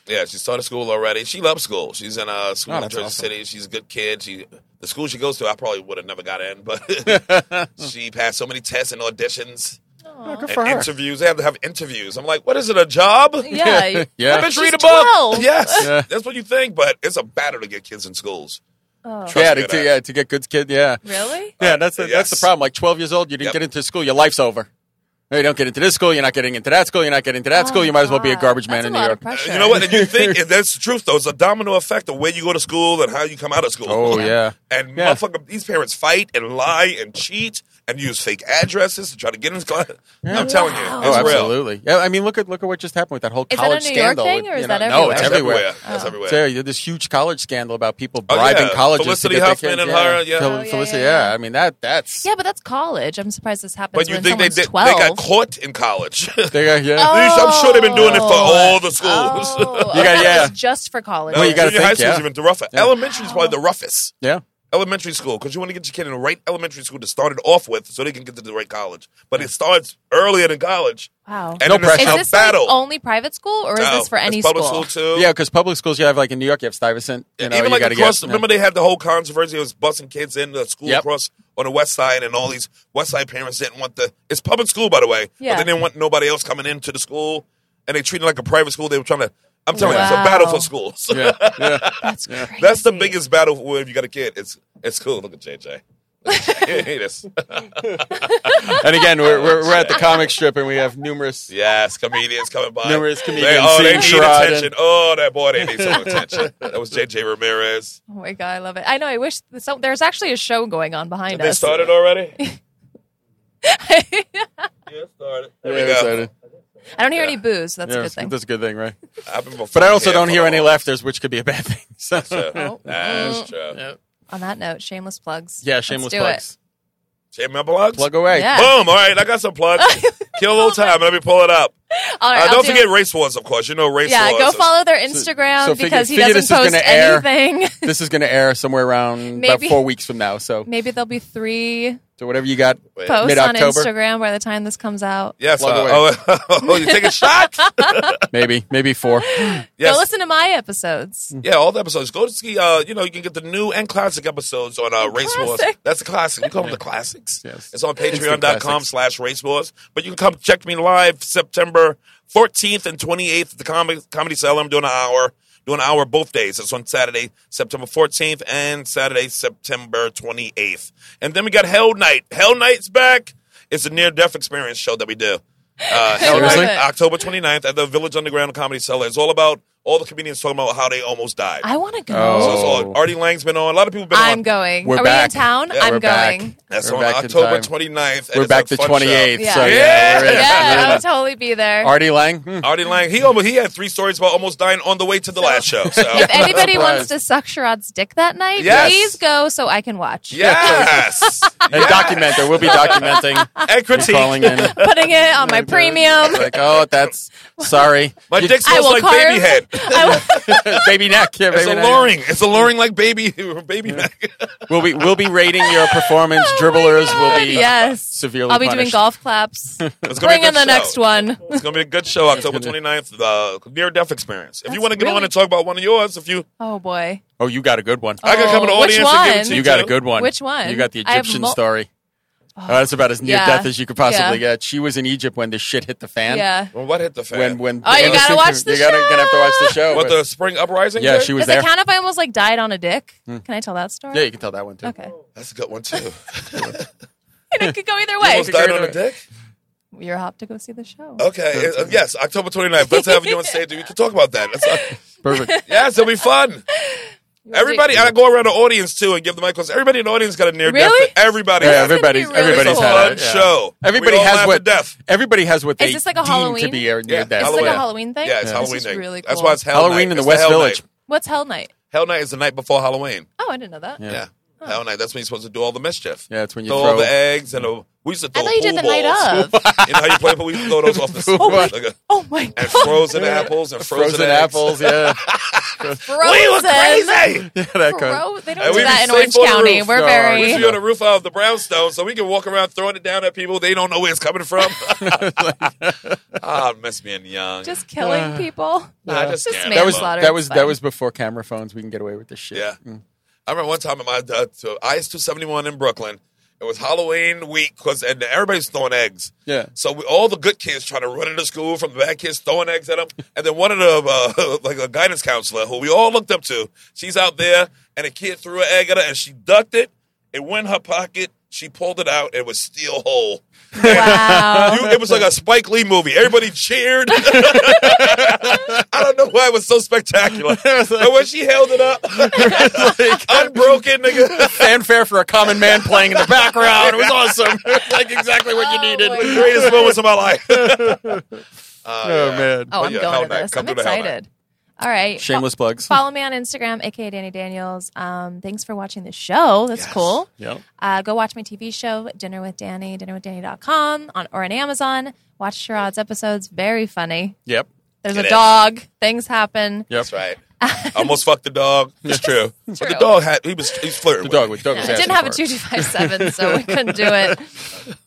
Speaker 3: Yeah, she started school already. She loves school. She's in uh, school
Speaker 2: Oh,
Speaker 3: in
Speaker 2: that's
Speaker 3: Jersey
Speaker 2: awesome.
Speaker 3: City. She's a good kid. She the school she goes to, I probably would have never got in, but
Speaker 2: (laughs)
Speaker 3: (laughs) she passed so many tests and auditions
Speaker 1: (laughs)
Speaker 2: Good
Speaker 3: and interviews. They have to have interviews. I'm like, what is it? A job?
Speaker 2: (laughs)
Speaker 1: Yeah. you-
Speaker 2: Yeah.
Speaker 3: Bitch, read a
Speaker 1: She's
Speaker 3: book.
Speaker 1: 12.
Speaker 3: Yes,
Speaker 2: (laughs) Yeah.
Speaker 3: that's what you think, but it's a battle to get kids in schools.
Speaker 1: Oh,
Speaker 2: Yeah,
Speaker 3: me
Speaker 2: to,
Speaker 3: with
Speaker 2: to,
Speaker 3: that.
Speaker 2: yeah, to get good kid, yeah.
Speaker 3: (laughs)
Speaker 1: really?
Speaker 2: Yeah, that's the, that's the
Speaker 3: Yes.
Speaker 2: problem. Like 12 years old, you didn't
Speaker 3: Yep.
Speaker 2: get into school, your life's over. No, you don't get into this school, you're not getting into that school, you're not getting into that school, you might as well be a
Speaker 1: God.
Speaker 2: garbage man
Speaker 1: Ah, That's a
Speaker 2: in New
Speaker 1: lot of
Speaker 2: York.
Speaker 1: pressure.
Speaker 3: You know what? And
Speaker 2: (laughs)
Speaker 3: you think and that's the truth though. It's a domino effect of where you go to school and how you come out of school.
Speaker 2: Oh, yeah.
Speaker 3: And
Speaker 2: Yeah.
Speaker 3: motherfucker, these parents fight and lie and cheat and use fake addresses to try to get in class. I'm telling you,
Speaker 1: Wow.
Speaker 3: it's
Speaker 2: oh,
Speaker 3: real.
Speaker 2: absolutely. Yeah, I mean, look at look at what just happened with that whole
Speaker 1: that a
Speaker 2: college
Speaker 1: New York
Speaker 2: scandal.
Speaker 1: thing,
Speaker 2: with,
Speaker 1: or is
Speaker 2: you
Speaker 1: that
Speaker 2: No,
Speaker 1: everywhere?
Speaker 2: it's
Speaker 3: That's
Speaker 2: everywhere.
Speaker 3: everywhere. That's everywhere.
Speaker 2: So, yeah, this huge college scandal about people
Speaker 3: Oh,
Speaker 2: bribing
Speaker 3: yeah.
Speaker 2: colleges
Speaker 3: Felicity
Speaker 2: to get
Speaker 3: Huffman
Speaker 2: their
Speaker 3: and
Speaker 2: kids. yeah.
Speaker 3: her, yeah.
Speaker 2: Fel-
Speaker 3: Oh, yeah,
Speaker 2: Felicity,
Speaker 1: yeah, yeah.
Speaker 2: I mean that that's
Speaker 1: Yeah, but that's college. I'm surprised this happens
Speaker 3: But you
Speaker 1: when
Speaker 3: think they
Speaker 1: someone's
Speaker 3: did?
Speaker 1: 12.
Speaker 3: They got caught in college.
Speaker 2: they got yeah.
Speaker 1: Uh-huh.
Speaker 3: I'm sure they've been doing it for all the schools. (laughs)
Speaker 1: Oh,
Speaker 2: You
Speaker 1: that
Speaker 2: got- yeah.
Speaker 1: was just for college.
Speaker 2: Well, you gotta
Speaker 3: junior high
Speaker 2: think,
Speaker 3: school's
Speaker 2: yeah.
Speaker 3: even the rougher.
Speaker 2: Yeah.
Speaker 3: Elementary is probably the roughest.
Speaker 2: Yeah.
Speaker 3: elementary school because you want to get your kid in the right elementary school to start it off with so they can get to the right college. But it starts earlier than college.
Speaker 1: wow.
Speaker 3: And
Speaker 2: No
Speaker 3: then it's
Speaker 2: pressure.
Speaker 1: is
Speaker 3: a
Speaker 1: this like,
Speaker 3: battle.
Speaker 1: only private school, or is
Speaker 3: No,
Speaker 1: this for
Speaker 3: it's
Speaker 1: any
Speaker 3: public
Speaker 1: school?
Speaker 3: too.
Speaker 2: Yeah, because public schools you have like in New York you have Stuyvesant. You know,
Speaker 3: E- Even
Speaker 2: you
Speaker 3: like
Speaker 2: gotta
Speaker 3: across,
Speaker 2: get,
Speaker 3: remember they had the whole controversy. It was busing kids in the school
Speaker 2: Yep.
Speaker 3: across on the west side, and all these west side parents didn't want the. It's public school, by the way,
Speaker 1: Yeah.
Speaker 3: but they didn't want nobody else coming into the school, and they treated it like a private school. They were trying to. I'm telling you, it's
Speaker 1: Wow.
Speaker 3: a battle for schools.
Speaker 2: yeah, yeah.
Speaker 1: (laughs) That's crazy.
Speaker 3: (laughs) That's the biggest battle for if you got a kid. It's it's cool. Look at JJ.
Speaker 1: (laughs)
Speaker 3: Hate us.
Speaker 2: And again, we're, we're, we're at
Speaker 3: (laughs)
Speaker 2: the comic strip and we have numerous.
Speaker 3: Yes, comedians coming by.
Speaker 2: Numerous comedians
Speaker 3: They, oh, they need
Speaker 2: seeing Sherrod
Speaker 3: attention.
Speaker 2: and-
Speaker 3: Oh, that boy, they need
Speaker 1: (laughs)
Speaker 3: some attention. That was J.J. Ramirez.
Speaker 1: Oh my god, I love it. I know. I wish so, there's actually a show going on behind
Speaker 3: They
Speaker 1: us. (laughs)
Speaker 3: started already? yeah, started. There
Speaker 2: Yeah,
Speaker 3: we go.
Speaker 2: excited.
Speaker 1: I don't hear any booze. So that's
Speaker 2: Yeah,
Speaker 1: a good
Speaker 2: that's-
Speaker 1: thing.
Speaker 2: That's a good thing, right?
Speaker 3: I've been
Speaker 2: But I also don't
Speaker 3: for
Speaker 2: hear
Speaker 3: a
Speaker 2: any
Speaker 3: while.
Speaker 2: laughters, which could be a bad thing. (laughs) So,
Speaker 3: So,
Speaker 1: (laughs) Oh.
Speaker 3: That's true.
Speaker 2: yeah.
Speaker 1: on that note, shameless plugs.
Speaker 2: Yeah,
Speaker 1: Let's
Speaker 2: shameless
Speaker 1: do
Speaker 2: plugs.
Speaker 3: Jay, my plugs?
Speaker 2: Plug away.
Speaker 1: Yeah.
Speaker 3: Boom. All right, I got
Speaker 1: (laughs)
Speaker 3: some plugs. Kill a little time. Let me pull it up.
Speaker 1: It. All right,
Speaker 3: Uh,
Speaker 1: I'll
Speaker 3: don't
Speaker 1: do-
Speaker 3: forget Race Wars, of course. You know Race
Speaker 1: Yeah,
Speaker 3: Wars.
Speaker 1: go
Speaker 3: is-
Speaker 1: follow their Instagram
Speaker 2: so figure-
Speaker 1: because
Speaker 2: figure
Speaker 1: he
Speaker 2: this
Speaker 1: doesn't
Speaker 2: is gonna
Speaker 1: post
Speaker 2: air.
Speaker 1: anything. (laughs)
Speaker 2: (laughs) This is going to air somewhere around
Speaker 1: Maybe.
Speaker 2: about four weeks from now. So,
Speaker 1: Maybe there'll be
Speaker 2: (laughs)
Speaker 1: three
Speaker 2: so whatever you got,
Speaker 3: Wait.
Speaker 1: posts on
Speaker 2: Mid-October?
Speaker 1: Instagram by the time this comes out.
Speaker 3: Yes.
Speaker 2: Plug
Speaker 3: uh,
Speaker 2: away.
Speaker 3: oh, (laughs) oh, you take a
Speaker 1: (laughs)
Speaker 3: shot?
Speaker 2: maybe,
Speaker 1: (gasps)
Speaker 2: maybe four.
Speaker 3: Yes.
Speaker 1: Go listen to my episodes.
Speaker 3: Mm-hmm. Yeah, all the episodes. Go to see. Uh, you know, you can get the new and classic episodes on uh, Race Wars.
Speaker 1: classic.
Speaker 3: That's a classic. We call them the classics.
Speaker 2: Yes.
Speaker 3: It's on
Speaker 2: Instant
Speaker 3: patreon.com
Speaker 2: classics.
Speaker 3: slash race wars. But you can come check me live September 14th and 28th at the Comedy, Comedy Cellar. I'm doing an hour. Doing an hour both days. It's on Saturday, September 14th and Saturday, September 28th. And then we got Hell Night. Hell Night's back. It's a near death experience show that we do. Uh, held
Speaker 2: Seriously?
Speaker 3: like October 29th at the Village Underground Comedy Cellar. It's all about all the comedians talking about how they almost died.
Speaker 1: I want to go.
Speaker 2: Oh.
Speaker 3: so it's all, Artie Lang's been on. A lot of people have been
Speaker 1: I'm
Speaker 3: on.
Speaker 1: going.
Speaker 2: We're
Speaker 1: Are
Speaker 2: back.
Speaker 1: we in town?
Speaker 3: Yeah,
Speaker 1: I'm
Speaker 2: we're back.
Speaker 1: going.
Speaker 3: That's
Speaker 2: We're
Speaker 3: on
Speaker 2: back in
Speaker 3: October
Speaker 2: time.
Speaker 3: 29th. and
Speaker 2: We're
Speaker 3: it's
Speaker 2: back
Speaker 3: a
Speaker 2: the
Speaker 3: fun show.
Speaker 2: 28th.
Speaker 1: Yeah.
Speaker 2: So, yeah.
Speaker 3: Yeah.
Speaker 2: we're in.
Speaker 1: Yeah,
Speaker 2: We're
Speaker 1: I'll
Speaker 2: in.
Speaker 1: totally be there.
Speaker 2: Artie Lang? Hmm.
Speaker 3: Artie Lang, he almost he had three stories about almost dying on the way to the last show. So
Speaker 1: (laughs) if anybody wants
Speaker 2: Surprise.
Speaker 1: to suck Sherrod's dick that night,
Speaker 3: Yes.
Speaker 1: please go so I can watch.
Speaker 3: yes,
Speaker 2: (laughs) And document it. We'll
Speaker 3: (laughs)
Speaker 2: be documenting.
Speaker 3: and
Speaker 2: You're
Speaker 3: critique.
Speaker 2: calling in.
Speaker 1: Putting it
Speaker 2: (laughs)
Speaker 1: on (laughs) my premium. (laughs)
Speaker 2: Like, oh, that's sorry.
Speaker 3: My
Speaker 2: (laughs)
Speaker 3: dick
Speaker 1: I
Speaker 3: smells
Speaker 1: will
Speaker 3: like
Speaker 1: carve-
Speaker 3: baby head.
Speaker 1: (laughs) I will-
Speaker 2: baby neck. Yeah,
Speaker 3: It's
Speaker 2: baby neck.
Speaker 3: alluring. It's alluring like baby (laughs) baby neck.
Speaker 2: We'll be we'll be rating
Speaker 1: (laughs)
Speaker 2: your performance.
Speaker 1: Oh
Speaker 2: Dribblers will be
Speaker 1: yes.
Speaker 2: severely.
Speaker 1: I'll be doing
Speaker 2: punished.
Speaker 1: golf claps.
Speaker 3: (laughs) It's gonna
Speaker 1: Bring
Speaker 3: be a
Speaker 1: in
Speaker 3: good
Speaker 1: the
Speaker 3: show.
Speaker 1: next one.
Speaker 3: It's gonna be a good show,
Speaker 2: (laughs)
Speaker 3: October 29th, the near death experience. If
Speaker 1: That's
Speaker 3: you want to get
Speaker 1: really-
Speaker 3: on and talk about one of yours, if you
Speaker 1: Oh boy.
Speaker 2: Oh, you got a good one.
Speaker 3: I got
Speaker 1: Oh,
Speaker 3: come in the
Speaker 1: which
Speaker 3: audience and give it
Speaker 1: one?
Speaker 3: to you.
Speaker 2: You got a
Speaker 3: too.
Speaker 2: good one.
Speaker 1: Which one?
Speaker 2: You got the
Speaker 1: I have
Speaker 2: Egyptian
Speaker 1: mul-
Speaker 2: story. Oh, that's about as near
Speaker 1: Yeah.
Speaker 2: death as you could possibly
Speaker 1: Yeah.
Speaker 2: get. She was in Egypt when the shit hit the fan.
Speaker 1: Yeah.
Speaker 3: Well, what hit the
Speaker 2: When
Speaker 3: fan?
Speaker 2: when
Speaker 1: Oh, you gotta
Speaker 2: Anderson-
Speaker 1: watch the
Speaker 2: you gotta,
Speaker 1: show.
Speaker 2: gonna have to watch the show.
Speaker 3: what the spring uprising?
Speaker 2: yeah,
Speaker 3: thing?
Speaker 2: she was
Speaker 1: Does it
Speaker 2: there.
Speaker 1: count if I almost like died on a dick?
Speaker 3: Hmm.
Speaker 1: Can I tell that story?
Speaker 2: Yeah, you can tell that one too.
Speaker 1: Okay. (laughs)
Speaker 3: That's a good one too.
Speaker 1: And it could go either way.
Speaker 3: Almost died on a dick.
Speaker 1: You're hop to go see the show.
Speaker 3: Okay, uh, yes, October 29th. Let's have you on stage. We can talk about that. That's
Speaker 1: (laughs)
Speaker 3: not-
Speaker 2: Perfect.
Speaker 3: yes, it'll be fun.
Speaker 1: You wanna do-
Speaker 3: Everybody, I go around the audience too and give the microphones. Everybody in the audience got a near
Speaker 1: Really?
Speaker 3: death. Everybody,
Speaker 2: Yeah,
Speaker 1: gonna be
Speaker 2: everybody's
Speaker 1: really
Speaker 2: everybody's
Speaker 1: cool.
Speaker 2: had
Speaker 3: fun
Speaker 2: it. yeah.
Speaker 3: show.
Speaker 2: Everybody
Speaker 3: We all
Speaker 2: has
Speaker 3: laugh
Speaker 2: what
Speaker 3: at death.
Speaker 2: everybody has what
Speaker 1: Is
Speaker 2: they
Speaker 1: this like a
Speaker 2: deem to
Speaker 1: Halloween?
Speaker 2: be near
Speaker 3: Yeah,
Speaker 2: death.
Speaker 1: It's
Speaker 3: Halloween.
Speaker 1: like a Halloween thing.
Speaker 3: Yeah, it's
Speaker 1: This
Speaker 3: Halloween
Speaker 1: is
Speaker 3: night.
Speaker 1: really
Speaker 3: That's
Speaker 1: cool.
Speaker 3: why it's Hell
Speaker 2: Halloween in the
Speaker 3: night. It's
Speaker 2: West
Speaker 3: Hell
Speaker 2: Village.
Speaker 3: Night.
Speaker 1: What's Hell Night?
Speaker 3: Hell night is the night before Halloween.
Speaker 1: Oh, I didn't know that.
Speaker 2: Yeah.
Speaker 3: Yeah. Hell night. That's when you're supposed to do all the mischief.
Speaker 2: Yeah, it's when you
Speaker 3: throw,
Speaker 2: throw-
Speaker 3: all the eggs and the, we used to
Speaker 1: I
Speaker 3: throw
Speaker 1: thought you did the
Speaker 3: pool balls.
Speaker 1: night
Speaker 3: (laughs)
Speaker 1: of.
Speaker 3: you know how you play pool? We used to throw
Speaker 1: (laughs)
Speaker 3: those off the
Speaker 2: Pool balls.
Speaker 3: like a-
Speaker 1: Oh my god.
Speaker 3: and
Speaker 1: (laughs)
Speaker 3: frozen apples and frozen,
Speaker 2: Frozen
Speaker 3: eggs.
Speaker 2: apples, yeah. (laughs)
Speaker 1: Frozen.
Speaker 3: We were crazy.
Speaker 1: (laughs)
Speaker 2: yeah that kind of-
Speaker 1: Fro- they don't
Speaker 3: And
Speaker 1: do
Speaker 3: we
Speaker 1: that
Speaker 3: be
Speaker 1: in
Speaker 3: safe
Speaker 1: Orange
Speaker 3: on the
Speaker 1: County.
Speaker 3: roof.
Speaker 1: We're
Speaker 2: No,
Speaker 1: very.
Speaker 3: We
Speaker 2: Yeah.
Speaker 3: should be on the roof of the brownstone so we can walk around throwing it down at people. They don't know where it's
Speaker 2: (laughs)
Speaker 3: coming from. (laughs) Ah, miss being young.
Speaker 1: just killing
Speaker 3: (sighs)
Speaker 1: people.
Speaker 3: Nah, just
Speaker 1: Just
Speaker 3: scared
Speaker 1: make
Speaker 2: that
Speaker 3: them
Speaker 2: was
Speaker 3: up.
Speaker 1: slaughter.
Speaker 2: that
Speaker 1: It's
Speaker 2: was
Speaker 1: fine.
Speaker 2: that was before camera phones. We can get away with this shit. (laughs)
Speaker 3: Yeah. I remember one time at my uh, to IS 271 in Brooklyn. It was Halloween week because and everybody's throwing eggs.
Speaker 2: Yeah.
Speaker 3: So we, all the good kids trying to run into school from the bad kids throwing eggs at them. And then one of the uh, (laughs) like a guidance counselor who we all looked up to. She's out there and a kid threw an egg at her and she ducked it. It went in her pocket. She pulled it out. It was still whole.
Speaker 1: wow.
Speaker 3: You- it was like a Spike Lee movie. Everybody cheered. (laughs) I don't know why it was so spectacular. But when she held (laughs) it oh. up, (laughs)
Speaker 2: (laughs)
Speaker 3: unbroken, nigga,
Speaker 2: Fanfare for a common man playing in the background. It was
Speaker 3: (laughs)
Speaker 2: awesome. like exactly what you needed.
Speaker 1: Oh my
Speaker 3: the greatest moments of my
Speaker 2: (laughs)
Speaker 3: life. Uh,
Speaker 2: Oh
Speaker 3: yeah.
Speaker 2: man.
Speaker 1: Oh,
Speaker 3: But
Speaker 1: I'm
Speaker 3: yeah,
Speaker 1: going
Speaker 3: Hell
Speaker 1: to
Speaker 3: Night.
Speaker 1: this.
Speaker 3: Come
Speaker 1: I'm
Speaker 3: through to Hell Night.
Speaker 1: excited. All right. Fo-
Speaker 2: Shameless plugs.
Speaker 1: Follow me on Instagram, aka Danny Daniels. Um, thanks for watching the show. That's
Speaker 3: Yes.
Speaker 1: cool.
Speaker 2: Yep.
Speaker 1: Uh, go watch my TV show, Dinner with Danny, dinnerwithdanny.com, on, or on Amazon. Watch Sherrod's episodes. Very funny.
Speaker 2: Yep.
Speaker 1: There's
Speaker 3: It
Speaker 1: a
Speaker 3: is.
Speaker 1: dog. Things happen.
Speaker 2: Yep.
Speaker 3: That's right. Almost fucked the dog. It's (laughs) true. But
Speaker 1: true.
Speaker 3: the dog had he was he's flirting.
Speaker 2: The
Speaker 3: with
Speaker 2: dog
Speaker 3: me.
Speaker 2: was dog
Speaker 1: Yeah,
Speaker 2: was
Speaker 1: I didn't
Speaker 2: asking
Speaker 1: have a
Speaker 2: for it.
Speaker 1: 2257,
Speaker 3: (laughs)
Speaker 1: so we couldn't do it.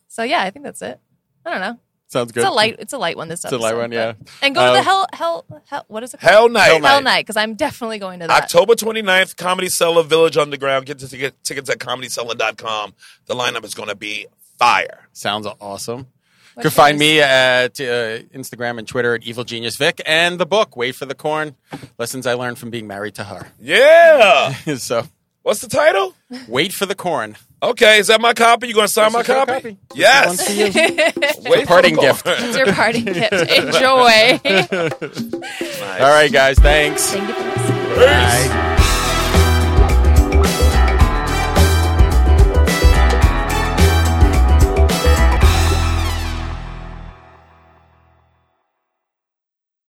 Speaker 1: So, yeah, I think that's it. I don't know.
Speaker 2: Sounds good.
Speaker 1: It's a light. It's a light one. This
Speaker 2: a
Speaker 1: episode.
Speaker 2: light one, yeah.
Speaker 1: but- And go to the
Speaker 2: Uh,
Speaker 1: hell, hell, hell. What is it? Called?
Speaker 3: Hell night.
Speaker 2: Hell
Speaker 1: Hell
Speaker 2: Night.
Speaker 1: night. Because I'm definitely going to that.
Speaker 3: October 29th, Comedy Cellar Village Underground. Get the ticket, tickets at comedycellar.com. The lineup is going to be fire.
Speaker 2: Sounds awesome. You
Speaker 1: What
Speaker 2: can find
Speaker 1: is-
Speaker 2: me at uh, Instagram and Twitter at Evil Genius Vic and the book Wait for the Corn: Lessons I Learned from Being Married to Her. (laughs)
Speaker 3: Yeah.
Speaker 2: so,
Speaker 3: What's the title?
Speaker 2: Wait for the Corn.
Speaker 3: Okay, is that my copy? You going to sign my
Speaker 2: This is your
Speaker 3: copy?
Speaker 2: copy. This
Speaker 3: Yes.
Speaker 2: One's for you.
Speaker 1: (laughs)
Speaker 3: Wait for
Speaker 2: parting
Speaker 3: the call. (laughs)
Speaker 2: gift.
Speaker 1: It's your party gift. Enjoy.
Speaker 2: All right, guys. Thanks.
Speaker 1: Thank you for listening.
Speaker 3: Peace.
Speaker 2: Bye.